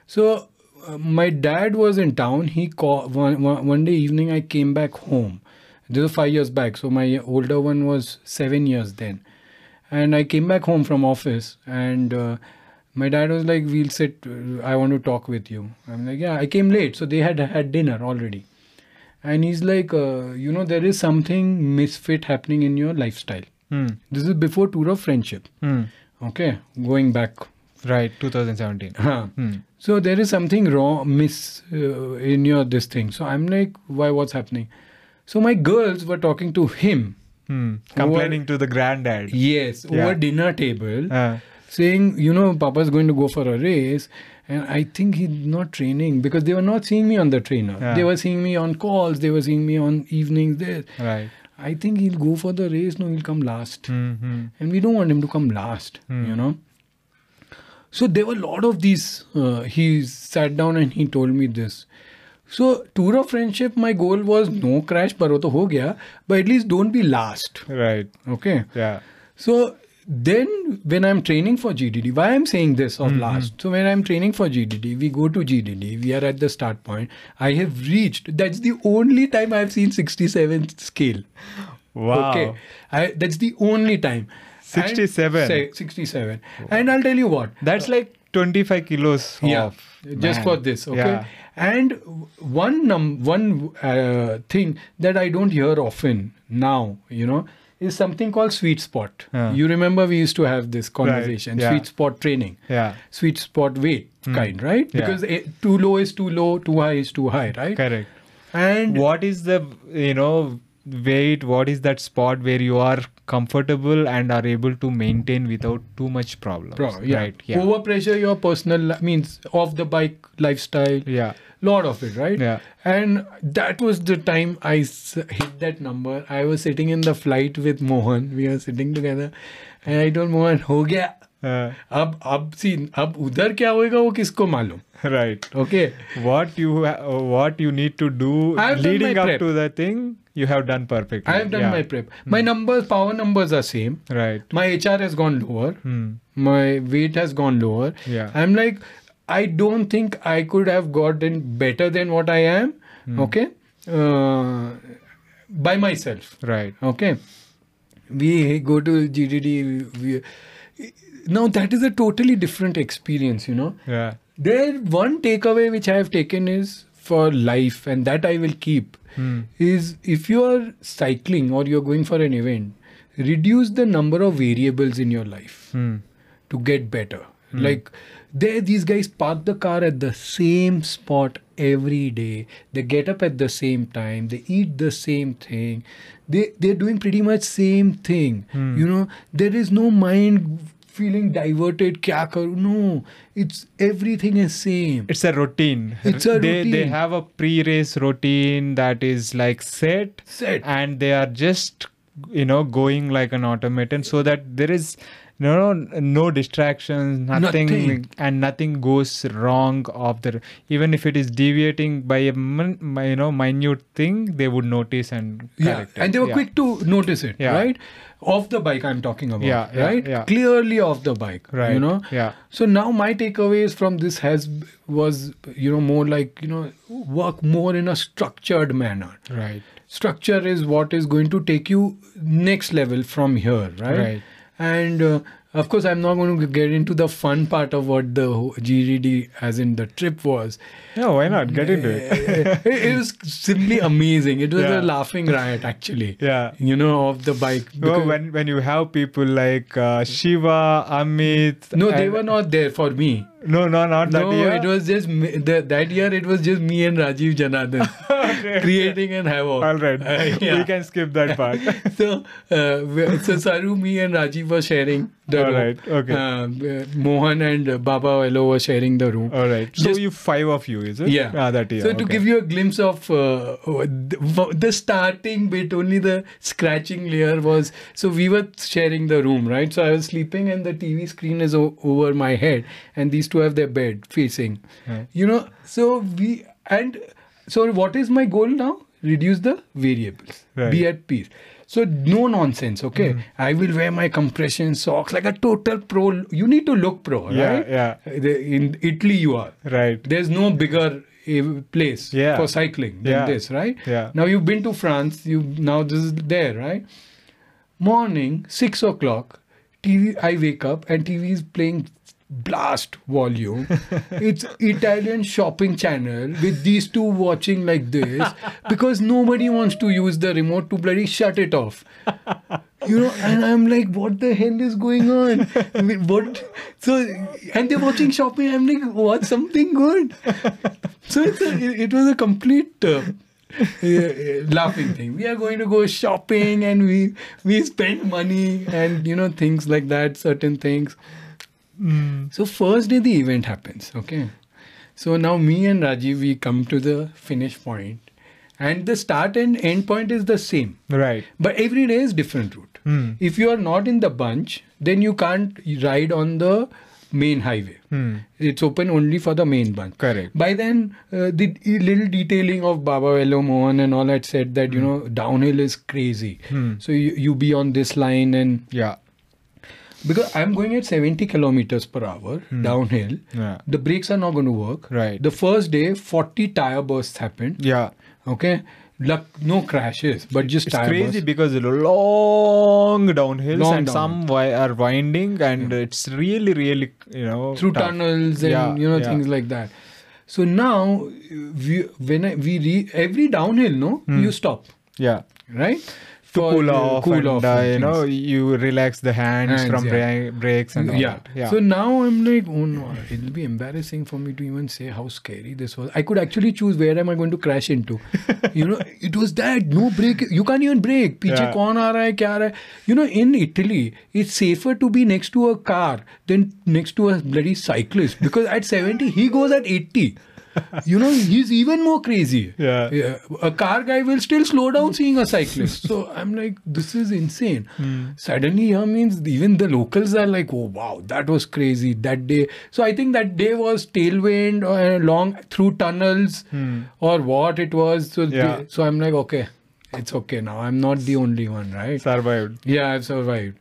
S1: So uh, my dad was in town. He called one, one, one day evening. I came back home. This was five years back. So my older one was seven years then, and I came back home from office, and uh, my dad was like, "We'll sit. uh, I want to talk with you." I'm like, "Yeah." I came late, so they had had dinner already, and he's like, uh, "You know, there is something misfit happening in your lifestyle."
S2: Hmm.
S1: This is before tour of friendship.
S2: Hmm.
S1: Okay, going back.
S2: right 2017
S1: Huh
S2: Hmm.
S1: so there is something wrong miss uh, in your this thing so i'm like why what's happening so my girls were talking to him
S2: Hmm. complaining to the granddad
S1: yes
S2: Yeah.
S1: over dinner table
S2: Uh,
S1: saying you know papa's going to go for a race and i think he's not training because they were not seeing me on the trainer
S2: Yeah.
S1: they were seeing me on calls they were seeing me on evenings there
S2: right
S1: i think he'll go for the race no he'll come last
S2: Hmm, hmm.
S1: and we don't want him to come last you know so there were a lot of these uh, he sat down and he told me this so tour of friendship my goal was no crash par wo to ho gaya but at least don't be last
S2: right
S1: okay
S2: yeah
S1: so then when I'm training for GDD, why I'm saying this of
S2: Mm-hmm.
S1: last. So when I'm training for GDD, we go to GDD, we are at the start point. I have reached. That's the only time I've seen 67th scale.
S2: wow
S1: Okay. I, that's the only time. And-
S2: 67.
S1: say- 67. And I'll tell you what.
S2: that's like 25 kilos off
S1: Just
S2: man.
S1: for this, okay.
S2: Yeah.
S1: And w- one num one uh, thing that I don't hear often now, you know, is something called sweet spot.
S2: Yeah.
S1: You remember we used to have this conversation,
S2: yeah.
S1: sweet spot training,
S2: Yeah. Hmm.
S1: sweet spot weight kind, right?
S2: Yeah.
S1: Because eh, too low is too low, too high is too high, right?
S2: Correct.
S1: And
S2: What is the you know weight? What is that spot where you are comfortable and are able to maintain without too much problems?
S1: Pro- yeah.
S2: Right. Yeah.
S1: Overpressure your personal li- means off the bike lifestyle.
S2: Yeah.
S1: Lot of it, right?
S2: Yeah.
S1: And that was the time I s- hit that number. I was sitting in the flight with Mohan. We were sitting together, and I told Mohan, "Ho gaya."
S2: Uh,
S1: अब अब scene अब उधर क्या होएगा वो किसको मालूम
S2: right.
S1: Okay
S2: What you ha- what you need to do
S1: I have done
S2: leading
S1: my
S2: up
S1: prep.
S2: to the thing you have done perfectly.
S1: I have done
S2: Yeah. Hmm.
S1: My prep my numbers power numbers are same
S2: Right.
S1: my HR has gone lower,
S2: Hmm.
S1: my weight has gone lower.
S2: Yeah.
S1: I'm like, I don't think I could have gotten better than what I am,
S2: Hmm.
S1: okay, uh, by myself,
S2: Right.
S1: okay. We go to GDD. We, now that is a totally different experience, you know.
S2: Yeah.
S1: There, one takeaway which I have taken is for life, and that I will keep
S2: Hmm.
S1: is if you are cycling or you're going for an event, reduce the number of variables in your life
S2: Hmm.
S1: to get better. Like, there, these guys park the car at the same spot every day. They get up at the same time. They eat the same thing. They they're doing pretty much same thing.
S2: Hmm.
S1: You know, there is no mind feeling diverted. Kya karu? No, it's everything is same.
S2: It's a routine.
S1: It's a
S2: they, They
S1: routine.
S2: have a pre-race routine that is like set,
S1: Set.
S2: and they are just you know going like an automaton, so that there is no no, no distractions, nothing,
S1: Nothing.
S2: and nothing goes wrong of the even if it is deviating by a min, my, you know minute thing, they would notice and correct it.
S1: and they were
S2: Yeah.
S1: quick to notice it,
S2: Yeah.
S1: right? Off the bike, I'm talking about,
S2: Yeah, yeah,
S1: right?
S2: yeah.
S1: Clearly off the bike,
S2: Right,
S1: You know,
S2: yeah.
S1: So now my takeaways from this has was you know more like you know work more in a structured manner.
S2: Right.
S1: Structure is what is going to take you next level from here, right?
S2: Right.
S1: And uh, Of course, I'm not going to get into the fun part of what the ho- GDD, as in the trip, was.
S2: No, why not? Get into it.
S1: it, it was simply amazing. It was
S2: Yeah.
S1: a laughing riot, actually.
S2: Yeah.
S1: You know, of the bike.
S2: Well,
S1: Because-
S2: when when you have people like uh, Shiva, Amit.
S1: no, they
S2: and-
S1: were not there for me.
S2: No, no, not that
S1: No,
S2: year.
S1: it was just me, the, that year. It was just me and Rajiv Janardhan creating an havoc.
S2: All right,
S1: Uh, yeah.
S2: we can skip that part.
S1: so, uh, we- so Saru, me, and Rajiv were sharing the
S2: All
S1: room.
S2: right, okay.
S1: Uh, uh, Mohan and uh, Baba Velo were sharing the room.
S2: All right. So
S1: Just-
S2: you five of you, is it?
S1: Yeah.
S2: Ah, that year.
S1: So to
S2: okay.
S1: give you a glimpse of uh, the, the starting bit, only the scratching layer was. So we were sharing the room, right? So I was sleeping, and the TV screen is o- over my head, and these two have their bed facing. You know. So we and so what is my goal now? Reduce the variables.
S2: Right. Mm-hmm.
S1: Be at peace. So no nonsense. Okay. I will wear my compression socks like a total pro. You need to look pro,
S2: Yeah,
S1: right?
S2: yeah.
S1: The- In Italy, you are
S2: right.
S1: there's no bigger eh, place
S2: Yeah.
S1: for cycling than
S2: Yeah.
S1: this right
S2: Yeah.
S1: now you've been to france you now this is there right morning six o'clock tv i wake up and tv is playing blast volume it's italian shopping channel with these two watching like this because nobody wants to use the remote to bloody shut it off you know and i'm like what the hell is going on I mean, what so and they're watching shopping i'm like watch something good so it's a, it, it was a complete uh, uh, laughing thing we are going to go shopping and we we spend money and you know things like that certain things so first day the event happens, okay. So now me and Rajiv we come to the finish point, and the start and end point is the same,
S2: Right.
S1: but every day is different route.
S2: Hmm.
S1: If you are not in the bunch, then you can't ride on the main highway. It's open only for the main bunch.
S2: Hmm. Correct.
S1: By then, uh, the d- little detailing of Baba Velo Mohan and all that said that
S2: Hmm.
S1: you know downhill is crazy. So you, you be on this line and
S2: Yeah.
S1: because I'm going at 70 kilometers per hour downhill,
S2: Hmm. Yeah.
S1: the brakes are not going to work.
S2: Right.
S1: The first day, 40 tire bursts happened.
S2: Yeah.
S1: Okay. Luck, no crashes, but just
S2: Hmm. It's
S1: tire
S2: crazy
S1: bursts.
S2: because it's long downhills
S1: Long
S2: and some wi- are winding and it's really, really, you know,
S1: through
S2: tough.
S1: tunnels and
S2: Yeah,
S1: you know
S2: yeah.
S1: things like that. So now, we, when I, we re, every downhill, no, you stop,
S2: Yeah.
S1: right?
S2: Hmm. To
S1: For,
S2: cool
S1: uh,
S2: off,
S1: cool
S2: and,
S1: off
S2: uh,
S1: and
S2: you know,
S1: things.
S2: you relax the hands,
S1: Hands,
S2: from
S1: yeah.
S2: bra- brakes and all
S1: yeah.
S2: that. Yeah.
S1: So now I'm like, oh no, it'll be embarrassing for me to even say how scary this was. I could actually choose where am I going to crash into. you know, it was that no brake. You can't even brake. Piche
S2: Yeah.
S1: kaun aa raha hai, kya aa raha hai. You know, in Italy, it's safer to be next to a car than next to a bloody cyclist because at 70 he goes at 80. You know, he's even more crazy.
S2: Yeah.
S1: A car guy will still slow down seeing a cyclist. so I'm like, this is insane. Suddenly, here means even the locals are like, oh wow, that was crazy that day. So I think that day was tailwind or long through tunnels or what it was. So,
S2: Yeah.
S1: they- so I'm like, okay, it's okay now. I'm not the only one, right?
S2: survived.
S1: Yeah, I've survived.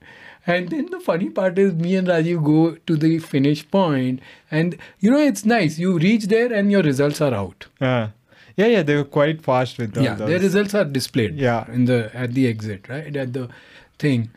S1: And then the funny part is, me and Rajiv go to the finish point, and you know it's nice. You reach there, and your results are out
S2: Yeah. Yeah, yeah, they were quite fast with the,
S1: yeah
S2: those.
S1: their results are displayed
S2: Yeah.
S1: in the at the exit right at the thing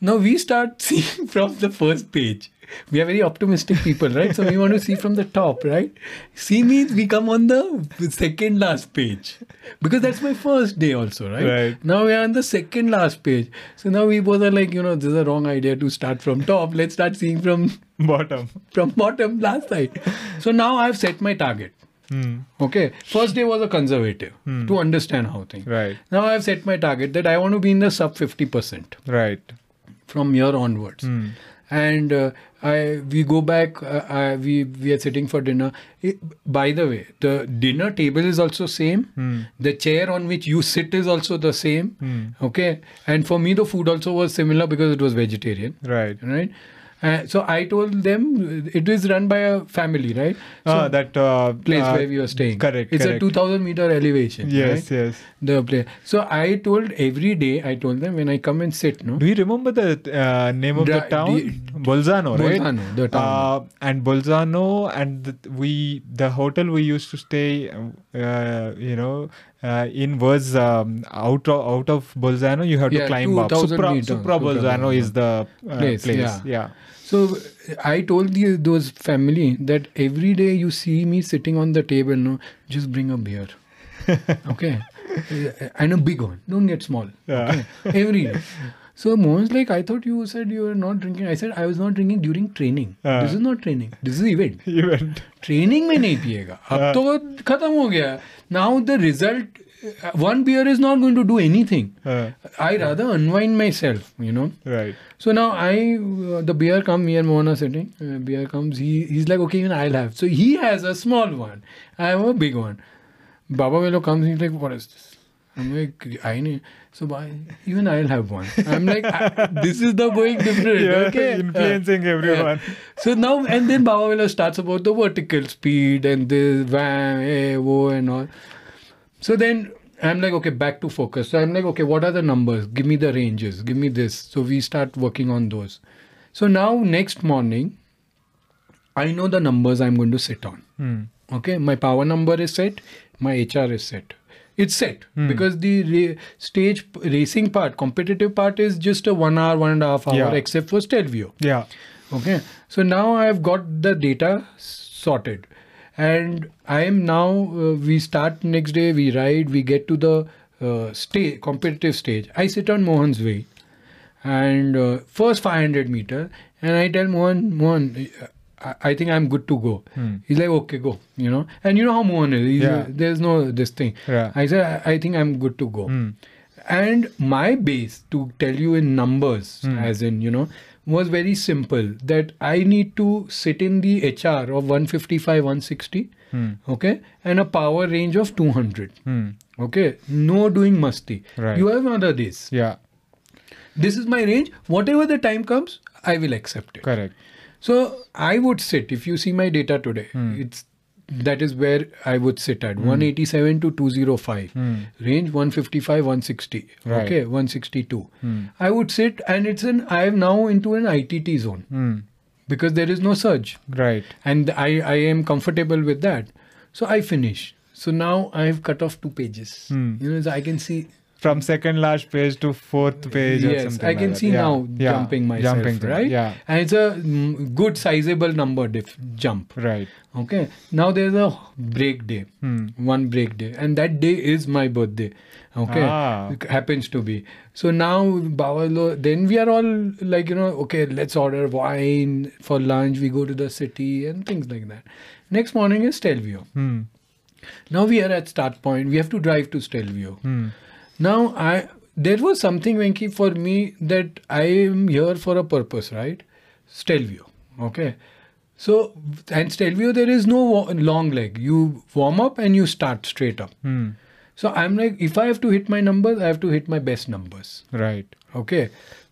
S1: now we start seeing from the first page we are very optimistic people right so we want to see from the top right see means we come on the second last page because that's my first day also right
S2: Right.
S1: now we are on the second last page so now we both are like you know this is a wrong idea to start from top let's start seeing from
S2: bottom.
S1: from bottom last side so now i've set my target okay first day was a conservative to understand how things
S2: Right.
S1: now i've set my target that i want to be in the sub 50%
S2: Right.
S1: from here onwards and uh, i we go back uh, I, we we are sitting for dinner It- by the way the dinner table is also same the chair on which you sit is also the same okay and for me the food also was similar because it was vegetarian
S2: Right.
S1: right Uh, so I told them it is run by a family, right? So
S2: Ah, that uh,
S1: place
S2: uh,
S1: where we were staying.
S2: Correct.
S1: It's
S2: correct.
S1: a 2000 meter elevation.
S2: Yes,
S1: right?
S2: yes.
S1: The place. So I told every day, I told them when I come and sit, no?
S2: Do you remember the uh, name of the,
S1: Dra-
S2: town?
S1: the-
S2: Bolzano, right?
S1: Bolzano, the town.
S2: Uh, and Bolzano, and th- we the hotel we used to stay, uh, you know, uh, in was um, out of out of Bolzano. You have to
S1: Yeah,
S2: climb up.
S1: 2000
S2: Supra,
S1: meters, Supra
S2: Supra Bolzano is the uh, place.
S1: Place,
S2: Yeah.
S1: yeah. So I told the, those family that every day you see me sitting on the table, no, just bring a beer. okay. And a big one. Don't get small.
S2: Yeah.
S1: Okay? Every day. So Mohan's like, I thought you said you were not drinking. I said I was not drinking during training.
S2: Uh.
S1: this is not training. This is event.
S2: Even
S1: training में नहीं पिएगा अब तो खत्म हो गया now the result one beer is not going to do anything
S2: Uh.
S1: I rather unwind myself you know
S2: right.
S1: So now I, uh, the beer come me and Mohan are sitting. Uh, beer comes. He he's like, okay, even I'll have. So he has a small one. I have a big one. Baba Velo comes. He's like, what is this? I'm like, I need. So why? Even I'll have one. I'm like, I, this is the going different.
S2: Yeah,
S1: okay,
S2: influencing everyone.
S1: So now and then Baba Velo starts about the vertical speed and this wham, eh, whoa, and all. So then I'm like, okay, back to focus. So I'm like, okay, what are the numbers? Give me the ranges. Give me this. So we start working on those. So now next morning, I know the numbers I'm going to sit on.
S2: Hmm.
S1: Okay, my power number is set. My HR is set. It's set
S2: Hmm.
S1: because the ra- stage p- racing part, competitive part is just a one hour, one and a half hour,
S2: Yeah.
S1: except for Stelvio.
S2: Yeah.
S1: Okay, so now I have got the data sorted, and I am now. Uh, we start next day. We ride. We get to the uh, stage, competitive stage. I sit on Mohan's way, and uh, first 500 meter, and I tell Mohan, Mohan. I I think I'm good to go. He's like, okay, go. You know, and you know how Mohan is. He's,
S2: Yeah.
S1: There's no this thing.
S2: Yeah. Hmm.
S1: I said, I I think I'm good to go. And my base, to tell you in numbers,
S2: Hmm.
S1: as in, you know, was very simple that I need to sit in the HR of 155, 160, okay, and a power range of 200,
S2: Hmm.
S1: okay. No doing musty.
S2: Right.
S1: You have another this.
S2: Yeah.
S1: This is my range. Whatever the time comes, I will accept it.
S2: Correct.
S1: So I would sit. If you see my data today,
S2: Hmm.
S1: it's that is where I would sit at 187 to 205 range 155 160
S2: Hmm. Right. Hmm.
S1: okay 162 I would sit and it's an I am now into an ITT zone
S2: Hmm.
S1: because there is no surge
S2: Right.
S1: and I I am comfortable with that so I finish so now I have cut off two pages
S2: Hmm.
S1: you know so I can see
S2: From second last page to fourth page or
S1: yes
S2: something.
S1: I can
S2: like that.
S1: see
S2: Yeah.
S1: now
S2: Yeah.
S1: jumping myself
S2: Jumping thing.
S1: right
S2: Yeah.
S1: and it's a mm, good sizable number diff- jump
S2: Right.
S1: okay now there's a break day
S2: Hmm.
S1: one break day and that day is my birthday okay
S2: Ah.
S1: It happens to be so now Bawalo, then we are all like you know okay let's order wine for lunch we go to the city and things like that next morning is stelvio
S2: Hmm.
S1: now we are at start point we have to drive to stelvio
S2: Hmm.
S1: now i there was something venki for me that i am here for a purpose right stelvio okay so and stelvio there is no wa- long leg you warm up and you start straight up
S2: Hmm.
S1: so i'm like if i have to hit my numbers i have to hit my best numbers
S2: Right.
S1: okay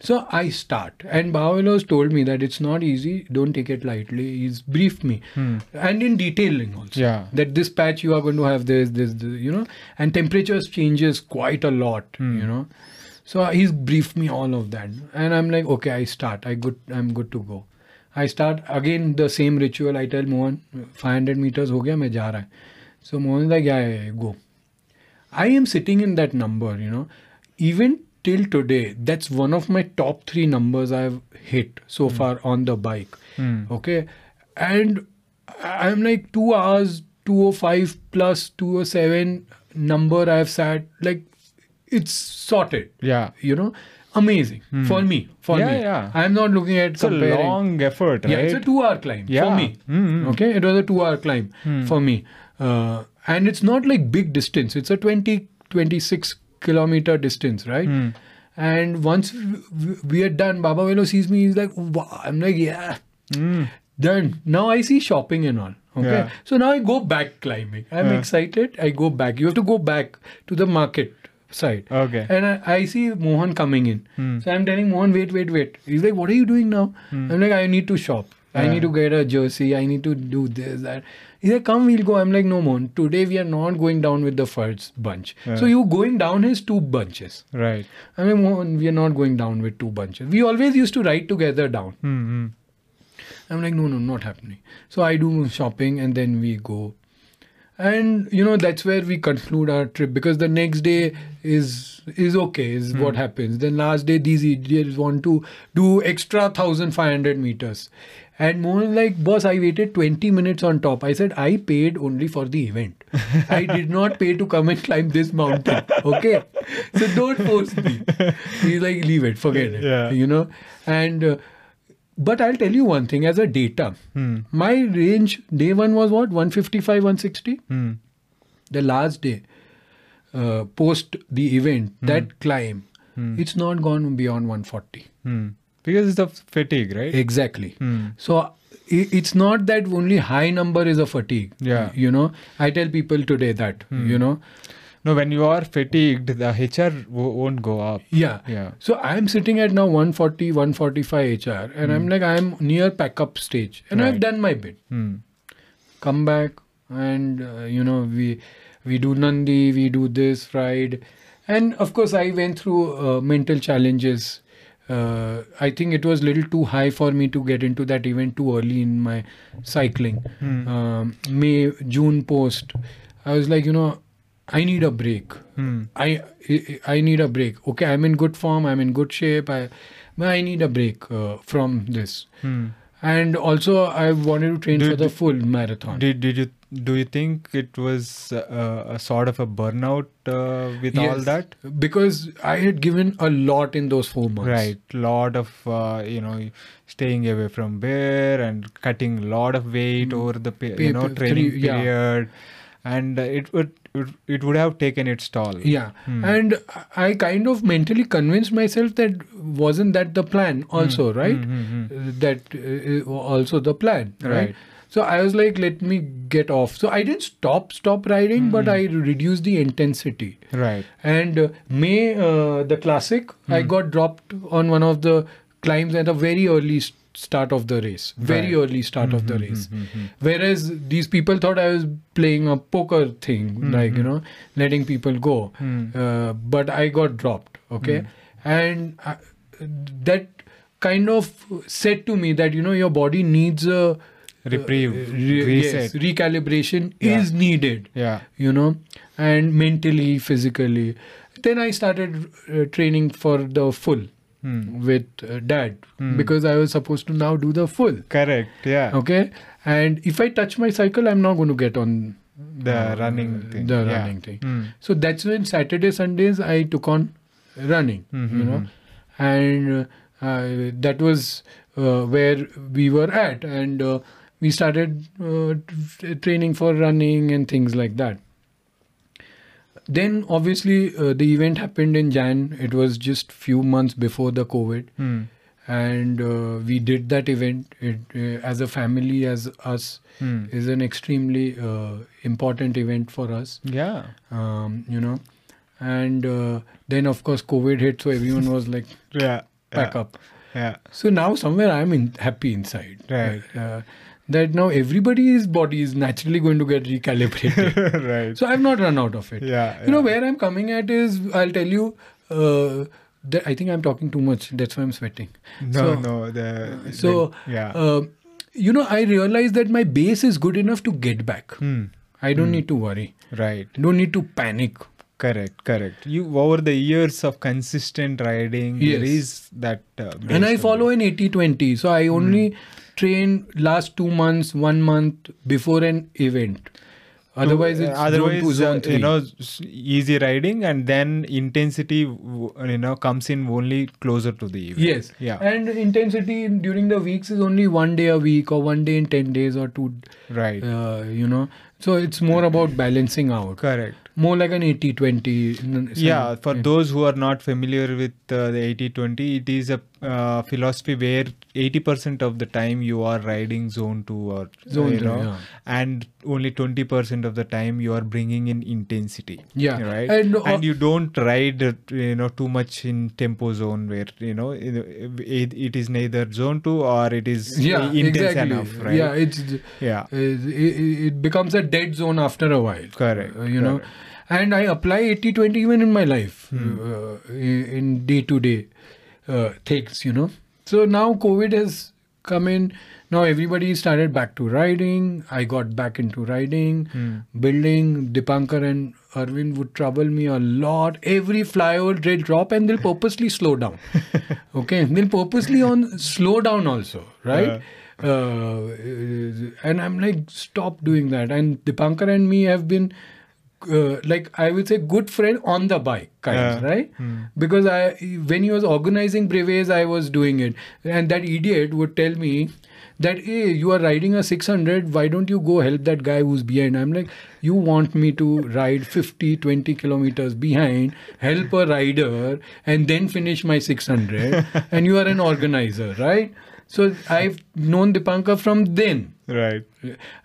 S1: so i start and Bavalos told me that it's not easy don't take it lightly he's briefed me and in detailing also
S2: Yeah.
S1: that this patch you are going to have this this, this you know and temperatures changes quite a lot you know so he's briefed me all of that and i'm like okay i start i good i'm good to go i start again the same ritual i tell mohan 500 meters ho gaya main ja raha hai so mohan's like yeah, yeah, yeah go I am sitting in that number, you know. Even till today, that's one of my top three numbers I've hit so
S2: Hmm.
S1: far on the bike. Okay. And I- I'm like two hours, 205 plus 207 number I've sat. Like it's sorted.
S2: Yeah. Hmm.
S1: You know, amazing for me. For
S2: Yeah,
S1: me.
S2: yeah.
S1: I'm not looking at
S2: It's
S1: comparing.
S2: a long effort, right?
S1: Yeah, it's a two-hour climb
S2: Yeah.
S1: for me.
S2: Mm, mm.
S1: Okay, it was a two-hour climb for me, uh, and it's not like big distance. It's a 20, 26 kilometer distance, right?
S2: Mm.
S1: And once w- w- we are done, Baba Velo sees me. He's like, "Wow!" I'm like, "Yeah,
S2: Hmm,
S1: done." Now I see shopping and all. Okay,
S2: Yeah.
S1: so now I go back climbing. I'm
S2: Yeah.
S1: excited. I go back. You have to go back to the market side.
S2: Okay. Hmm.
S1: And I, I see Mohan coming in. So I'm telling Mohan, wait, wait, wait. He's like, what are you doing now? I'm like, I need to shop. I need to get a jersey. I need to do this, that. He's like, come, we'll go. I'm like, no, Mohan. Today we are not going down with the first bunch. So you going down is two bunches.
S2: Right.
S1: I mean, Mohan, we are not going down with two bunches. We always used to ride together down.
S2: Mm-hmm.
S1: I'm like, no, no, not happening. So I do shopping and then we go. And you know that's where we conclude our trip because the next day is is okay is what happens. Then last day these idiots want to do extra thousand five hundred meters, and more like boss I waited twenty minutes on top. I said I paid only for the event. I did not pay to come and climb this mountain. Okay, so don't force me. He's like leave it, forget it.
S2: Yeah.
S1: You know, and uh, but I'll tell you one thing as a data.
S2: Hmm.
S1: My range day one was what? 155, 160?
S2: Hmm.
S1: The last day, uh, post the event,
S2: Hmm.
S1: that climb, it's not gone beyond 140.
S2: Mm. Because it's the fatigue, right?
S1: Exactly.
S2: Hmm.
S1: So i- it's not that only high number is a fatigue.
S2: Yeah. Hmm.
S1: You know, I tell people today that, you know,
S2: No, when you are fatigued, the HR wo- won't go up.
S1: Yeah.
S2: Yeah.
S1: So I'm sitting at now 140, 145 HR, and I'm like, I'm near pack up stage, and I've
S2: Hmm. Right.
S1: done my bit.
S2: Mm.
S1: Come back, and uh, you know, we we do Nandi, we do this ride, and of course, I went through uh, mental challenges. Uh, I think it was little too high for me to get into that event too early in my cycling. Um, May June post, I was like, you know, I need a break.
S2: hmm,
S1: I I- I need a break. Okay, I'm in good form. I'm in good shape. I but I need a break uh, from this.
S2: hmm.
S1: And also, I wanted to train
S2: Did-
S1: for the full marathon.
S2: Did did you do you think it was uh, a sort of a burnout uh, with all
S1: Yes,
S2: that?
S1: because I had given a lot in those four months.
S2: Right, lot of uh, you know staying away from beer and cutting lot of weight over the pe- you
S1: Mm. Pe-
S2: know
S1: pe-
S2: training
S1: three- yeah.
S2: period, and uh, it would it- it would have taken its toll.
S1: Yeah,
S2: Hmm.
S1: and I kind of mentally convinced myself that wasn't that the plan
S2: Hmm.
S1: also, right? That uh, also the plan, right?
S2: Right.
S1: So I was like, let me get off. So I didn't stop stop riding,
S2: Hmm,
S1: but I reduced the intensity.
S2: Right.
S1: And uh, May, uh, the classic,
S2: Hmm.
S1: I got dropped on one of the climbs at a very early s- start of the race. Very
S2: Right. Mm-hmm,
S1: early start of the race. Whereas these people thought I was playing a poker thing,
S2: Mm-hmm.
S1: like, you know, letting people go.
S2: Hmm.
S1: Uh, but I got dropped, okay? And I, that kind of said to me that, you know, your body needs a
S2: Reprieve,
S1: Uh, re- yes,
S2: reset.
S1: recalibration
S2: Yeah.
S1: is needed
S2: Yeah.
S1: you know and mentally physically then i started uh, training for the full
S2: Hmm.
S1: with uh, dad because i was supposed to now do the full
S2: Correct. Yeah.
S1: okay and if i touch my cycle i'm not going to get on
S2: The running thing.
S1: Uh, the
S2: yeah.
S1: running thing
S2: Mm.
S1: so that's when saturday sundays i took on running you know and uh, uh, that was uh, where we were at and uh, we started uh, t- training for running and things like that then obviously uh, the event happened in jan it was just few months before the covid
S2: Mm.
S1: and uh, we did that event it, uh, as a family as us
S2: Mm.
S1: is an extremely uh, important event for us
S2: Yeah.
S1: um, you know and uh, then of course covid hit so everyone was like
S2: Yeah.
S1: pack
S2: yeah.
S1: up
S2: Yeah.
S1: so now somewhere i'm in, happy inside
S2: Right.
S1: uh, that now everybody's body is naturally going to get recalibrated
S2: right.
S1: so i've not run out of it
S2: yeah.
S1: you know
S2: yeah.
S1: where i'm coming at is i'll tell you uh, that i think i'm talking too much that's why i'm sweating
S2: No,
S1: so-
S2: no. The,
S1: so
S2: the- yeah.
S1: uh, you know i realize that my base is good enough to get back
S2: Hmm.
S1: i don't need to worry
S2: Right.
S1: I don't need to panic
S2: Correct. Correct. You over the years of consistent riding, there
S1: Yes.
S2: is that. Uh,
S1: and i
S2: base
S1: follow an 80 20 so
S2: Hmm.
S1: i only train last two months one month before an event
S2: to-
S1: otherwise it's
S2: uh,
S1: zone
S2: otherwise
S1: two, zone
S2: uh,
S1: three.
S2: you know s- easy riding and then intensity w- you know comes in only closer to the event.
S1: yes
S2: Yeah.
S1: and intensity in- during the weeks is only one day a week or one day in 10 days or two
S2: right.
S1: uh, you know so it's more about balancing out
S2: Correct.
S1: more like an 80 20
S2: yeah for
S1: Hmm.
S2: those who are not familiar with uh, the 80 20 it is a uh, philosophy where 80% of the time you are riding zone 2 or uh,
S1: Zone
S2: you
S1: two,
S2: know,
S1: yeah.
S2: and only 20% of the time you are bringing in intensity
S1: Yeah.
S2: right
S1: And,
S2: and,
S1: uh,
S2: you don't ride uh, you know too much in tempo zone where you know it, it is neither zone 2 or it is
S1: yeah
S2: intense
S1: exactly
S2: enough right
S1: yeah it's
S2: yeah
S1: it, it it becomes a dead zone after a while
S2: Correct, Hmm.
S1: uh, you know and i apply 80 20 even in my life uh, i- in day to day uh, things you know so now covid has come in now everybody started back to riding i got back into riding
S2: Hmm.
S1: building dipankar and arvind would trouble me a lot every flyover they'll drop and they'll purposely slow down okay they'll purposely on slow down also right uh, and I'm like, stop doing that. And Dipankar and me have been, uh, like, I would say, good friend on the bike, kind of,
S2: Yeah.
S1: right? Because I, when he was organizing brevets, I was doing it, and that idiot would tell me that, hey, you are riding a 600. Why don't you go help that guy who's behind? I'm like, you want me to ride 50, 20 kilometers behind, help a rider, and then finish my 600, and you are an organizer, right? So I've known Dipankar from then.
S2: right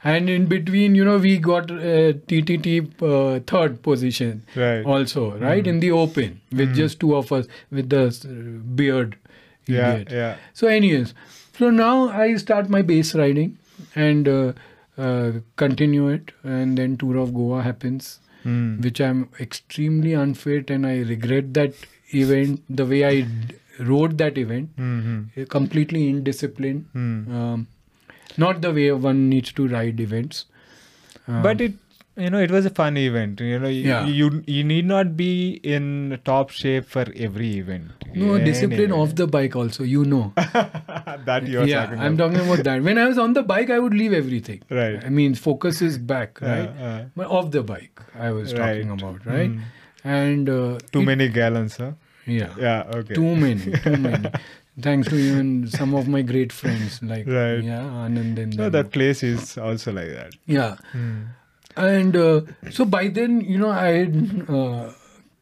S1: And in between, you know, we got uh, TTT uh, third position
S2: Right. Mm-hmm.
S1: also, right? In the open with just two of us with the s- beard.
S2: yeah
S1: idiot.
S2: yeah
S1: So, anyways, so now I start my base riding and uh, uh, continue it. And then Tour of Goa happens,
S2: Hmm.
S1: which I'm extremely unfit and I regret that event, the way I d- rode that event
S2: hmm
S1: completely indisciplined.
S2: Hmm.
S1: Um, not the way one needs to ride events. Um,
S2: but it you know it was a fun event you know you,
S1: Yeah.
S2: you you need not be in top shape for every event
S1: no discipline off the bike also, you know.
S2: that you are
S1: yeah,
S2: talking
S1: I'm
S2: about.
S1: talking about that. When I was on the bike, I would leave everything.
S2: Right.
S1: I mean, focus is back, right?
S2: Uh, uh,
S1: but off the bike, I was talking
S2: Right.
S1: about, right?
S2: Mm.
S1: And uh,
S2: too
S1: it-
S2: many gallons huh
S1: Yeah,
S2: yeah okay
S1: too many, too many. Thanks to even some of my great friends like
S2: Right.
S1: yeah, Anand and
S2: no
S1: them.
S2: that place is also like that Hmm.
S1: yeah. And uh, so by then, you know, I had uh,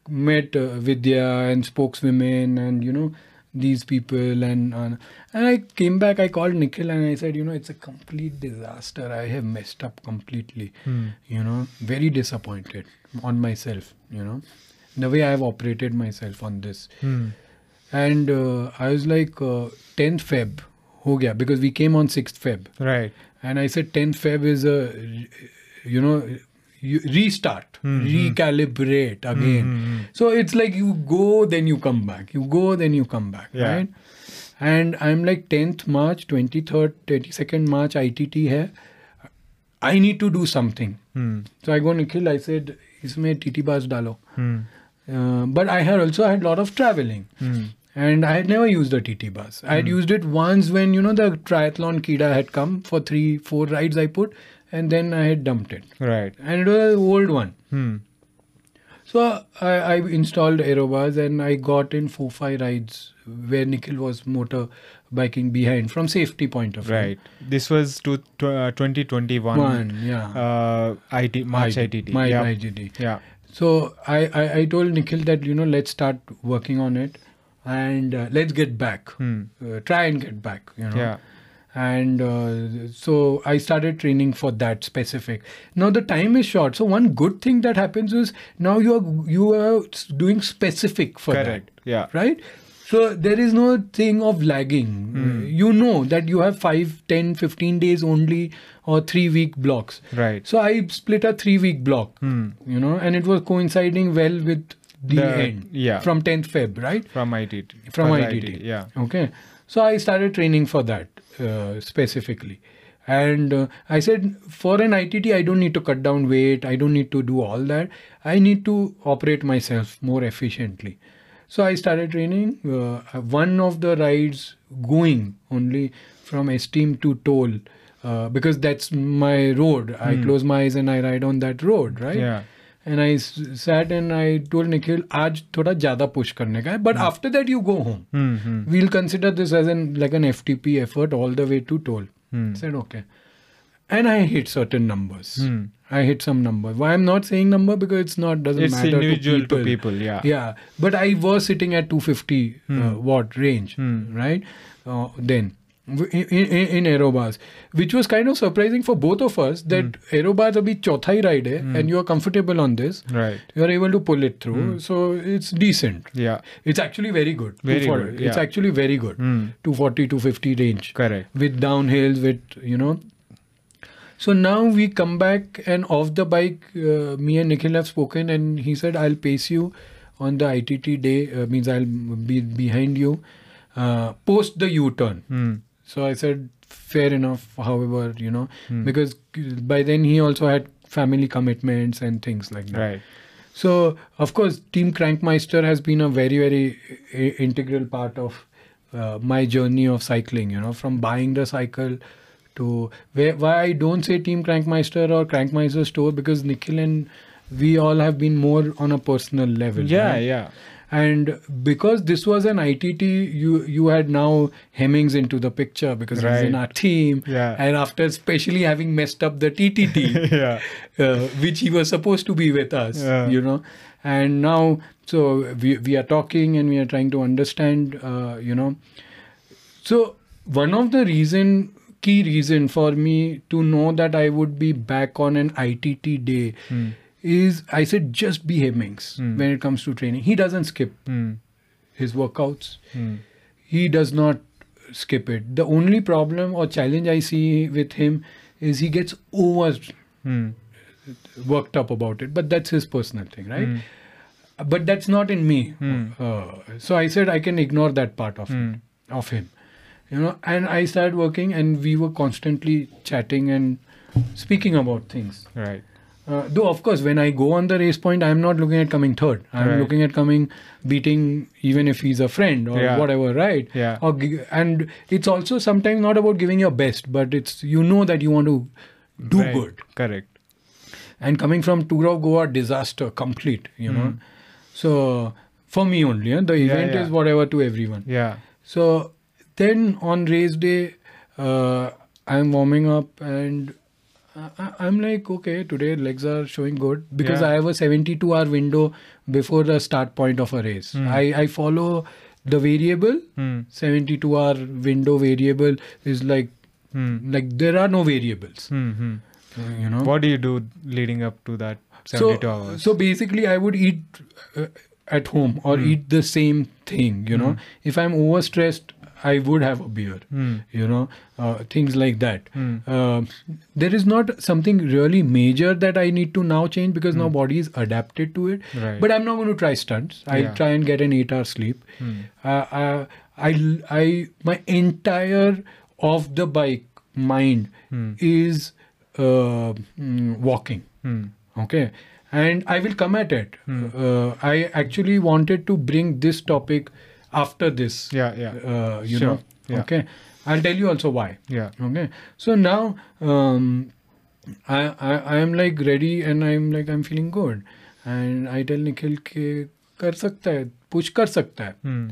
S1: met uh, Vidya and spokeswomen and, you know, these people. And, and and I came back, I called Nikhil and I said, you know, it's a complete disaster. I have messed up completely, you know, very disappointed on myself, you know, the way I have operated myself on this.
S2: Hmm.
S1: And uh, I was like, uh, 10th Feb, ho gaya, because we came on 6th Feb
S2: right
S1: and I said 10 Feb is a you know you restart, recalibrate again. So it's like you go, then you come back. You go, then you come back,
S2: Yeah.
S1: right? And I'm like 10th March, 23rd, 22nd March, ITT hai. I need to do something.
S2: Hmm.
S1: So I go Nikhil. I said, "Isme TT bars dalo."
S2: Hmm.
S1: Uh, but I had also had a lot of traveling.
S2: Hmm.
S1: And I had never used a TT bus. I had used it once when, you know, the triathlon Kida had come for three, four rides I put, and then I had dumped it.
S2: right
S1: And it was an old one.
S2: hmm.
S1: So uh, I, I installed Aerobars and I got in four, five rides where Nikhil was motor biking behind from safety point of view.
S2: right this was to, to, uh, 2021
S1: One, yeah.
S2: uh it march
S1: I-
S2: itt
S1: My
S2: yeah.
S1: ITT.
S2: yeah
S1: So I, I, I told Nikhil that, you know, let's start working on it and uh, let's get back.
S2: Hmm.
S1: Uh, try and get back, you know.
S2: yeah
S1: And uh, so I started training for that specific. Now the time is short. So one good thing that happens is now you are you are s- doing specific for
S2: correct yeah
S1: that, right? So there is no thing of lagging.
S2: Hmm.
S1: Uh, You know that you have 5, 10, 15 days only or 3 week blocks.
S2: right Hmm.
S1: So I split a three week block, you know, and it was coinciding well with the,
S2: The-
S1: end
S2: yeah.
S1: from 10th Feb, right?
S2: from ITT.
S1: From
S2: For
S1: ITT.
S2: Yeah.
S1: Okay. So I started training for that uh, specifically. And uh, I said, for an ITT, I don't need to cut down weight. I don't need to do all that. I need to operate myself more efficiently. So I started training. Uh, one of the rides going only from Esteem to Toll uh, because that's my road. I close my eyes and I ride on that road, right?
S2: Hmm. Yeah.
S1: And I s- sat and I told Nikhil, आज थोड़ा ज़्यादा push करने का है. But after that you go home.
S2: Mm-hmm. Hmm.
S1: We'll consider this as an like an FTP effort all the way to toll. Said okay. and I hit certain numbers.
S2: Hmm.
S1: I hit some number. Why I'm not saying number because it's not doesn't
S2: It's
S1: matter
S2: individual
S1: to people.
S2: to people. Yeah. Hmm.
S1: Yeah, but I was sitting at 250 uh, watt range, right? Uh, then w- in, in, in aero bars, which was kind of surprising for both of us that
S2: Hmm.
S1: aero bars abhi chothai ride hai, and you are comfortable on this.
S2: Right. Hmm.
S1: You are able to pull it through, so it's decent.
S2: Yeah.
S1: It's actually very good.
S2: Very
S1: 240
S2: good,
S1: It's
S2: yeah. Hmm.
S1: actually very good. 240, 250 range
S2: Correct.
S1: with downhills, with you know. So now we come back and off the bike, uh, me and Nikhil have spoken, and he said, "I'll pace you on the ITT day. Uh, means I'll be behind you, uh, post the U-turn."
S2: Hmm.
S1: So I said, "Fair enough." However, you know,
S2: Hmm.
S1: because by then he also had family commitments and things like that.
S2: Right.
S1: So, of course, Team Crankmeister has been a very, very i- integral part of uh, my journey of cycling, you know, from buying the cycle to where, why I don't say Team Crankmeister or Crankmeister store because Nikhil and we all have been more on a personal level.
S2: Yeah.
S1: right?
S2: Yeah.
S1: And because this was an ITT, you you had now Hemmings into the picture because he's in
S2: Right.
S1: our team.
S2: Yeah.
S1: And after especially having messed up the TTT,
S2: yeah.
S1: uh, which he was supposed to be with us,
S2: Yeah.
S1: you know. And now, so we, we are talking and we are trying to understand, uh, you know. So one of the reason, key reason for me to know that I would be back on an ITT day is I said just be Hemmings when it comes to training. He doesn't skip
S2: Hmm.
S1: his workouts.
S2: Hmm.
S1: He does not skip it. The only problem or challenge I see with him is he gets over
S2: Hmm.
S1: worked up about it but that's his personal thing right
S2: Hmm.
S1: but that's not in me uh, so i said i can ignore that part of
S2: Hmm.
S1: it, of him you know and i started working and we were constantly chatting and speaking about things
S2: Right.
S1: uh, though of course when i go on the race point i'm not looking at coming third i'm
S2: Right.
S1: looking at coming beating even if he's a friend or
S2: Yeah.
S1: whatever right
S2: Yeah.
S1: or, gi- and it's also sometimes not about giving your best but it's you know that you want to do
S2: Right.
S1: good
S2: Correct.
S1: and coming from tour of goa disaster complete you know so for me only eh, the event
S2: Mm-hmm. yeah.
S1: is whatever to everyone
S2: Yeah.
S1: so then on race day uh, i'm warming up and I- I- I'm like, okay, today legs are showing good because I
S2: Yeah.
S1: have a 72 hour window before the start point of a race. I, I follow the variable,
S2: Hmm.
S1: 72 hour window variable is like,
S2: Hmm.
S1: like there are no variables,
S2: Hmm. Hmm.
S1: you know.
S2: What do you do leading up to that
S1: so,
S2: 72 hours?
S1: So basically, I would eat uh, at home or
S2: Hmm.
S1: eat the same thing. You know, if I'm overstressed, I would have a beer.
S2: Hmm.
S1: You know, uh, things like that. Um, there is not something really major that I need to now change because now body is adapted to it.
S2: Hmm. Right.
S1: But I'm not going to try stunts. I'll
S2: Yeah. Hmm.
S1: try and get an eight-hour sleep. Uh, uh, I, I, my entire off the bike mind is uh, mm, walking
S2: Hmm.
S1: okay and i will come at it uh, i actually wanted to bring this topic after this
S2: Yeah. Yeah.
S1: uh, you
S2: Sure.
S1: know
S2: Yeah.
S1: okay i'll tell you also why
S2: Yeah.
S1: okay so now um, I, I i am like ready and i'm like i'm feeling good and i tell nikhil ke kar sakta hai push kar sakta hai
S2: Hmm.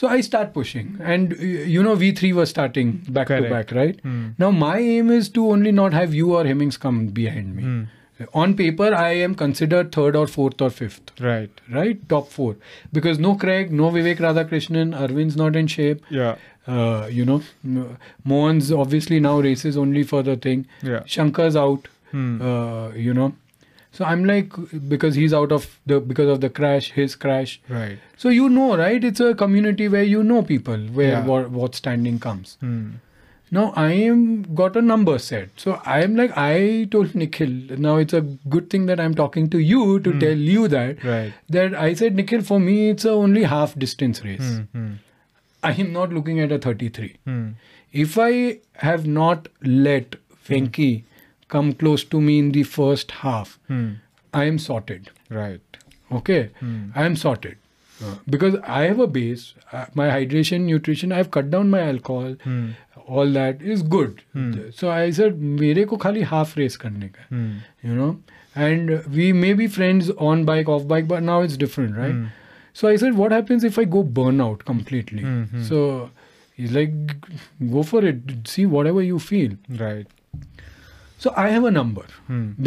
S1: so i start pushing and uh, you know we three were starting back
S2: Correct.
S1: to back right
S2: Hmm.
S1: now my aim is to only not have you or hemmings come behind me
S2: Hmm.
S1: on paper i am considered third or fourth or fifth
S2: Right.
S1: right top four because no craig no vivek radhakrishnan arvind's not in shape
S2: Yeah.
S1: uh, you know M- mohan's obviously now races only for the thing
S2: Yeah.
S1: shankar's out
S2: Hmm.
S1: uh, you know so i'm like because he's out of the because of the crash his crash
S2: Right.
S1: so you know right it's a community where you know people where
S2: Yeah.
S1: what, what standing comes
S2: Hmm.
S1: now I am got a number set. So I am like I told Nikhil. Now it's a good thing that I'm talking to you to tell you that
S2: Hmm. Right.
S1: that I said Nikhil for me it's a only half distance race.
S2: Hmm. Hmm.
S1: I am not looking at a 33.
S2: Hmm.
S1: If I have not let Venki come close to me in the first half,
S2: Hmm.
S1: I am sorted.
S2: Right.
S1: Okay,
S2: Hmm.
S1: I am sorted. Because I have a base, uh, my hydration, nutrition, I've cut down my alcohol,
S2: Hmm.
S1: all that is good. So I said, मेरे को खाली half race करने का है."
S2: Hmm.
S1: you know and we may be friends on bike off bike but now it's different right
S2: Hmm.
S1: so i said what happens if i go burn out completely
S2: Mhm.
S1: so he's like go for it see whatever you feel
S2: Right.
S1: So I have a number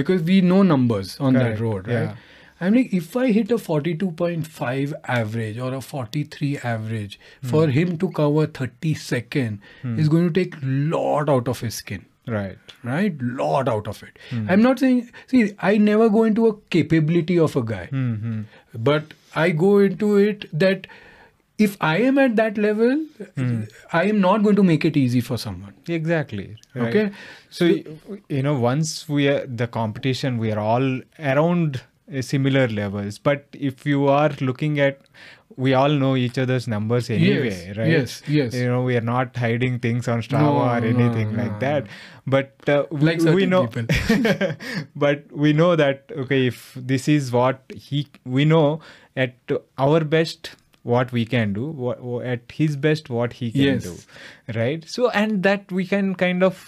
S1: because we know numbers on
S2: Hmm. Correct,
S1: that road, right?
S2: yeah.
S1: I'm like, if I hit a 42.5 average or a 43 average,
S2: Hmm.
S1: for him to cover 30 second is going to take lot out of his skin
S2: Right.
S1: right lot out of it
S2: Hmm.
S1: i'm not saying see i never go into a capability of a guy
S2: Hmm,
S1: but i go into it that if i am at that level
S2: Hmm.
S1: i am not going to make it easy for someone
S2: Exactly. right.
S1: okay
S2: So y- you know, once we are the competition, we are all around uh, similar levels. But if you are looking at, we all know each other's numbers anyway, right?
S1: yes, yes.
S2: You know, we are not hiding things on Strava
S1: No,
S2: or
S1: no,
S2: anything
S1: no,
S2: like
S1: no.
S2: that. But uh, w-
S1: Like
S2: we
S1: certain
S2: know,
S1: people.
S2: but we know that okay, if this is what he, we know at our best what we can do what, at his best what he can
S1: Yes.
S2: do right so and that we can kind of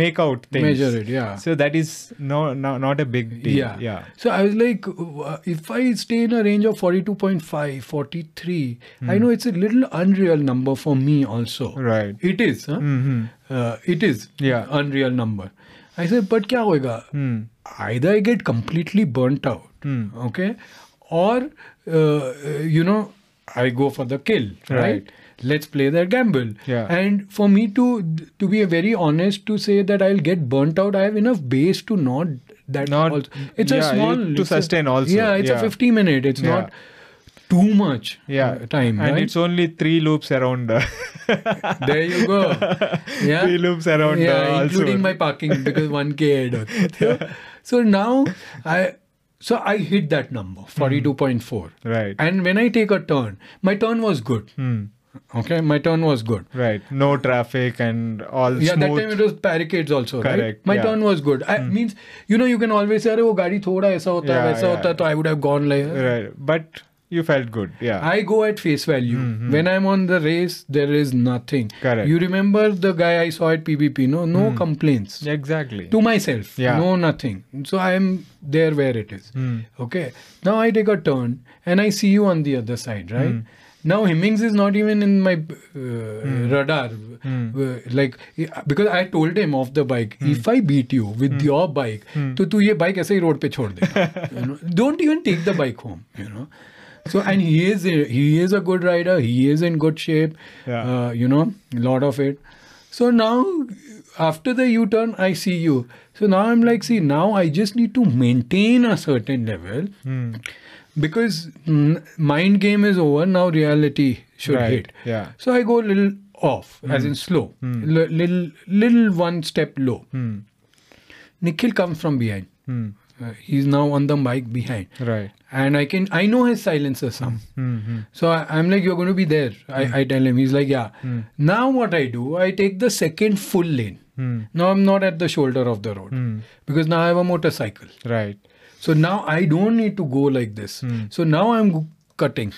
S2: make out things
S1: Measure it, yeah.
S2: so that is no, no not a big deal
S1: yeah
S2: yeah
S1: so i was like w- if i stay in a range of 42.5 43 i know it's a little unreal number for me also
S2: Hmm. right Mm-hmm.
S1: it is huh? uh, it is
S2: Yeah. Hmm.
S1: unreal number i said but kya hoega either i get completely burnt out okay or uh, you know i go for the kill right,
S2: Right.
S1: let's play that gamble
S2: Yeah.
S1: and for me to to be very honest to say that i'll get burnt out i have enough base to not that
S2: Not-
S1: also. it's a
S2: yeah,
S1: small
S2: you- to
S1: it's a-
S2: sustain also.
S1: yeah it's
S2: Yeah.
S1: a 50 minute it's
S2: Yeah.
S1: not too much
S2: yeah
S1: uh, time
S2: and
S1: right?
S2: it's only three loops around the
S1: there you go yeah
S2: three loops around the
S1: yeah,
S2: also.
S1: including my parking because 1k add on. So, so now I so I hit that number 42.4.
S2: Hmm. right Hmm.
S1: And when I take a turn, my turn was good. Okay, my turn was good.
S2: right no traffic and all
S1: Yeah,
S2: smooth
S1: that time it was barricades also, right?
S2: Correct,
S1: My
S2: yeah. Hmm.
S1: turn was good. I, Means, you know, you can always say, "अरे वो गाड़ी थोड़ा ऐसा होता
S2: Yeah,
S1: वैसा
S2: yeah.
S1: होता तो I would have gone like
S2: right but you felt good yeah Mm-hmm.
S1: I go at face value. When I'm on the race, there is nothing.
S2: Correct. Hmm.
S1: You remember the guy I saw at PBP? No, no complaints.
S2: exactly
S1: to myself
S2: Yeah. Hmm.
S1: no nothing so i am there where it is okay now i take a turn and i see you on the other side right
S2: Hmm.
S1: now hemmings is not even in my uh, radar
S2: Hmm.
S1: Uh, like because i told him off the bike if i beat you with
S2: Hmm.
S1: your bike to tu ye bike aise hi road pe chhod de you know? don't even take the bike home you know so and he is a, he is a good rider he is in good shape
S2: Yeah.
S1: uh, you know lot of it so now, after the U turn, I see you. So now I'm like, see, now I just need to maintain a certain level
S2: Hmm.
S1: because mm, mind game is over. Now reality should
S2: Right,
S1: hit.
S2: yeah. Hmm.
S1: So I go a little off, as in slow, li- little little one step low.
S2: Hmm.
S1: Nikhil comes from behind. Uh, he's now on the mic behind.
S2: right
S1: And I can I know his silencer some.
S2: Mm-hmm.
S1: So I, I'm like, you're going to be there.
S2: Mm.
S1: I, I tell him. He's like, yeah. Now what I do, I take the second full lane.
S2: Mm.
S1: Now I'm not at the shoulder of the road because now I have a motorcycle.
S2: right
S1: So now I don't need to go like this.
S2: Mm.
S1: So now I'm g- cutting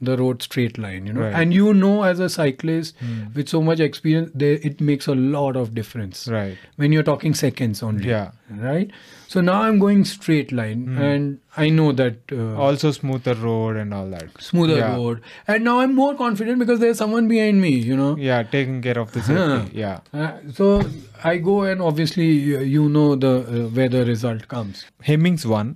S1: the road straight line, you know.
S2: Right. Mm.
S1: And you know, as a cyclist with so much experience, there it makes a lot of difference
S2: right
S1: when you're talking seconds only.
S2: Yeah. Mm.
S1: Right. So now I'm going straight line, and I know that. Uh,
S2: also smoother road and all that
S1: smoother
S2: yeah.
S1: road and now i'm more confident because there's someone behind me you know
S2: yeah taking care of the safety
S1: Huh.
S2: yeah
S1: Uh, so i go and obviously you, you know the uh, where the result comes
S2: Hemmings won.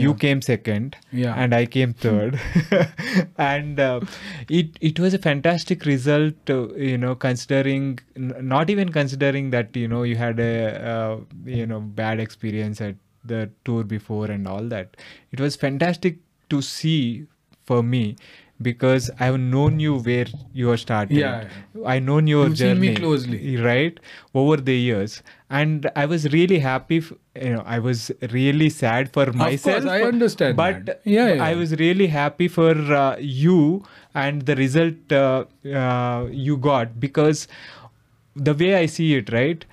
S2: You came second,
S1: Yeah.
S2: and I came third, and uh, it it was a fantastic result. Uh, you know, considering n- not even considering that you know you had a uh, you know bad experience at the tour before and all that. It was fantastic to see for me because I have known you where you are starting.
S1: Yeah,
S2: I known your
S1: You've seen
S2: journey
S1: me closely.
S2: right over the years and i was really happy f- you know i was really sad for myself
S1: I understand
S2: but
S1: that. Yeah, yeah.
S2: i was really happy for uh, you and the result uh, uh, you got because the way i see it right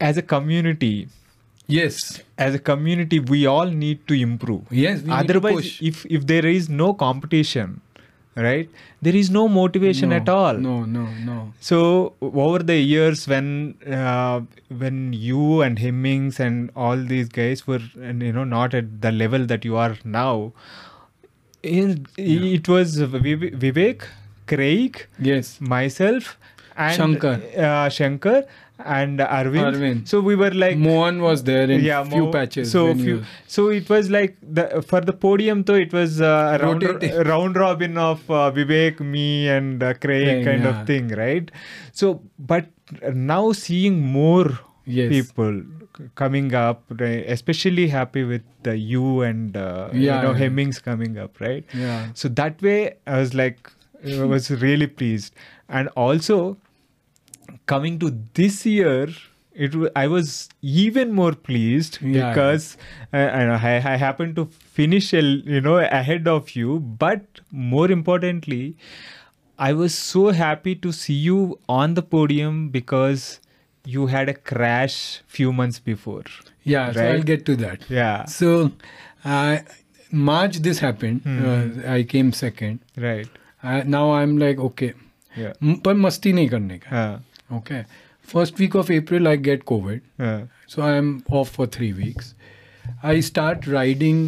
S2: as a community
S1: yes
S2: as a community we all need to improve
S1: Yes, we need to
S2: otherwise
S1: push.
S2: if if there is no competition right there is no motivation
S1: no,
S2: at all
S1: no no no
S2: so over the years, when uh, when you and Hemmings and all these guys were, and, you know, not at the level that you are now, it, it was Vive- Vivek, Craig,
S1: yes
S2: myself, and
S1: Shankar.
S2: uh, Shankar, and Arvind.
S1: Arvind.
S2: So we were like
S1: Mohan was there in
S2: yeah,
S1: few
S2: more-
S1: patches.
S2: So
S1: when
S2: few,
S1: you-
S2: so it was like the for the podium though it was uh, a round
S1: Rotating.
S2: round robin of uh, Vivek, me, and uh, Craig
S1: Craig,
S2: kind
S1: yeah.
S2: of thing, right? So but now seeing more
S1: Yes.
S2: people c- coming up, right? especially happy with uh, you and uh,
S1: Yeah,
S2: you know
S1: yeah.
S2: Hemmings coming up, right?
S1: Yeah.
S2: So that way I was like I was really pleased, and also coming to this year it wa- i was even more pleased
S1: Yeah.
S2: because uh, I, know, I, I happened to finish a l- you know ahead of you but more importantly i was so happy to see you on the podium because you had a crash few months before
S1: Yeah, so I'll
S2: Right.
S1: get to that.
S2: yeah
S1: So, uh, March this happened.
S2: Hmm.
S1: Uh, I came second.
S2: right
S1: Uh, now I'm like, okay,
S2: yeah
S1: म- पर मस्ती नहीं करने का
S2: uh,
S1: okay first week of april i get covid
S2: uh,
S1: so i am off for three weeks i start riding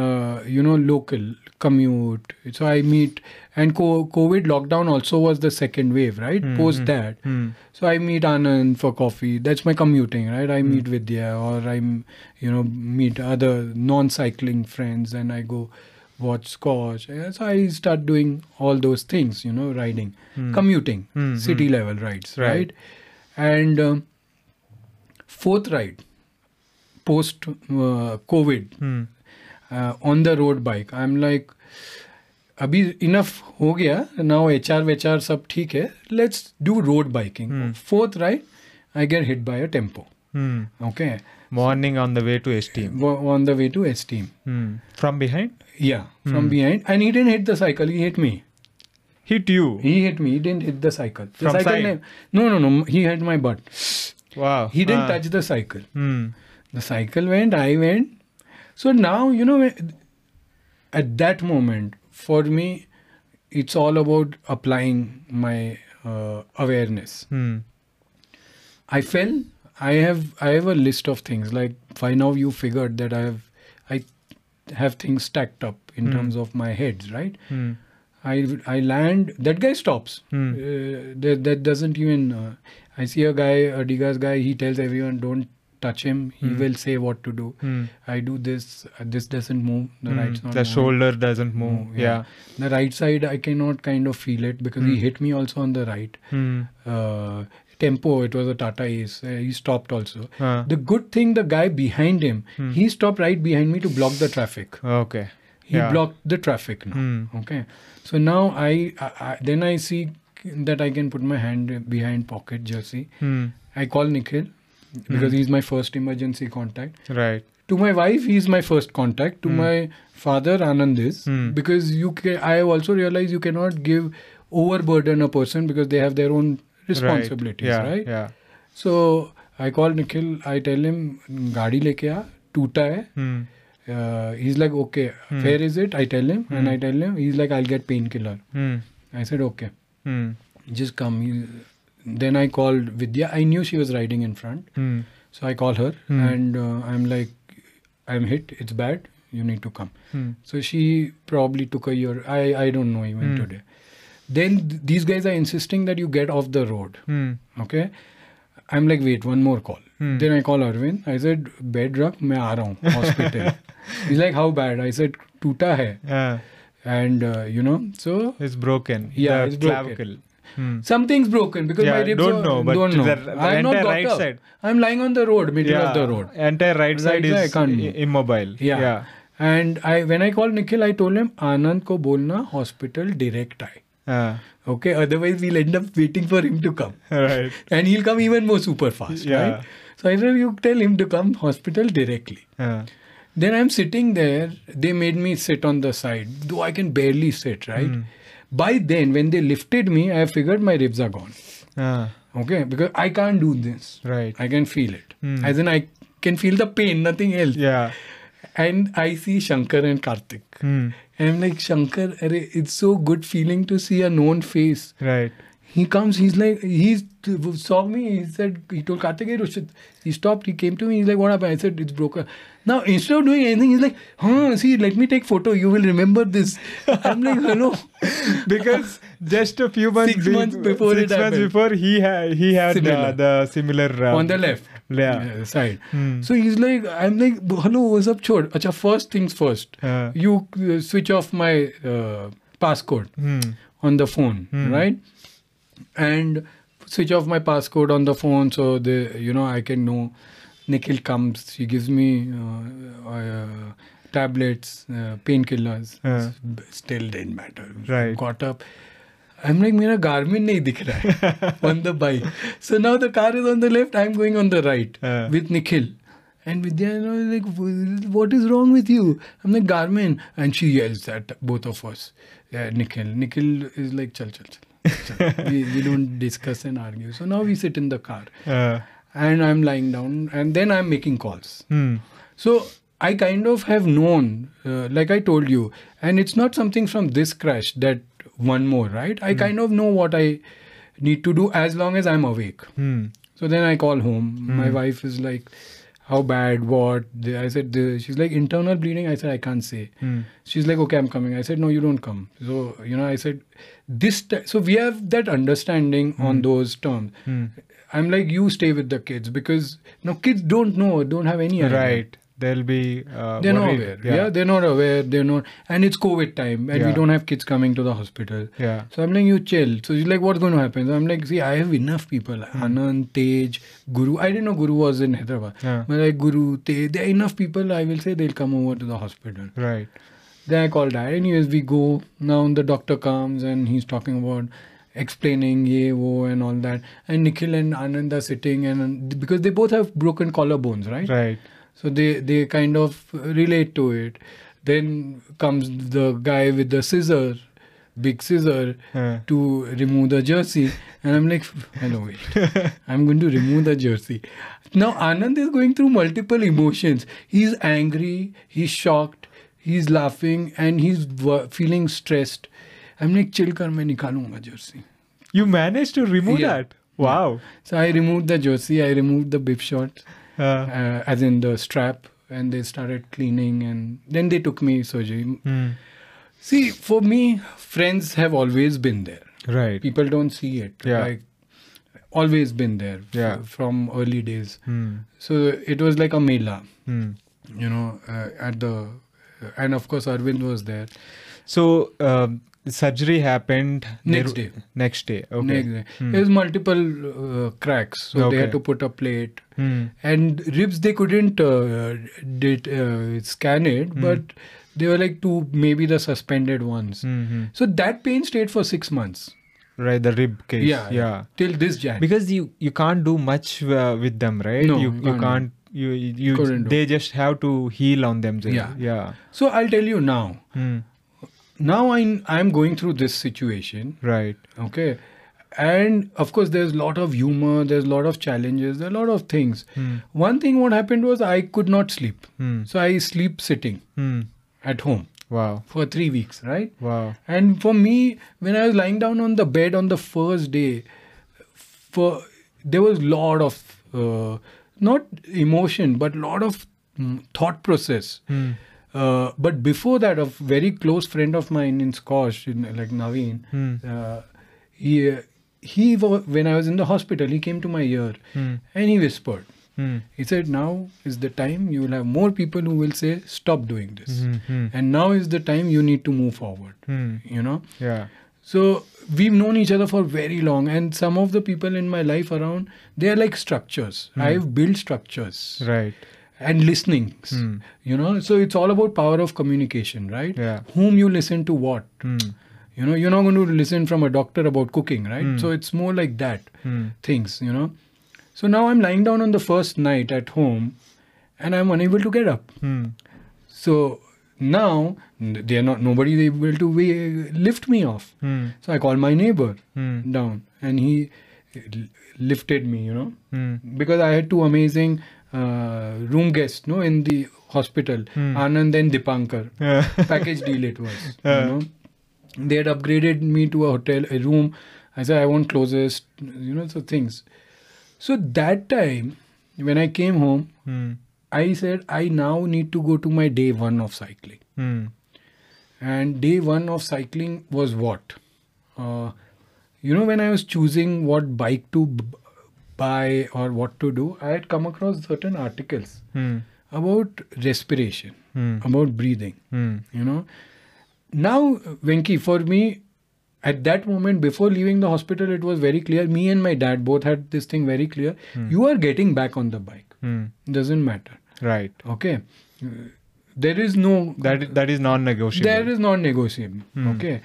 S1: uh, you know local commute so i meet and co- covid lockdown also was the second wave right
S2: Hmm,
S1: post that so i meet anand for coffee that's my commuting right i
S2: Hmm.
S1: meet vidya or i you know meet other non-cycling friends and i go watch scotch Yeah, so i start doing all those things you know riding commuting
S2: Hmm,
S1: city level rides right,
S2: Right.
S1: and um, fourth ride post uh, covid
S2: hmm,
S1: uh, on the road bike i'm like अभी enough हो गया now H R vetch are सब ठीक है let's do road biking fourth right I get hit by a tempo
S2: hmm.
S1: Okay
S2: morning on the way to htm
S1: on the way to S team
S2: hmm. from behind
S1: या
S2: Hmm.
S1: From behind and he didn't hit the cycle he hit me
S2: hit you
S1: he hit me he didn't hit the cycle the
S2: From
S1: cycle
S2: side?
S1: ने no no no he hit my but
S2: wow
S1: he didn't
S2: Ah.
S1: touch the cycle
S2: hmm.
S1: the cycle went i went so now you know at that moment for me it's all about applying my uh, awareness
S2: Hmm.
S1: i fell i have i have a list of things like by now you figured that i have i have things stacked up in
S2: Hmm.
S1: terms of my heads right
S2: Hmm.
S1: I I land. That guy stops.
S2: Hmm.
S1: Uh, that that doesn't even. Uh, I see a guy, a Digas guy. He tells everyone, "Don't touch him. He
S2: Hmm.
S1: will say what to do."
S2: Hmm.
S1: I do this. Uh, this doesn't move. The
S2: Mm,
S1: right's not.
S2: the
S1: moving.
S2: shoulder doesn't move
S1: Move,
S2: yeah,
S1: The right side, I cannot kind of feel it because he
S2: Hmm.
S1: hit me also on the right.
S2: Mm.
S1: Uh, tempo. It was a Tata Ace. Uh, he stopped also.
S2: Huh.
S1: The good thing, the guy behind him,
S2: Hmm.
S1: he stopped right behind me to block the traffic.
S2: okay
S1: He
S2: Yeah.
S1: blocked the traffic now
S2: mm.
S1: okay so now I, I, I then i see that i can put my hand behind pocket jersey
S2: Mm.
S1: i call nikhil
S2: Hmm.
S1: because he's my first emergency contact
S2: right
S1: to my wife he's my first contact to
S2: Hmm.
S1: my father anand is
S2: Hmm.
S1: because you ca i also realize you cannot give overburden a person because they have their own responsibilities
S2: right
S1: right,
S2: yeah, yeah
S1: so i call nikhil i tell him गाड़ी लेके आ टूटा है
S2: mm.
S1: uh, he's like okay
S2: Hmm.
S1: where is it i tell him and
S2: Hmm.
S1: i tell him he's like i'll get painkiller
S2: Mm.
S1: I said, okay,
S2: Mm.
S1: just come. You- Then I called Vidya. I knew she was riding in front.
S2: Mm.
S1: So I call her
S2: Hmm.
S1: and uh, I'm like, I'm hit. It's bad. You need to come.
S2: Mm.
S1: So she probably took a year. I, I don't know even
S2: Hmm.
S1: today. Then th- these guys are insisting that you get off the road.
S2: Mm.
S1: Okay. I'm like, wait, one more call.
S2: Hmm.
S1: Then I call Arvind. I said, bed rug, मैं आ रहा हूँ hospital. He's like, how bad? I said, टूटा है.
S2: Yeah.
S1: And, uh, you know, so
S2: it's broken
S1: Yeah,
S2: the
S1: it's broken.
S2: clavicle Mm.
S1: Something's broken because
S2: Yeah,
S1: my ribs
S2: don't
S1: are-
S2: know, but
S1: don't know.
S2: the- the
S1: I'm not got
S2: entire right
S1: up.
S2: side.
S1: I'm lying on the road, middle
S2: yeah.
S1: of the road.
S2: entire right
S1: Right
S2: side
S1: side, I
S2: is i-
S1: can't move.
S2: immobile
S1: Yeah.
S2: yeah
S1: And I when I called Nikhil, I told him Anand ko bolna hospital direct eye.
S2: Ah,
S1: Okay, otherwise we'll end up waiting for him to come,
S2: right
S1: and he'll come even more super fast.
S2: Yeah.
S1: Right? So I said, you tell him to come hospital directly.
S2: Ah.
S1: Then I'm sitting there. They made me sit on the side, though I can barely sit. Right.
S2: Hmm.
S1: By then, when they lifted me, I figured my ribs are gone.
S2: Ah.
S1: Okay, because I can't do this.
S2: right
S1: I can feel it.
S2: Hmm.
S1: As in, I can feel the pain, nothing else.
S2: yeah
S1: And I see Shankar and Karthik.
S2: mm.
S1: And I'm like, Shankar, arre, it's so good feeling to see a known face.
S2: right
S1: He comes, he's like, he saw me, he said, he told Kartik, "Hey, Roshit, he stopped, he came to me, he's like, what happened? I said, it's broken. Now, instead of doing anything, he's like, huh, see, let me take photo, you will remember this. I'm like, hello.
S2: because just a few months,
S1: Six months before it
S2: six months
S1: happened.
S2: before he had he had
S1: Similar.
S2: the, the similar uh,
S1: on the left
S2: yeah Hmm.
S1: uh, side. So he's like, I'm like, hello, what's up, chod? Acha, first things first,
S2: Uh.
S1: you uh, switch off my uh, passcode
S2: Hmm.
S1: on the phone, right? And switch off my passcode on the phone so the you know I can know. Nikhil comes, she gives me uh, uh, tablets, uh, painkillers.
S2: Uh.
S1: Still didn't matter.
S2: Right.
S1: Caught up. I'm like, मेरा garment नहीं दिख रहा है on the bike. So now the car is on the left, I'm going on the right
S2: Yeah.
S1: with Nikhil. And Vidya, you know, like, "Wh- what is wrong with you? I'm like, Garmin. And she yells at both of us. Yeah, Nikhil. Nikhil is like, chal, chal, chal. chal." we, we don't discuss and argue. So now we sit in the car.
S2: uh,
S1: And I'm lying down. And then I'm making calls.
S2: hmm.
S1: So I kind of have known, uh, like I told you, and it's not something from this crash that one more, right?
S2: Hmm.
S1: I kind of know what I need to do as long as I'm awake.
S2: Hmm.
S1: So then I call home. My wife is like, how bad? What? The- I said, the- she's like, internal bleeding. I said, I can't say.
S2: Hmm.
S1: She's like, okay, I'm coming. I said, no, you don't come. So, you know, I said, this. T-. So we have that understanding on those terms.
S2: Hmm.
S1: I'm like, you stay with the kids because now kids don't know, don't have any idea
S2: right they'll be uh,
S1: they're not
S2: worried.
S1: aware. Yeah.
S2: yeah
S1: they're not aware. They're not, and it's COVID time, and we
S2: Yeah.
S1: don't have kids coming to the hospital.
S2: yeah
S1: So I'm like, you chill. So she's like, what's going to happen? So I'm like, see, I have enough people.
S2: Hmm.
S1: Anand, Tej, Guru. I didn't know Guru was in Hyderabad.
S2: Yeah.
S1: I'm like, Guru, Tej, there are enough people. I will say they'll come over to the hospital.
S2: right
S1: Then I call dad. Anyways, we go. Now the doctor comes and he's talking about explaining ye wo and all that. And Nikhil and Anand are sitting and because they both have broken collarbones, right?
S2: right
S1: so they they kind of relate to it then comes the guy with the scissor big scissor
S2: Uh,
S1: to remove the jersey and i'm like hello wait i'm going to remove the jersey now anand is going through multiple emotions he's angry he's shocked he's laughing and he's wo- feeling stressed i'm like chill kar main nikalunga jersey
S2: you managed to remove
S1: Yeah.
S2: that wow
S1: so i removed the jersey i removed the bib shot
S2: uh,
S1: uh, as in the strap and they started cleaning and then they took me surgery
S2: hmm.
S1: see for me friends have always been there
S2: right
S1: people don't see it
S2: Yeah.
S1: like always been there f-
S2: Yeah.
S1: from early days
S2: hmm.
S1: so it was like a mela
S2: Hmm.
S1: you know uh, at the and of course arvind was there
S2: so um, surgery happened
S1: Next
S2: there-
S1: day.
S2: next day okay
S1: Next day.
S2: Hmm.
S1: there was multiple uh, cracks so they
S2: Okay.
S1: had to put a plate
S2: Hmm.
S1: and ribs they couldn't uh, did, uh, scan it
S2: Hmm.
S1: but they were like two maybe the suspended ones
S2: Hmm, hmm.
S1: so that pain stayed for six months
S2: right the rib case
S1: yeah
S2: yeah.
S1: till this jan
S2: because you you can't do much uh, with them right
S1: No,
S2: you
S1: you
S2: you
S1: can't do.
S2: can't you you
S1: Couldn't do.
S2: they just have to heal on themselves
S1: Yeah.
S2: yeah
S1: so i'll tell you now
S2: Hmm.
S1: now I'm, I'm going through this situation
S2: right
S1: okay and of course there's a lot of humor there's a lot of challenges there are a lot of things
S2: Hmm.
S1: one thing what happened was i could not sleep
S2: Hmm.
S1: so i sleep sitting
S2: Hmm.
S1: at home
S2: wow
S1: for three weeks right
S2: wow
S1: And for me, when I was lying down on the bed on the first day, for there was lot of uh, not emotion, but lot of mm, thought process.
S2: Hmm.
S1: Uh, but before that, a very close friend of mine in Scotch, in, like Naveen,
S2: Hmm.
S1: uh, he uh, he wa- when I was in the hospital, he came to my ear
S2: Hmm.
S1: and he whispered.
S2: Hmm.
S1: He said, "Now is the time you will have more people who will say stop doing this,
S2: Hmm, hmm.
S1: and now is the time you need to move forward."
S2: Hmm.
S1: you know
S2: yeah
S1: so we've known each other for very long and some of the people in my life around they're like structures i've built structures
S2: Hmm. right
S1: and listenings
S2: Hmm.
S1: you know so it's all about power of communication right
S2: Yeah.
S1: whom you listen to what
S2: Hmm.
S1: you know you're not going to listen from a doctor about cooking right
S2: Hmm.
S1: so it's more like that
S2: Hmm.
S1: things you know so now i'm lying down on the first night at home and i'm unable to get up
S2: Hmm.
S1: so now n- they're not nobody able to wa- lift me off
S2: Hmm.
S1: so I called my neighbor
S2: Hmm.
S1: down, and he l- lifted me, you know,
S2: Hmm.
S1: because I had two amazing uh, room guests, no, in the hospital,
S2: Hmm.
S1: Anand and Dipankar.
S2: Yeah.
S1: Package deal it was,
S2: Yeah.
S1: you know. They had upgraded me to a hotel, a room I said, I want closest, you know, so things. So that time, when I came home,
S2: Hmm.
S1: I said, I now need to go to my day one of cycling.
S2: Hmm.
S1: And day one of cycling was what? Uh, you know, when I was choosing what bike to b- buy or what to do, I had come across certain articles
S2: Hmm.
S1: about respiration,
S2: Hmm.
S1: about breathing.
S2: Hmm.
S1: You know, now, Venki, for me, at that moment, before leaving the hospital, it was very clear. Me and my dad both had this thing very clear. You are getting back on the bike.
S2: Hmm.
S1: Doesn't matter.
S2: Right.
S1: Okay. Uh, There is no.
S2: That that is non-negotiable.
S1: There is non-negotiable. Okay.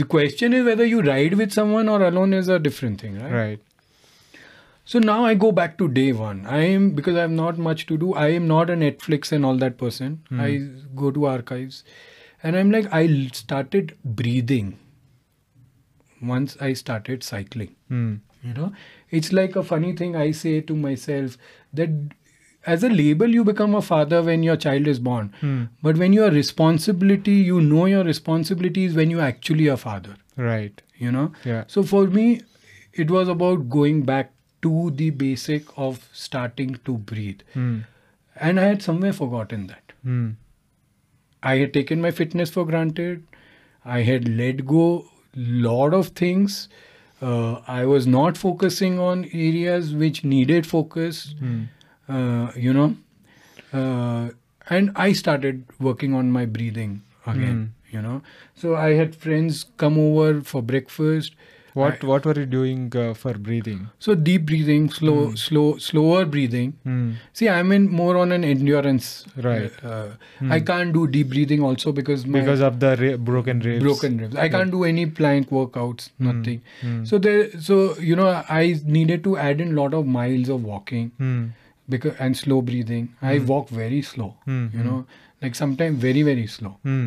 S1: The question is whether you ride with someone or alone is a different thing, right?
S2: right.
S1: So now I go back to day one. I am because I have not much to do. I am not a Netflix and all that person. I go to archives, and I'm like I l- started breathing. Once I started cycling,
S2: Hmm.
S1: you know, it's like a funny thing I say to myself that as a label you become a father when your child is born,
S2: Hmm.
S1: but when your responsibility, you know your responsibility is when you actually a father
S2: Right.
S1: you know
S2: Yeah.
S1: so for me it was about going back to the basic of starting to breathe
S2: Hmm.
S1: and i had somewhere forgotten that
S2: Hmm.
S1: i had taken my fitness for granted i had let go lot of things uh, i was not focusing on areas which needed focus
S2: Hmm.
S1: uh, you know uh, and i started working on my breathing again
S2: Hmm.
S1: you know so i had friends come over for breakfast
S2: What what were you doing uh, for breathing?
S1: So deep breathing, slow, slow, slower breathing.
S2: Hmm.
S1: See, I'm in more on an endurance.
S2: Right. Hmm.
S1: Uh, I can't do deep breathing also because my
S2: Because of the ri- broken ribs.
S1: broken ribs. I can't do any plank workouts. Nothing.
S2: Hmm.
S1: So there, so you know, I needed to add in lot of miles of walking
S2: Hmm.
S1: because and slow breathing. I walk very slow.
S2: Hmm,
S1: You know, like sometimes very very slow.
S2: Hmm.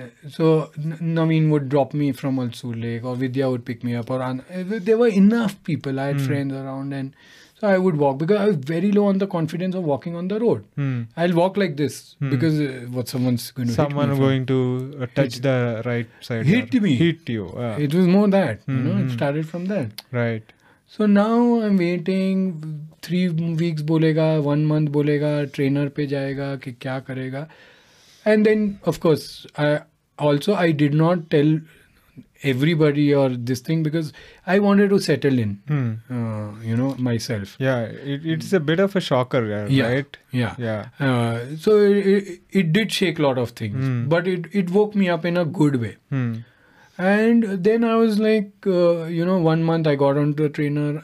S1: Uh, so N- Naveen would drop me from Alsu Lake, or Vidya would pick me up, or An- uh, there were enough people. I had
S2: Hmm.
S1: friends around, and so I would walk because I was very low on the confidence of walking on the road.
S2: Hmm.
S1: I'll walk like this
S2: Hmm.
S1: because uh, what someone's going to hit
S2: Someone
S1: me for.
S2: going to uh, touch
S1: Hit-
S2: the right side.
S1: Hit
S2: or-
S1: me.
S2: Hit you. ah,
S1: It was more that you know it
S2: Mhm.
S1: started from that.
S2: Right.
S1: So now I'm waiting three weeks bolega, one month bolega, trainer पे जाएगा कि क्या करेगा. And then of course I also I did not tell everybody or this thing because I wanted to settle in,
S2: Hmm.
S1: uh, you know myself.
S2: Yeah. It, it's a bit of a shocker, yeah,
S1: Yeah.
S2: right?
S1: Yeah.
S2: Yeah.
S1: Uh, so it, it, it did shake a lot of things,
S2: Hmm.
S1: but it, it woke me up in a good way.
S2: Hmm.
S1: And then I was like, uh, you know, one month I got onto a trainer.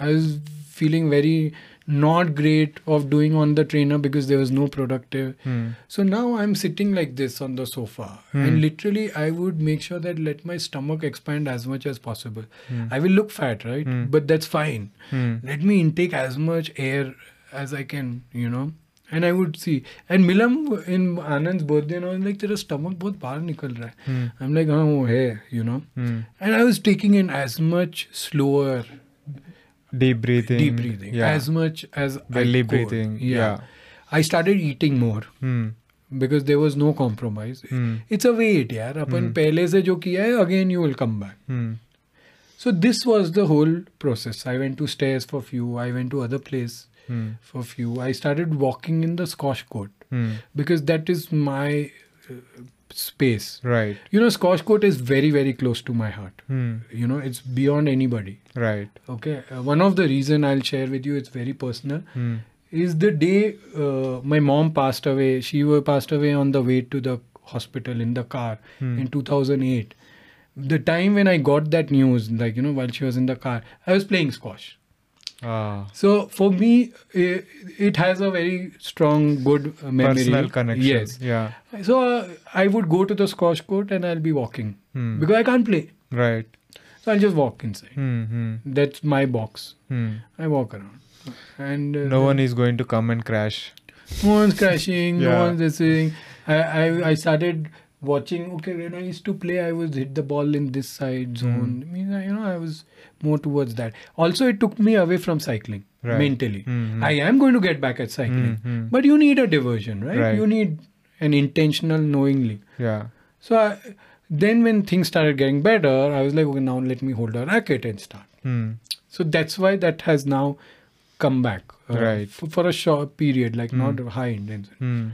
S1: I was feeling very not great of doing on the trainer because there was no productive.
S2: Hmm.
S1: So now I'm sitting like this on the sofa,
S2: Hmm.
S1: and literally I would make sure that let my stomach expand as much as possible.
S2: Hmm.
S1: I will look fat, right?
S2: Hmm.
S1: But that's fine.
S2: Hmm.
S1: Let me intake as much air as I can, you know. And I would see. And Milam in Anand's birthday, and I was like, तेरा stomach बहुत बाहर निकल रहा है.
S2: Hmm.
S1: I'm like, हाँ वो है, you know.
S2: Hmm.
S1: And I was taking in as much slower
S2: Deep breathing.
S1: deep breathing,
S2: Yeah.
S1: as much as I
S2: Belly
S1: could.
S2: breathing. yeah.
S1: I started eating more
S2: Hmm.
S1: because there was no compromise.
S2: Hmm.
S1: It's a weight, यार. अपन
S2: Hmm.
S1: पहले से जो किया है, again you will come back.
S2: Hmm.
S1: So this was the whole process. I went to stairs for few. I went to other place
S2: Hmm.
S1: for few. I started walking in the squash court
S2: Hmm.
S1: because that is my uh, space.
S2: Right.
S1: You know, squash court is very very close to my heart.
S2: Hmm.
S1: You know, it's beyond anybody.
S2: Right.
S1: Okay, uh, one of the reason I'll share with you, it's very personal,
S2: Hmm.
S1: is the day uh, my mom passed away. She were passed away on the way to the hospital in the car
S2: Hmm.
S1: in 2008. The time when I got that news, like you know, while she was in the car, I was playing squash.
S2: Ah.
S1: So for me, it, it has a very strong, good uh, memory.
S2: Personal connection.
S1: Yes.
S2: Yeah.
S1: So uh, I would go to the squash court and I'll be walking
S2: Hmm.
S1: because I can't play.
S2: Right.
S1: So I'll just walk inside.
S2: Hmm. Hmm.
S1: That's my box.
S2: Hmm.
S1: I walk around. And uh,
S2: No one is going to come and crash.
S1: no one's crashing, no
S2: Yeah.
S1: one's this thing. I, I, I started watching, okay, when I used to play, I was hit the ball in this side
S2: Hmm.
S1: zone. I mean, I, you know, I was more towards that. Also, it took me away from cycling
S2: Right.
S1: mentally.
S2: Mhm.
S1: I am going to get back at cycling,
S2: Mhm.
S1: but you need a diversion, right?
S2: Right.
S1: You need an intentional knowingly.
S2: Yeah.
S1: So I, Then when things started getting better, I was like, okay, now let me hold a racket and start.
S2: Hmm.
S1: So that's why that has now come back uh,
S2: Right.
S1: f- for a short period, like not high intensity.
S2: Hmm.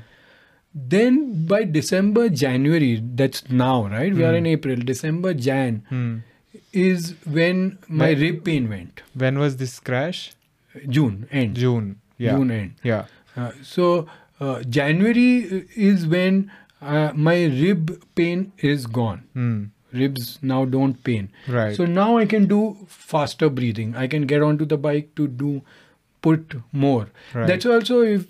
S1: Then by December, January, that's now, right? We are in April. December, Jan
S2: Hmm.
S1: is when my
S2: When-
S1: rib pain went.
S2: When was this crash?
S1: June end.
S2: June. Yeah.
S1: June end.
S2: Yeah.
S1: Uh, so uh, January is when uh, my rib pain is gone.
S2: Hmm.
S1: Ribs now don't pain.
S2: Right.
S1: So now I can do faster breathing. I can get onto the bike to do put more.
S2: Right.
S1: That's also if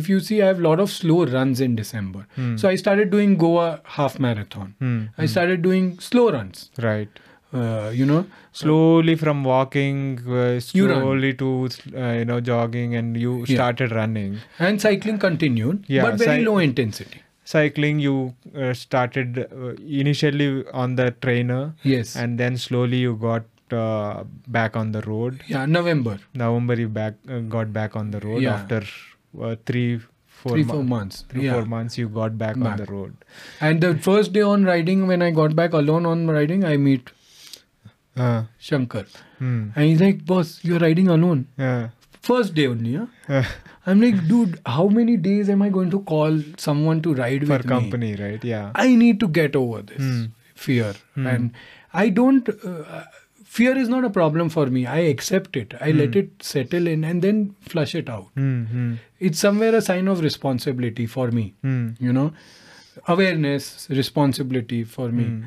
S1: if you see I have a lot of slow runs in December.
S2: Hmm.
S1: So I started doing Goa half marathon.
S2: Hmm.
S1: I started doing slow runs.
S2: Right.
S1: Uh, you know,
S2: Slowly from walking, uh,
S1: You run.
S2: slowly to uh, you know jogging, and you
S1: Yeah.
S2: started running.
S1: and cycling continued,
S2: Yeah,
S1: but very
S2: cy-
S1: low intensity.
S2: Cycling, you uh, started uh, initially on the trainer,
S1: Yes.
S2: and then slowly you got uh, back on the road.
S1: yeah, November.
S2: November, you back uh, got back on the road
S1: Yeah.
S2: after uh, three, four,
S1: three,
S2: mo-
S1: four months.
S2: three,
S1: yeah.
S2: four months. You got back, on
S1: Back.
S2: the road.
S1: And the first day on riding, when I got back alone on riding, I meet
S2: Uh,
S1: Shankar.
S2: hmm.
S1: And he's like, boss, you're riding alone.
S2: Yeah.
S1: First day only, huh?
S2: Uh,
S1: I'm like, dude, how many days am I going to call someone to ride
S2: for
S1: with me?
S2: company, right? Yeah.
S1: I need to get over this
S2: Hmm.
S1: fear. And I don't, uh, fear is not a problem for me. I accept it. I let it settle in and then flush it out.
S2: Hmm. Hmm.
S1: It's somewhere a sign of responsibility for me.
S2: Hmm.
S1: you know awareness responsibility for me
S2: Mm.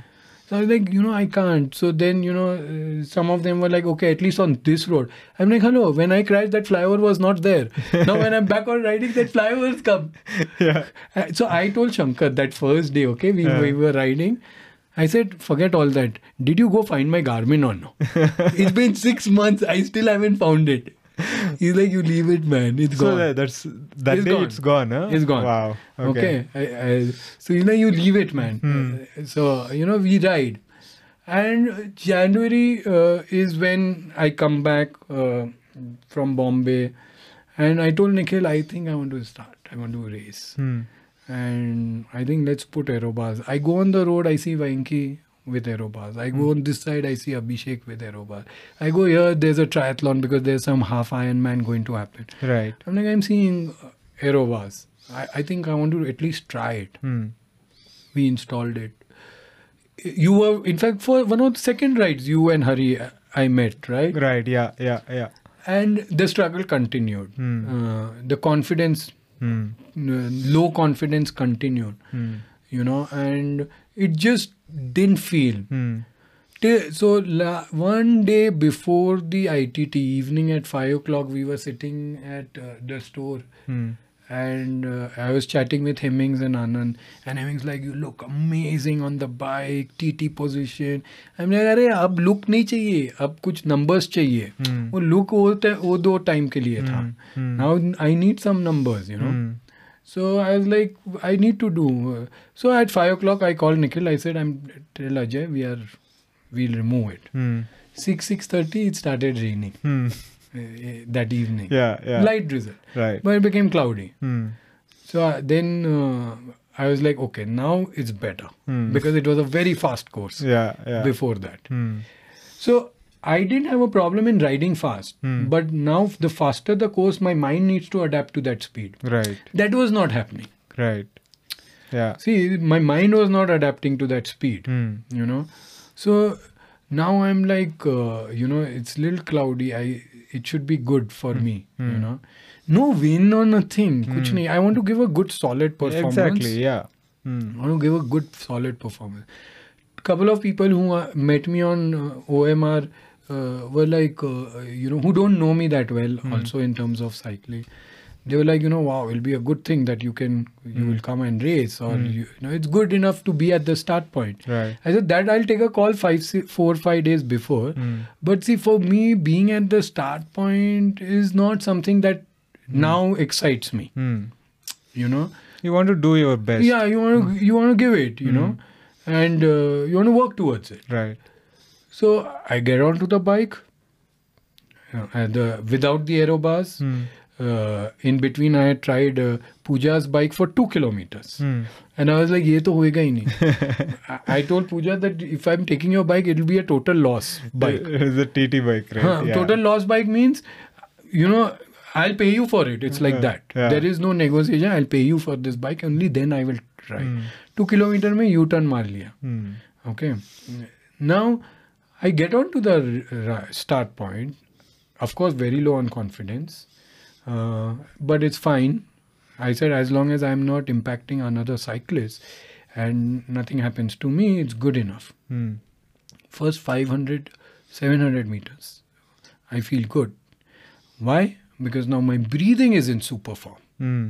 S1: so i was like you know i can't so then you know uh, some of them were like okay at least on this road i'm like hello when i crashed that flyover was not there now when i'm back on riding that flyovers come
S2: Yeah.
S1: Uh, so i told shankar that first day okay we,
S2: Yeah.
S1: we were riding i said forget all that did you go find my garmin or no it's been six months i still haven't found it he's like you leave it man It's
S2: So
S1: gone
S2: that, that's that
S1: It's
S2: day
S1: gone.
S2: it's gone, huh?
S1: It's gone.
S2: Wow.
S1: Okay. I, I, so, you know, you leave it, man. Uh, So, you know, we ride. And January uh, is when I come back uh, from Bombay. And I told Nikhil, I think I want to start. I want to race.
S2: Hmm.
S1: And I think let's put aerobars. I go on the road, I see Venki with aerobars. I go on this side, I see Abhishek with aerobars. I go here, there's a triathlon because there's some half Ironman going to happen.
S2: Right.
S1: I'm like, I'm seeing uh, Aerovas. I, I think I want to at least try it.
S2: Hmm.
S1: We installed it. You were, in fact, for one of the second rides, you and Hari, uh, I met, right?
S2: Right. Yeah. Yeah. Yeah.
S1: And the struggle continued.
S2: Hmm.
S1: Uh, the confidence,
S2: Hmm.
S1: uh, low confidence continued,
S2: Hmm.
S1: you know, and it just didn't feel.
S2: Hmm.
S1: Till- So la- one day before the ITT evening at five o'clock, we were sitting at uh, the store,
S2: Hmm.
S1: and uh, I was chatting with Hemmings and Anand, and Hemmings like, "You look amazing on the bike, TT position." I'm like, "अरे अब look नहीं चाहिए, अब कुछ numbers चाहिए."
S2: Hmm.
S1: वो look वो ते- वो दो time के लिए था.
S2: Hmm.
S1: Now I need some numbers, you know.
S2: Hmm.
S1: So I was like, I need to do. So at five o'clock, I called Nikhil. I said, I'm tell Ajay, we are, we'll remove it.
S2: Hmm.
S1: Six six thirty, it started raining
S2: Hmm.
S1: uh, uh, that evening.
S2: Yeah. Yeah.
S1: Light drizzle,
S2: Right.
S1: but it became cloudy.
S2: Hmm.
S1: So I, then uh, I was like, okay, now it's better
S2: Hmm.
S1: because it was a very fast course
S2: Yeah. Yeah.
S1: before that.
S2: Hmm.
S1: So I didn't have a problem in riding fast,
S2: Hmm.
S1: but now the faster the course, my mind needs to adapt to that speed.
S2: Right.
S1: That was not happening.
S2: Right. Yeah.
S1: See, my mind was not adapting to that speed,
S2: Hmm.
S1: you know. So now I'm like, uh, you know, it's little cloudy. I it should be good for
S2: Hmm.
S1: me, you know. No win or nothing. Kuch nahi. I want to give a good solid performance.
S2: Exactly. Yeah. Hmm.
S1: I want to give a good solid performance. Couple of people who uh, met me on uh, OMR uh, were like, uh, you know, who don't know me that well, also in terms of cycling. They were like, you know, wow, it'll be a good thing that you can, you will come and race, or you, you know, it's good enough to be at the start point.
S2: Right.
S1: I said that I'll take a call five, si- four, five days before.
S2: Mm.
S1: But see, for me, being at the start point is not something that now excites me.
S2: Hmm.
S1: You know,
S2: You want to do your best.
S1: yeah, you want to you want to give it, you know, and uh, you want to work towards it.
S2: Right.
S1: So I get onto the bike, uh, and, uh, without the aero bars,
S2: Hmm.
S1: uh, in between I had tried uh, Pooja's bike for two kilometers.
S2: Hmm.
S1: And I was like, ye to hoega hi nahi. I, I told Pooja that if I'm taking your bike, it'll be a total loss bike.
S2: it's a TT bike, right?
S1: Huh,
S2: Yeah.
S1: Total loss bike means, you know, I'll pay you for it. It's like that.
S2: yeah.
S1: There is no negotiation. I'll pay you for this bike. Only then I will try.
S2: Hmm.
S1: Two kilometer में U turn मार लिया. Okay. Now I get on to the r- r- start point. Of course, very low on confidence, uh, but it's fine. I said as long as I'm not impacting another cyclist and nothing happens to me, it's good enough
S2: Hmm.
S1: first 500 700 meters i feel good why because now my breathing is in super form
S2: Hmm.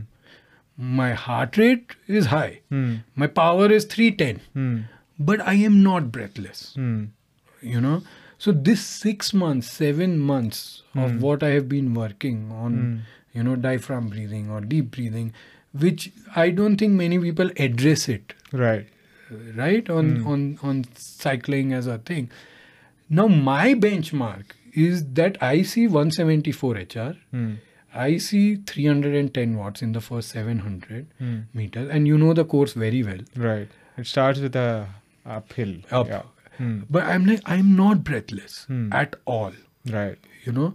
S1: my heart rate is high
S2: Hmm.
S1: my power is 310
S2: Hmm.
S1: but i am not breathless
S2: Hmm.
S1: you know so this 6 months 7 months of what i have been working on you know diaphragm breathing or deep breathing which i don't think many people address it
S2: Right.
S1: right on
S2: Hmm.
S1: on on cycling as a thing now my benchmark is that i see 174 hr
S2: Hmm.
S1: i see 310 watts in the first 700
S2: Hmm.
S1: meters and you know the course very well
S2: Right. It starts with a uphill.
S1: Up.
S2: Yeah. Hmm.
S1: but i'm like i'm not breathless
S2: Hmm.
S1: at all
S2: Right.
S1: you know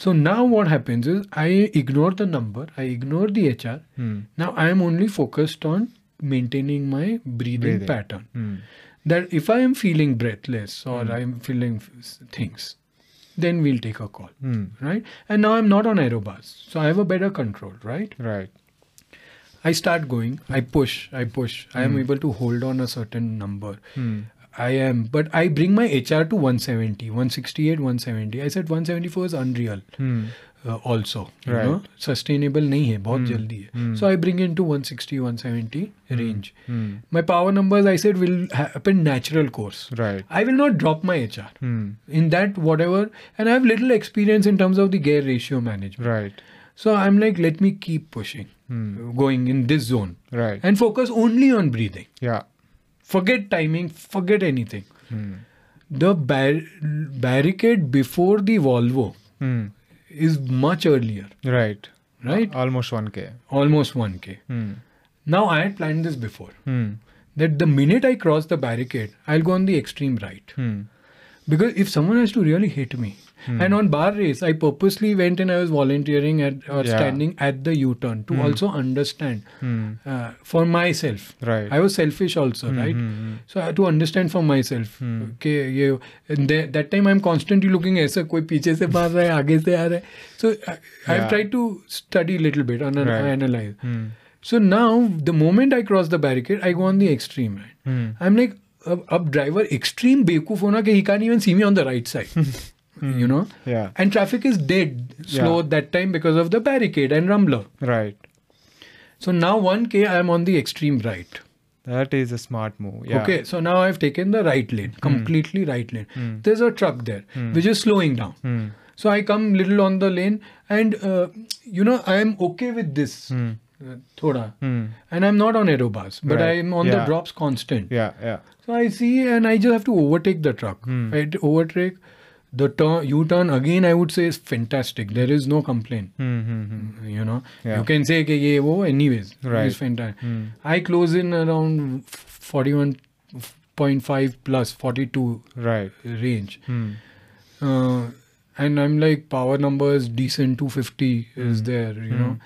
S1: so now what happens is i ignore the number i ignore the hr
S2: Hmm.
S1: now i am only focused on maintaining my breathing.
S2: Breathing.
S1: pattern
S2: Hmm.
S1: that if I am feeling breathless or I'm feeling f- things, then we'll take a call,
S2: Hmm.
S1: right? And now I'm not on aerobars, so I have a better control, right?
S2: Right.
S1: I start going, I push, I push. I am able to hold on a certain number.
S2: Hmm.
S1: I am, but I bring my HR to 170, 168, 170. I said 174 is unreal.
S2: Hmm.
S1: Uh, also, you
S2: Right. Hmm.
S1: know, sustainable नहीं है बहुत जल्दी है. So I bring into 160, 170 range.
S2: Hmm.
S1: My power numbers I said will happen natural course.
S2: Right.
S1: I will not drop my HR
S2: Hmm.
S1: in that whatever, and I have little experience in terms of the gear ratio management.
S2: Right.
S1: So I'm like, let me keep pushing,
S2: Hmm.
S1: going in this zone,
S2: Right.
S1: and focus only on breathing.
S2: yeah.
S1: Forget timing, forget anything.
S2: Hmm.
S1: The bar- barricade before the Volvo
S2: Hmm.
S1: is much earlier,
S2: Right.
S1: right?
S2: Almost 1k.
S1: Almost 1k.
S2: Hmm.
S1: Now I had planned this before
S2: Hmm.
S1: that the minute I cross the barricade, I'll go on the extreme right.
S2: Hmm.
S1: because if someone has to really hit me and on bar race i purposely went and i was volunteering at or
S2: Yeah.
S1: standing at the u-turn to also understand
S2: Hmm.
S1: uh, for myself
S2: Right.
S1: i was selfish also
S2: Hmm,
S1: right so i had to understand for myself okay ye, and the- that time i'm constantly looking ऐसा कोई पीछे से मार रहा है आगे से आ रहा है so I, i've
S2: Yeah.
S1: tried to study little bit and
S2: Right.
S1: analyze
S2: Hmm.
S1: so now the moment i cross the barricade i go on the extreme right
S2: Hmm.
S1: I'm like, अब अब ड्राइवर एक्सट्रीम बेवकूफ होना कि he can even see me on the right side you know
S2: Hmm. Yeah.
S1: And traffic is dead slow that time because of the barricade and rumbler
S2: Right.
S1: So now one K I am on the extreme right
S2: That is a smart move. Yeah. Hmm.
S1: okay so now i've taken the right lane completely right lane there's a truck there which is slowing down
S2: Hmm.
S1: so i come little on the lane and uh, you know i am okay with this uh, thoda
S2: Hmm.
S1: and i'm not on aerobars but
S2: Right.
S1: i'm on the
S2: Yeah.
S1: drops constant
S2: Yeah. Yeah. Hmm.
S1: So I see, and I just have to overtake the truck. I d- overtake the turn, U-turn again. I would say is fantastic. There is no complaint.
S2: Hmm. Hmm. Hmm.
S1: Mm-hmm. You know,
S2: Yeah.
S1: you can say that ye wo anyways.
S2: Right. Hmm.
S1: It's fantastic. I close in around f- 41.5 plus 42
S2: Right.
S1: range,
S2: Hmm.
S1: uh, and I'm like power numbers decent. 250 is
S2: Hmm.
S1: there. You know,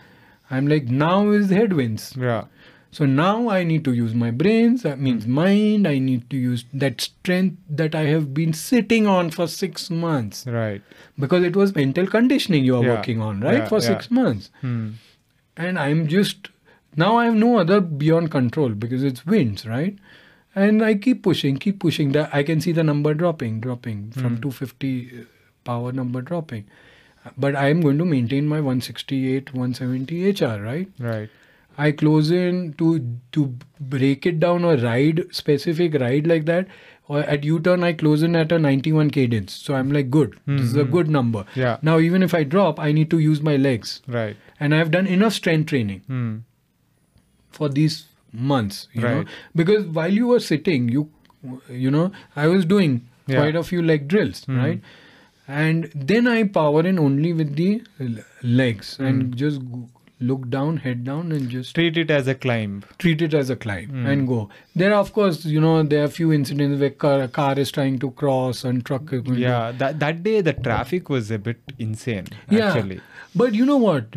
S1: I'm like now is headwinds.
S2: Yeah.
S1: So now I need to use my brains, that means
S2: Hmm.
S1: mind. I need to use that strength that I have been sitting on for six months
S2: Right.
S1: because it was mental conditioning you are
S2: Hmm. Yeah.
S1: working on, right?
S2: Yeah,
S1: for
S2: yeah.
S1: six months.
S2: Hmm.
S1: And I'm just now I have no other beyond control because it's winds, right? And I keep pushing, keep pushing. That I can see the number dropping, dropping from 250 uh, power number dropping. But I am going to maintain my 168, 170 HR, right?
S2: Right.
S1: I close in to to break it down or ride specific ride like that. Or at U-turn, I close in at a 91 cadence. So I'm like, good. This is a good number.
S2: Yeah.
S1: Now even if I drop, I need to use my legs,
S2: Right.
S1: and I've done enough strength training
S2: Hmm.
S1: for these months. You know,
S2: Right.
S1: because while you were sitting, you you know, I was doing
S2: Yeah. Mm-hmm.
S1: quite a few leg drills, right? and then I power in only with the l- legs
S2: Mm.
S1: and just g- look down, head down, and just
S2: Treat it as a climb.
S1: treat it as a climb
S2: Mm.
S1: and go. There, are, of course, you know there are few incidents where car, car is trying to cross and truck. is going to-
S2: Yeah, that, that day the traffic was a bit insane, actually. Mm. Hmm.
S1: But you know what?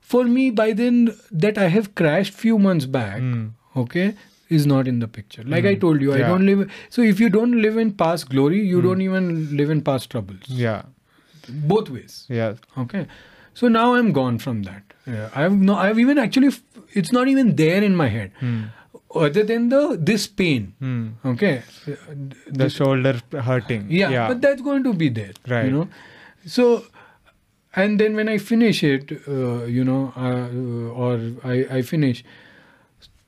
S1: For me, by then that I have crashed few months back,
S2: Mm. Hmm.
S1: okay, is not in the picture. Like I told you, I
S2: Yeah.
S1: don't live. So if you don't live in past glory, you don't even live in past troubles.
S2: Yeah,
S1: Both ways.
S2: yeah.
S1: Okay. So now I'm gone from that. Yeah. I've no. I've even actually. f- It's not even there in my head.
S2: Hmm.
S1: Other than the this pain. Okay.
S2: The shoulder hurting.
S1: Yeah, but that's going to be there.
S2: Right.
S1: You know, so and then when I finish it, uh, you know, uh, or I, I finish.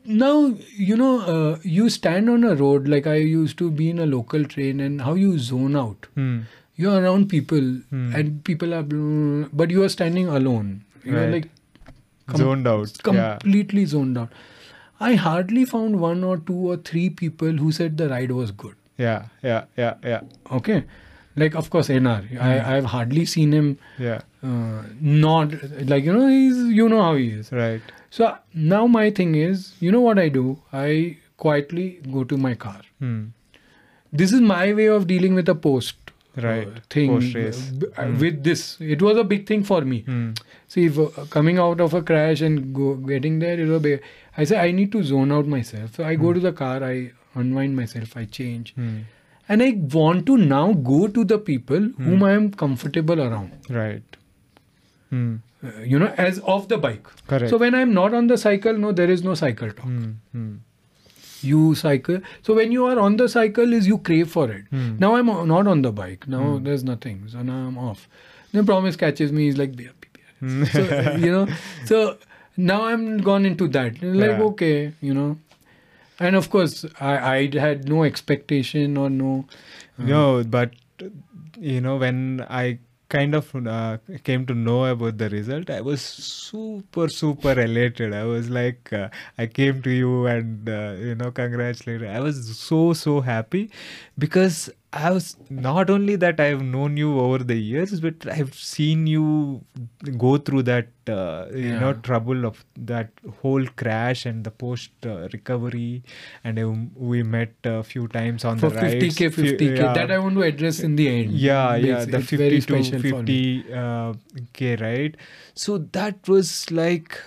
S1: Now you know uh, you stand on a road like I used to be in a local train and how you zone out.
S2: Hmm.
S1: You're around people and people are, bl- but you are standing alone. You're
S2: Right.
S1: like com-
S2: zoned out. yeah.
S1: completely zoned out. I hardly found one or two or three people who said the ride was good
S2: yeah, yeah, yeah, yeah,
S1: okay like of course nr
S2: Hmm.
S1: i i've hardly seen him
S2: yeah.
S1: uh, not like you know he's you know how he is
S2: Right.
S1: so now my thing is you know what i do i quietly go to my car
S2: Hmm.
S1: this is my way of dealing with a post uh,
S2: Right.
S1: thing
S2: Post-race.
S1: b- uh, with this it was a big thing for me
S2: Hmm.
S1: see if, uh, coming out of a crash and go, getting there it was a big, i say i need to zone out myself so i go to the car i unwind myself i change
S2: Hmm.
S1: and I want to now go to the people
S2: Hmm.
S1: whom I am comfortable around.
S2: Right. Hmm.
S1: uh, You know, as of the bike.
S2: Correct.
S1: So when I'm not on the cycle, no, there is no cycle talk.
S2: Hmm. Hmm.
S1: You cycle. So when you are on the cycle, is you crave for it.
S2: Hmm.
S1: Now I'm o- not on the bike. Now there's nothing. So now I'm off. Then promise catches me. He's like, beer,
S2: Hmm.
S1: beer. so uh, you know. So now I'm gone into that. Like
S2: Yeah.
S1: okay, you know. And of course, I I had no expectation or no.
S2: No, but you know when I kind of uh, came to know about the result, I was super super elated. I was like, uh, I came to you and uh, you know congratulated. I was so so happy because I was not only that I've known you over the years, but I've seen you go through that uh, you
S1: Yeah.
S2: know trouble of that whole crash and the post uh, recovery, and um, we met a few times on
S1: for
S2: the rides.
S1: 50k
S2: Few-
S1: 50k
S2: yeah.
S1: that i want to address in the end
S2: yeah
S1: It's-
S2: yeah the
S1: it's
S2: 50
S1: very
S2: to
S1: special for me.
S2: 50 uh, k right so that was like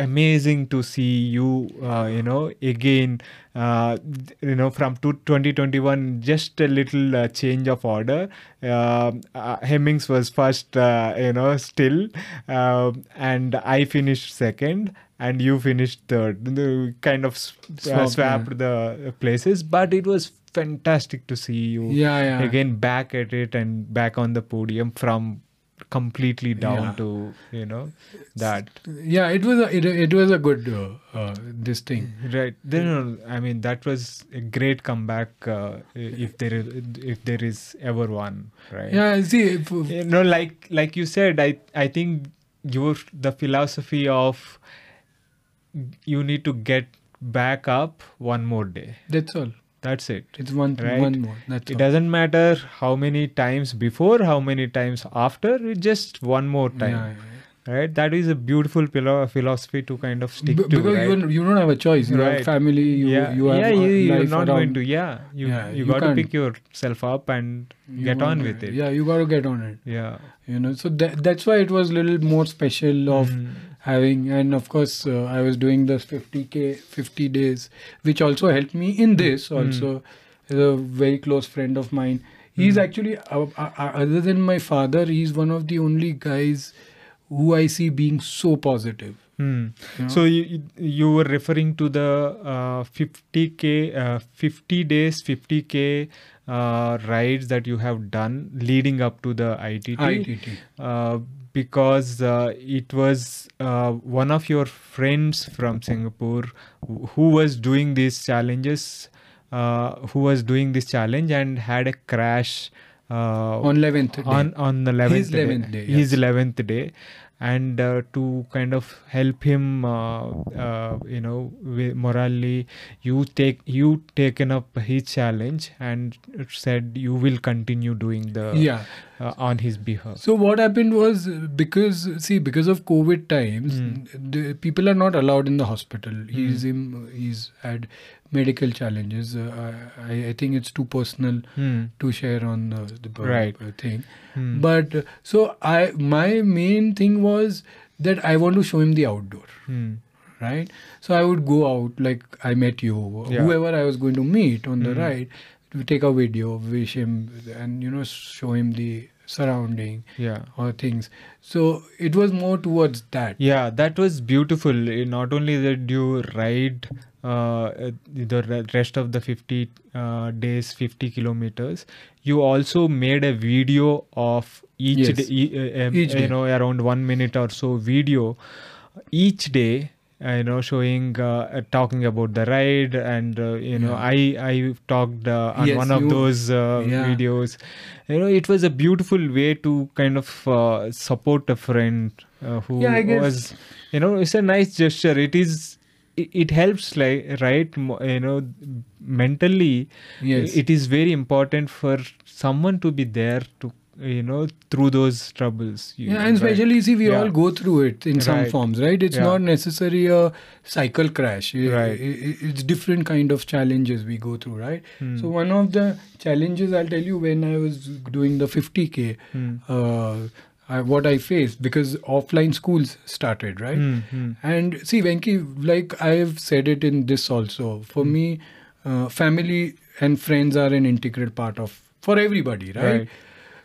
S2: amazing to see you uh, you know again uh, you know from to 2021 just a little uh, change of order uh, uh, hemmings was first uh, you know still uh, and i finished second and you finished third the kind of s- uh,
S1: Swap,
S2: swapped the uh, places but it was fantastic to see you
S1: yeah yeah
S2: again back at it and back on the podium from completely down
S1: Yeah.
S2: to you know that
S1: yeah it was a, it, it was a good uh, uh, this thing
S2: right then uh, i mean that was a great comeback uh, if there is if there is ever one right
S1: yeah see if,
S2: you know like like you said i i think your the philosophy of you need to get back up one more day
S1: that's all
S2: that's it
S1: it's one
S2: Right.
S1: one more that's
S2: it
S1: all.
S2: doesn't matter how many times before how many times after it's just one more time
S1: Yeah, yeah, yeah.
S2: right that is a beautiful philo- philosophy to kind of stick
S1: Be-
S2: to
S1: because
S2: right?
S1: you, don't- you don't have a choice you
S2: Right.
S1: have family you
S2: yeah
S1: you have
S2: yeah
S1: a
S2: you, you're
S1: life
S2: not
S1: around.
S2: going to yeah you
S1: Yeah,
S2: you,
S1: you
S2: got to
S1: can't.
S2: pick yourself up and
S1: You
S2: get
S1: want
S2: on
S1: to-
S2: with it
S1: yeah you got to get on it
S2: yeah
S1: you know so that, that's why it was little more special of
S2: Mm.
S1: having and of course uh, i was doing this 50k 50 days which also helped me in this also a very close friend of mine he's actually uh, uh, uh, other than my father he's one of the only guys who i see being so positive
S2: Hmm.
S1: Yeah.
S2: So you you- you were referring to the uh, 50k, uh, 50 days, 50k uh, rides that you have done leading up to the ITT,
S1: ITT.
S2: Uh, because uh, it was uh, one of your friends from Singapore wh- who was doing these challenges, uh, who was doing this challenge and had a crash uh,
S1: on 11th day.
S2: on on the 11th
S1: His
S2: day,
S1: 11th day,
S2: his
S1: yes.
S2: 11th day and uh, to kind of help him, uh, uh, you know, wi- morally, you take you taken up his challenge and said you will continue doing the
S1: Yeah.
S2: uh, on his behalf.
S1: So what happened was uh, because see because of COVID times, the people are not allowed in the hospital. He's in, he's had medical challenges. Uh, I, I think it's too personal
S2: Hmm.
S1: to share on uh, the b-
S2: Right.
S1: uh, thing.
S2: Hmm.
S1: But uh, so I my main thing was that I want to show him the outdoor.
S2: Hmm.
S1: Right, so I would go out like I met you, or
S2: Yeah. Hmm.
S1: whoever I was going to meet on the ride. We take a video, wish him, and you know show him the surrounding
S2: Yeah.
S1: or things. So it was more towards that.
S2: Yeah, that was beautiful. Eh, Not only did you ride uh, eh, the re- rest of the 50 uh, days, 50 kilometers, you also made a video of each
S1: Yes.
S2: day, e- eh, em,
S1: Each day.
S2: you know, around one minute or so video each day. uh, You know, showing, uh, uh, talking about the ride, and uh, you know, I I talked uh, on
S1: Yes,
S2: one of
S1: you-
S2: those uh,
S1: Yeah.
S2: videos. You know, it was a beautiful way to kind of uh, support a friend uh, who
S1: Yeah, I guess.
S2: was, you know, it's a nice gesture. It is, it, it helps, like, right? mo- You know, mentally,
S1: Yes.
S2: it is very important for someone to be there to, you know, through those troubles. you
S1: Yeah,
S2: know,
S1: and
S2: right?
S1: especially see, we
S2: Yeah.
S1: all go through it in some
S2: Right.
S1: forms, right? It's
S2: Yeah.
S1: not necessarily a cycle crash. I-
S2: Right.
S1: i- i- it's different kind of challenges we go through, right?
S2: Hmm.
S1: So one of the challenges I'll tell you when I was doing the 50k,
S2: Hmm.
S1: uh, I, what I faced because offline schools started, right?
S2: Hmm, hmm.
S1: And see, Venki, like I've said it in this also, for
S2: Hmm.
S1: me, uh, family and friends are an integral part of for everybody, right?
S2: Right.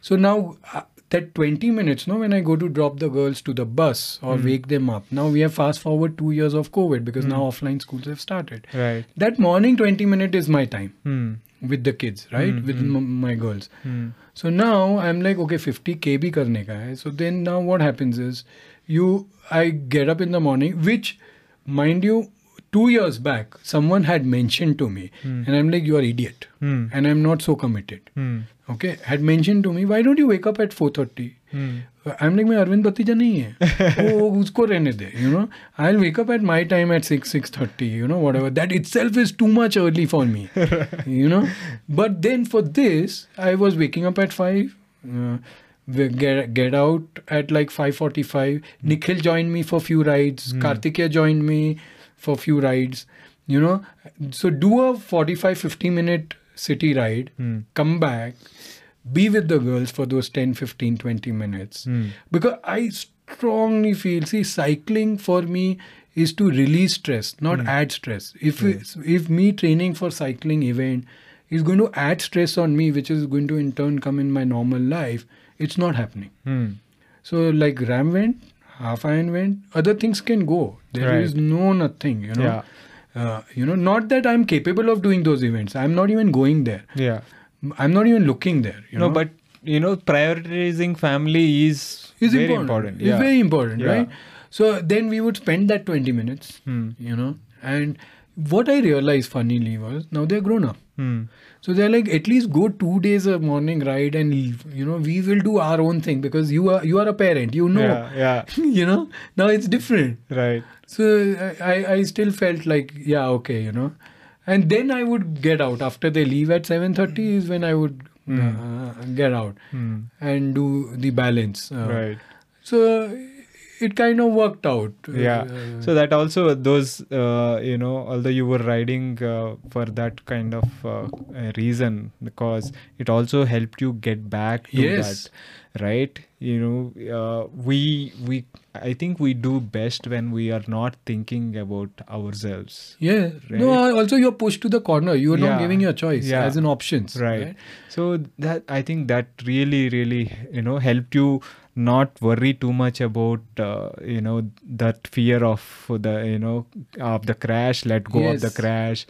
S1: So now uh, that 20 minutes, no, when I go to drop the girls to the bus
S2: Hmm.
S1: or wake them up, now we have fast forward two years of COVID because now offline schools have started.
S2: Right.
S1: That morning 20 minute is my time
S2: Hmm.
S1: with the kids, right? With m- my girls.
S2: Hmm.
S1: So now I'm like, okay, 50k bhi karne ka hai. So then now what happens is, you, I get up in the morning, which, mind you, two years back, someone had mentioned to me, and I'm like, you are idiot,
S2: Hmm.
S1: and I'm not so committed.
S2: Hmm.
S1: Okay, had mentioned to me, why don't you wake up at 4:30?
S2: Hmm.
S1: I'm like, मैं अरविंद भतीजा नहीं है वो वो उसको रहने दे you know I will wake up at my time at six six thirty you know whatever that itself is too much early for me you know but then for this I was waking up at five uh, get out at like 5.45 nikhil joined me for few rides karthikeya joined me for few rides you know so do a 45 50 minute city ride
S2: Hmm.
S1: come back be with the girls for those 10 15 20 minutes
S2: Hmm.
S1: because i strongly feel see cycling for me is to release stress not
S2: Hmm.
S1: add stress if it's, if me training for cycling event is going to add stress on me which is going to in turn come in my normal life it's not happening
S2: Hmm.
S1: so like ram went half iron went other things can go There is
S2: Right.
S1: no nothing you know
S2: Yeah.
S1: Uh, you know not that i'm capable of doing those events i'm not even going there
S2: Yeah.
S1: i'm not even looking there you
S2: no,
S1: know?
S2: but you know, prioritizing family is
S1: is
S2: very
S1: important.
S2: important.
S1: It's
S2: Yeah.
S1: very important,
S2: Yeah.
S1: right? So then we would spend that 20 minutes,
S2: Hmm.
S1: you know. And what I realized, funnily, was now they're grown up.
S2: Hmm.
S1: So they're like, at least go two days a morning ride and leave. You know, we will do our own thing because you are you are a parent. You know,
S2: Yeah. Yeah.
S1: you know. Now it's different.
S2: Right.
S1: So I- I, I still felt like yeah okay you know, and then I would get out after they leave at seven thirty is when I would uh, get out
S2: Hmm.
S1: and do the balance. Uh,
S2: right.
S1: so it kind of worked out.
S2: Yeah.
S1: Uh,
S2: so that also those uh, you know, although you were riding uh, for that kind of uh, uh, reason, because it also helped you get back to
S1: Yes.
S2: that, right? You know, uh, we we I think we do best when we are not thinking about ourselves.
S1: yeah. No, also you're pushed to the corner. You're not
S2: Yeah.
S1: giving your choice
S2: Yeah.
S1: as an options.
S2: right. so that i think that really really you know helped you not worry too much about uh, you know that fear of the you know of the crash let go of
S1: Yes.
S2: the crash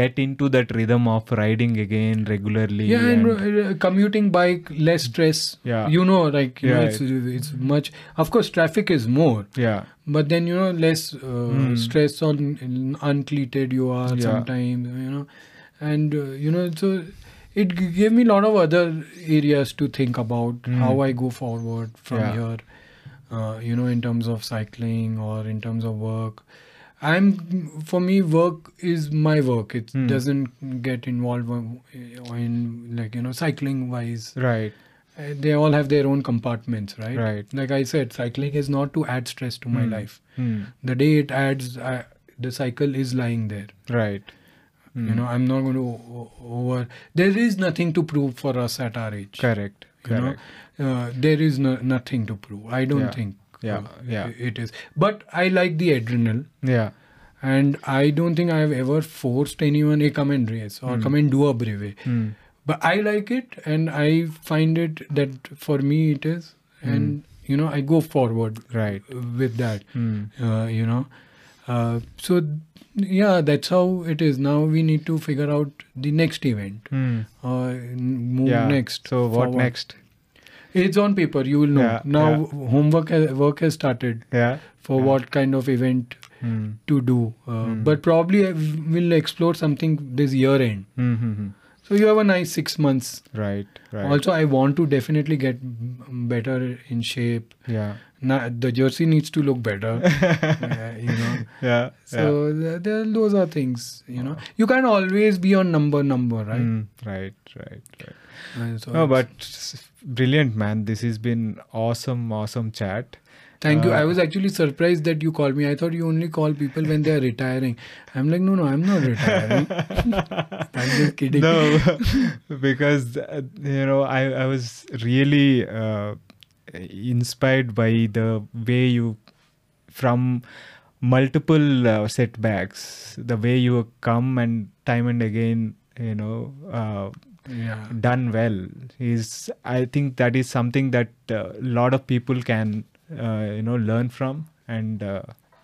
S2: get into that rhythm of riding again regularly
S1: Yeah, and,
S2: and-
S1: uh, commuting bike, less stress.
S2: Yeah.
S1: You know, like, you know,
S2: Yeah,
S1: it's, it's much. Of course, traffic is more,
S2: yeah
S1: but then, you know, less uh,
S2: Mm.
S1: stress on uncleated you are
S2: Yeah.
S1: sometimes, you know. And, uh, you know, so it g- gave me a lot of other areas to think about
S2: Mm.
S1: how I go forward from
S2: Yeah.
S1: here. uh, you know, in terms of cycling or in terms of work. I'm for me, work is my work. It
S2: Hmm.
S1: doesn't get involved in, in like you know, cycling wise.
S2: Right.
S1: Uh, They all have their own compartments, right?
S2: Right.
S1: Like I said, cycling is not to add stress to my
S2: Hmm.
S1: life.
S2: Hmm.
S1: The day it adds, I, the cycle is lying there.
S2: Right. Hmm,
S1: You know, I'm not going to o- o- over. There is nothing to prove for us at our age.
S2: Correct.
S1: You know,
S2: Correct.
S1: uh, there is no, nothing to prove. I don't
S2: Yeah.
S1: think.
S2: Yeah.
S1: uh,
S2: Yeah.
S1: It is. But I like the adrenal.
S2: Yeah.
S1: And I don't think I've ever forced anyone, hey, come and race or come and do a breve.
S2: Hmm.
S1: But I like it and I find it that for me it is. And, you know, I go forward
S2: Hmm. Right.
S1: with that
S2: Hmm.
S1: uh, you know. Uh, so th- yeah, that's how it is. Now we need to figure out the next event
S2: Hmm.
S1: or n- move
S2: Yeah.
S1: next.
S2: So what
S1: forward.
S2: next?
S1: It's on paper. You will know.
S2: Yeah,
S1: now
S2: yeah.
S1: w- homework ha- work has started
S2: Yeah.
S1: for
S2: Yeah.
S1: what kind of event
S2: Hmm.
S1: to do. Uh,
S2: Hmm.
S1: But probably I w- will explore something this year end.
S2: Hmm. hmm, hmm.
S1: So you have a nice six months.
S2: Right. Right.
S1: Also, I want to definitely get m- better in shape.
S2: yeah.
S1: Na the jersey needs to look better. uh, you know.
S2: Yeah. yeah.
S1: So th- there, those are things, you know. You can always be on number, number, right?
S2: Hmm. Right. Right. Right.
S1: Uh, so
S2: No,
S1: it's-
S2: but s- brilliant, man. This has been awesome, awesome chat.
S1: thank you.
S2: uh,
S1: I was actually surprised that you called me. I thought you only call people when they are retiring. I'm like, no, no, I'm not retiring. I'm just kidding.
S2: No, because uh, you know, I I was really uh, inspired by the way you from multiple uh, setbacks, the way you come and time and again, you know, uh,
S1: Yeah.
S2: done well is i think that is something that a lot of people can uh, you know learn from and uh,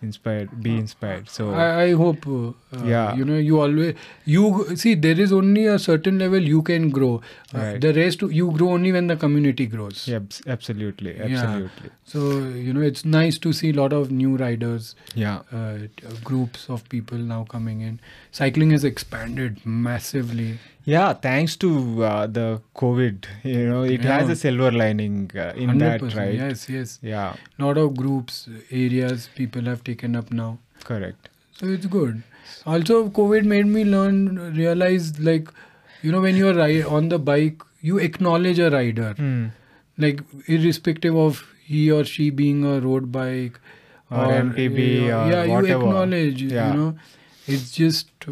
S2: inspired be inspired so
S1: I, I hope, uh,
S2: Yeah.
S1: you know, you always, you see, there is only a certain level you can grow. Uh,
S2: Right.
S1: The rest, you grow only when the community grows.
S2: yeah, abs- absolutely
S1: Yeah.
S2: absolutely
S1: So, you know, it's nice to see a lot of new riders.
S2: yeah
S1: uh, t- uh, groups of people now coming in. Cycling has expanded massively.
S2: yeah thanks to uh, the covid you know it
S1: Yeah.
S2: has a silver lining uh, in that
S1: 100%,
S2: right
S1: Yes, yes.
S2: yeah
S1: Lot of groups, areas people have taken up now.
S2: correct
S1: So it's good. Also, COVID made me learn, realize like, you know, when you're ri- on the bike, you acknowledge a rider,
S2: Hmm.
S1: like irrespective of he or she being a road bike
S2: Or MTB or
S1: yeah, you
S2: whatever.
S1: acknowledge.
S2: Yeah.
S1: You know, it's just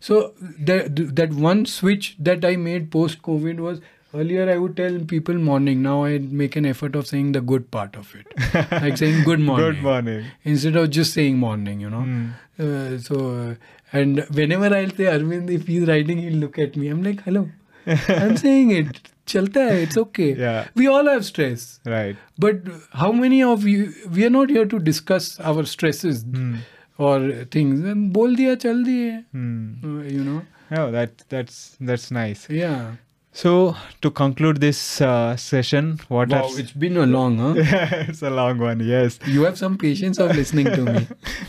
S1: so that that one switch that I made post COVID was earlier I would tell people morning. Now I make an effort of saying the good part of it, like saying good morning.
S2: good morning
S1: Instead of just saying morning, you know.
S2: Hmm.
S1: Uh, so, uh, and whenever I'll say Arvind, if he's riding, he'll look at me. I'm like, hello, I'm saying it. Chalta hai, it's okay.
S2: Yeah.
S1: We all have stress.
S2: right
S1: But how many of you, we are not here to discuss our stresses
S2: Hmm.
S1: or things. And bol diya, chal diye.
S2: Hmm.
S1: Uh, you know?
S2: no that that's that's nice
S1: Yeah.
S2: So to conclude this uh, session, what
S1: wow,
S2: are
S1: it's been a long, huh?
S2: it's a long one, yes.
S1: you have some patience of listening to me.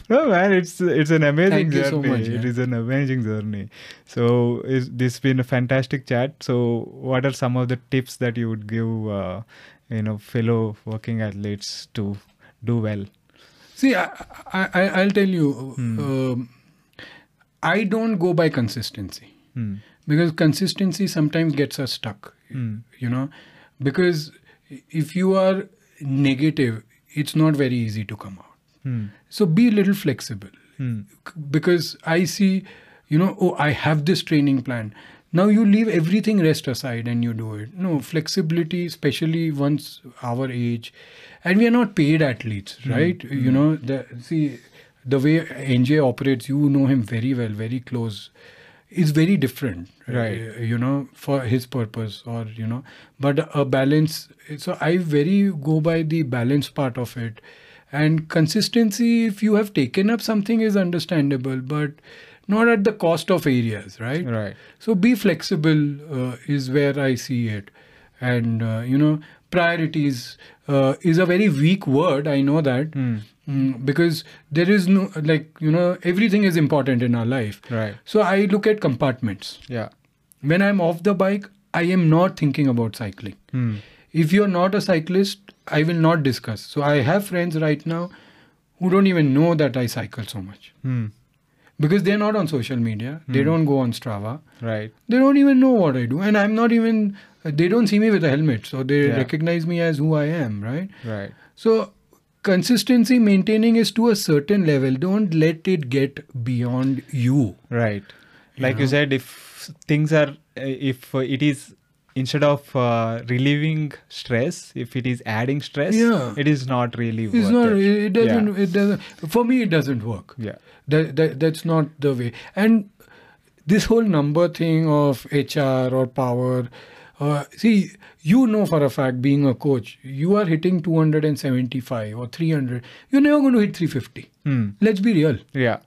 S2: No man, it's it's an amazing
S1: Thank you
S2: journey.
S1: so much,
S2: It
S1: yeah.
S2: is an amazing journey. So is, this has been a fantastic chat. So what are some of the tips that you would give, uh, you know, fellow working athletes to do well?
S1: See, I, I, I- I'll tell you, um, I don't go by consistency.
S2: Hmm.
S1: because consistency sometimes gets us stuck
S2: Mm.
S1: you know because if you are negative it's not very easy to come out
S2: Hmm.
S1: so be a little flexible
S2: Hmm.
S1: because i see you know oh i have this training plan now you leave everything rest aside and you do it no flexibility especially once our age and we are not paid athletes right you know the see the way nj operates you know him very well very close is very different
S2: Right.
S1: uh, you know for his purpose or you know but a balance so i very go by the balance part of it and consistency if you have taken up something is understandable but not at the cost of areas right
S2: Right.
S1: so be flexible uh, is where i see it and uh, you know priorities uh, is a very weak word i know that
S2: Hmm.
S1: Mm, because there is no like you know everything is important in our life
S2: Right.
S1: so i look at compartments
S2: Yeah.
S1: when i'm off the bike i am not thinking about cycling
S2: Hmm.
S1: if you're not a cyclist, I will not discuss. So I have friends right now who don't even know that I cycle so much
S2: Hmm.
S1: because they're not on social media. They don't go on Strava.
S2: Right.
S1: They don't even know what I do, and I'm not even. They don't see me with a helmet, so they
S2: Yeah.
S1: recognize me as who I am, right?
S2: Right.
S1: So consistency maintaining is to a certain level. Don't let it get beyond you.
S2: Right.
S1: You
S2: Like you
S1: know?
S2: said, if things are, uh, if uh, it is instead of uh, relieving stress, if it is adding stress,
S1: Yeah.
S2: it is not really.
S1: It's
S2: worth
S1: not.
S2: It.
S1: It, it doesn't.
S2: Yeah.
S1: It doesn't. For me, it doesn't work.
S2: Yeah.
S1: That, that that's not the way. And this whole number thing of HR or power. Uh, see, you know for a fact, being a coach, you are hitting 275 or 300. You're never going to hit 350.
S2: Hmm.
S1: Let's be real.
S2: Yeah.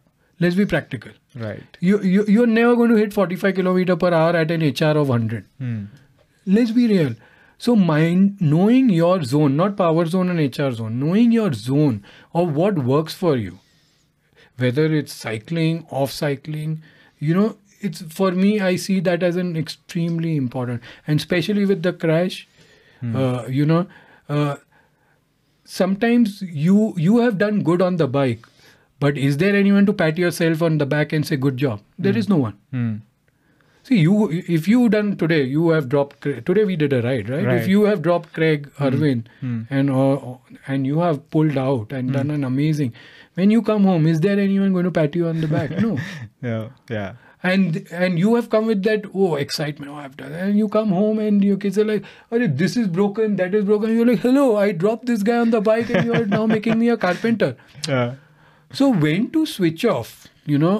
S1: Let's be practical.
S2: Right.
S1: You, you, you're never going to hit 45 kilometer per hour at an HR of 100.
S2: Hmm.
S1: let's be real so mind knowing your zone not power zone and hr zone knowing your zone or what works for you whether it's cycling off cycling you know it's for me i see that as an extremely important and especially with the crash uh, you know uh, sometimes you you have done good on the bike but is there anyone to pat yourself on the back and say good job There is no one
S2: Hmm.
S1: See, you if you done today, you have dropped. Cra- Today we did a ride, right?
S2: Right. Hmm.
S1: If you have dropped Craig Irwin and uh, and you have pulled out
S2: Hmm.
S1: and done an amazing, when you come home, is there anyone going to pat you on the back? no.
S2: Yeah. Yeah.
S1: And and you have come with that oh excitement oh I've done and you come home and your kids are like oh this is broken that is broken you're like hello I dropped this guy on the bike and you're now making me a carpenter
S2: Yeah.
S1: so when to switch off you know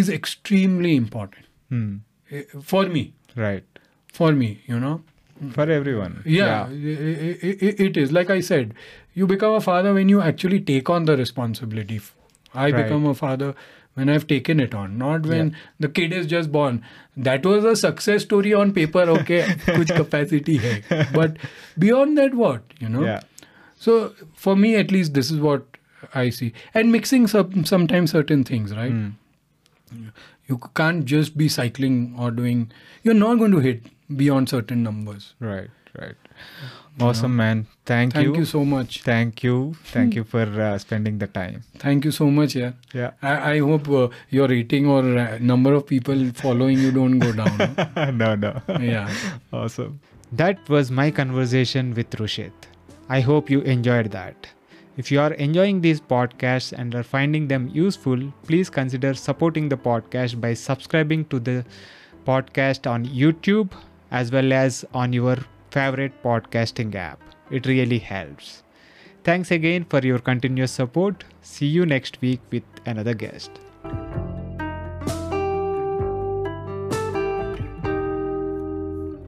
S1: is extremely important
S2: Hmm.
S1: eh, for me
S2: Right.
S1: for me you know
S2: For everyone.
S1: yeah, i- i- i- it is like i said you become a father when you actually take on the responsibility i
S2: Right.
S1: become a father when i've taken it on not when the kid is just born that was a success story on paper okay kuch capacity hai but beyond that what you know
S2: Yeah.
S1: so for me at least this is what i see and mixing some, sometimes certain things right
S2: Hmm.
S1: you can't just be cycling or doing you're not going to hit beyond certain numbers
S2: Right. Right. Awesome, man. Thank,
S1: thank
S2: you.
S1: you, so much Hmm.
S2: Thank you. Thank you for uh, spending the time.
S1: thank you so much yeah
S2: Yeah.
S1: i, I hope uh, your rating or uh, number of people following you don't go down
S2: no, no.
S1: yeah
S2: awesome.
S3: That was my conversation with Rushit. I hope you enjoyed that. If you are enjoying these podcasts and are finding them useful, please consider supporting the podcast by subscribing to the podcast on YouTube as well as on your favorite podcasting app. It really helps. Thanks again for your continuous support. See you next week with another guest.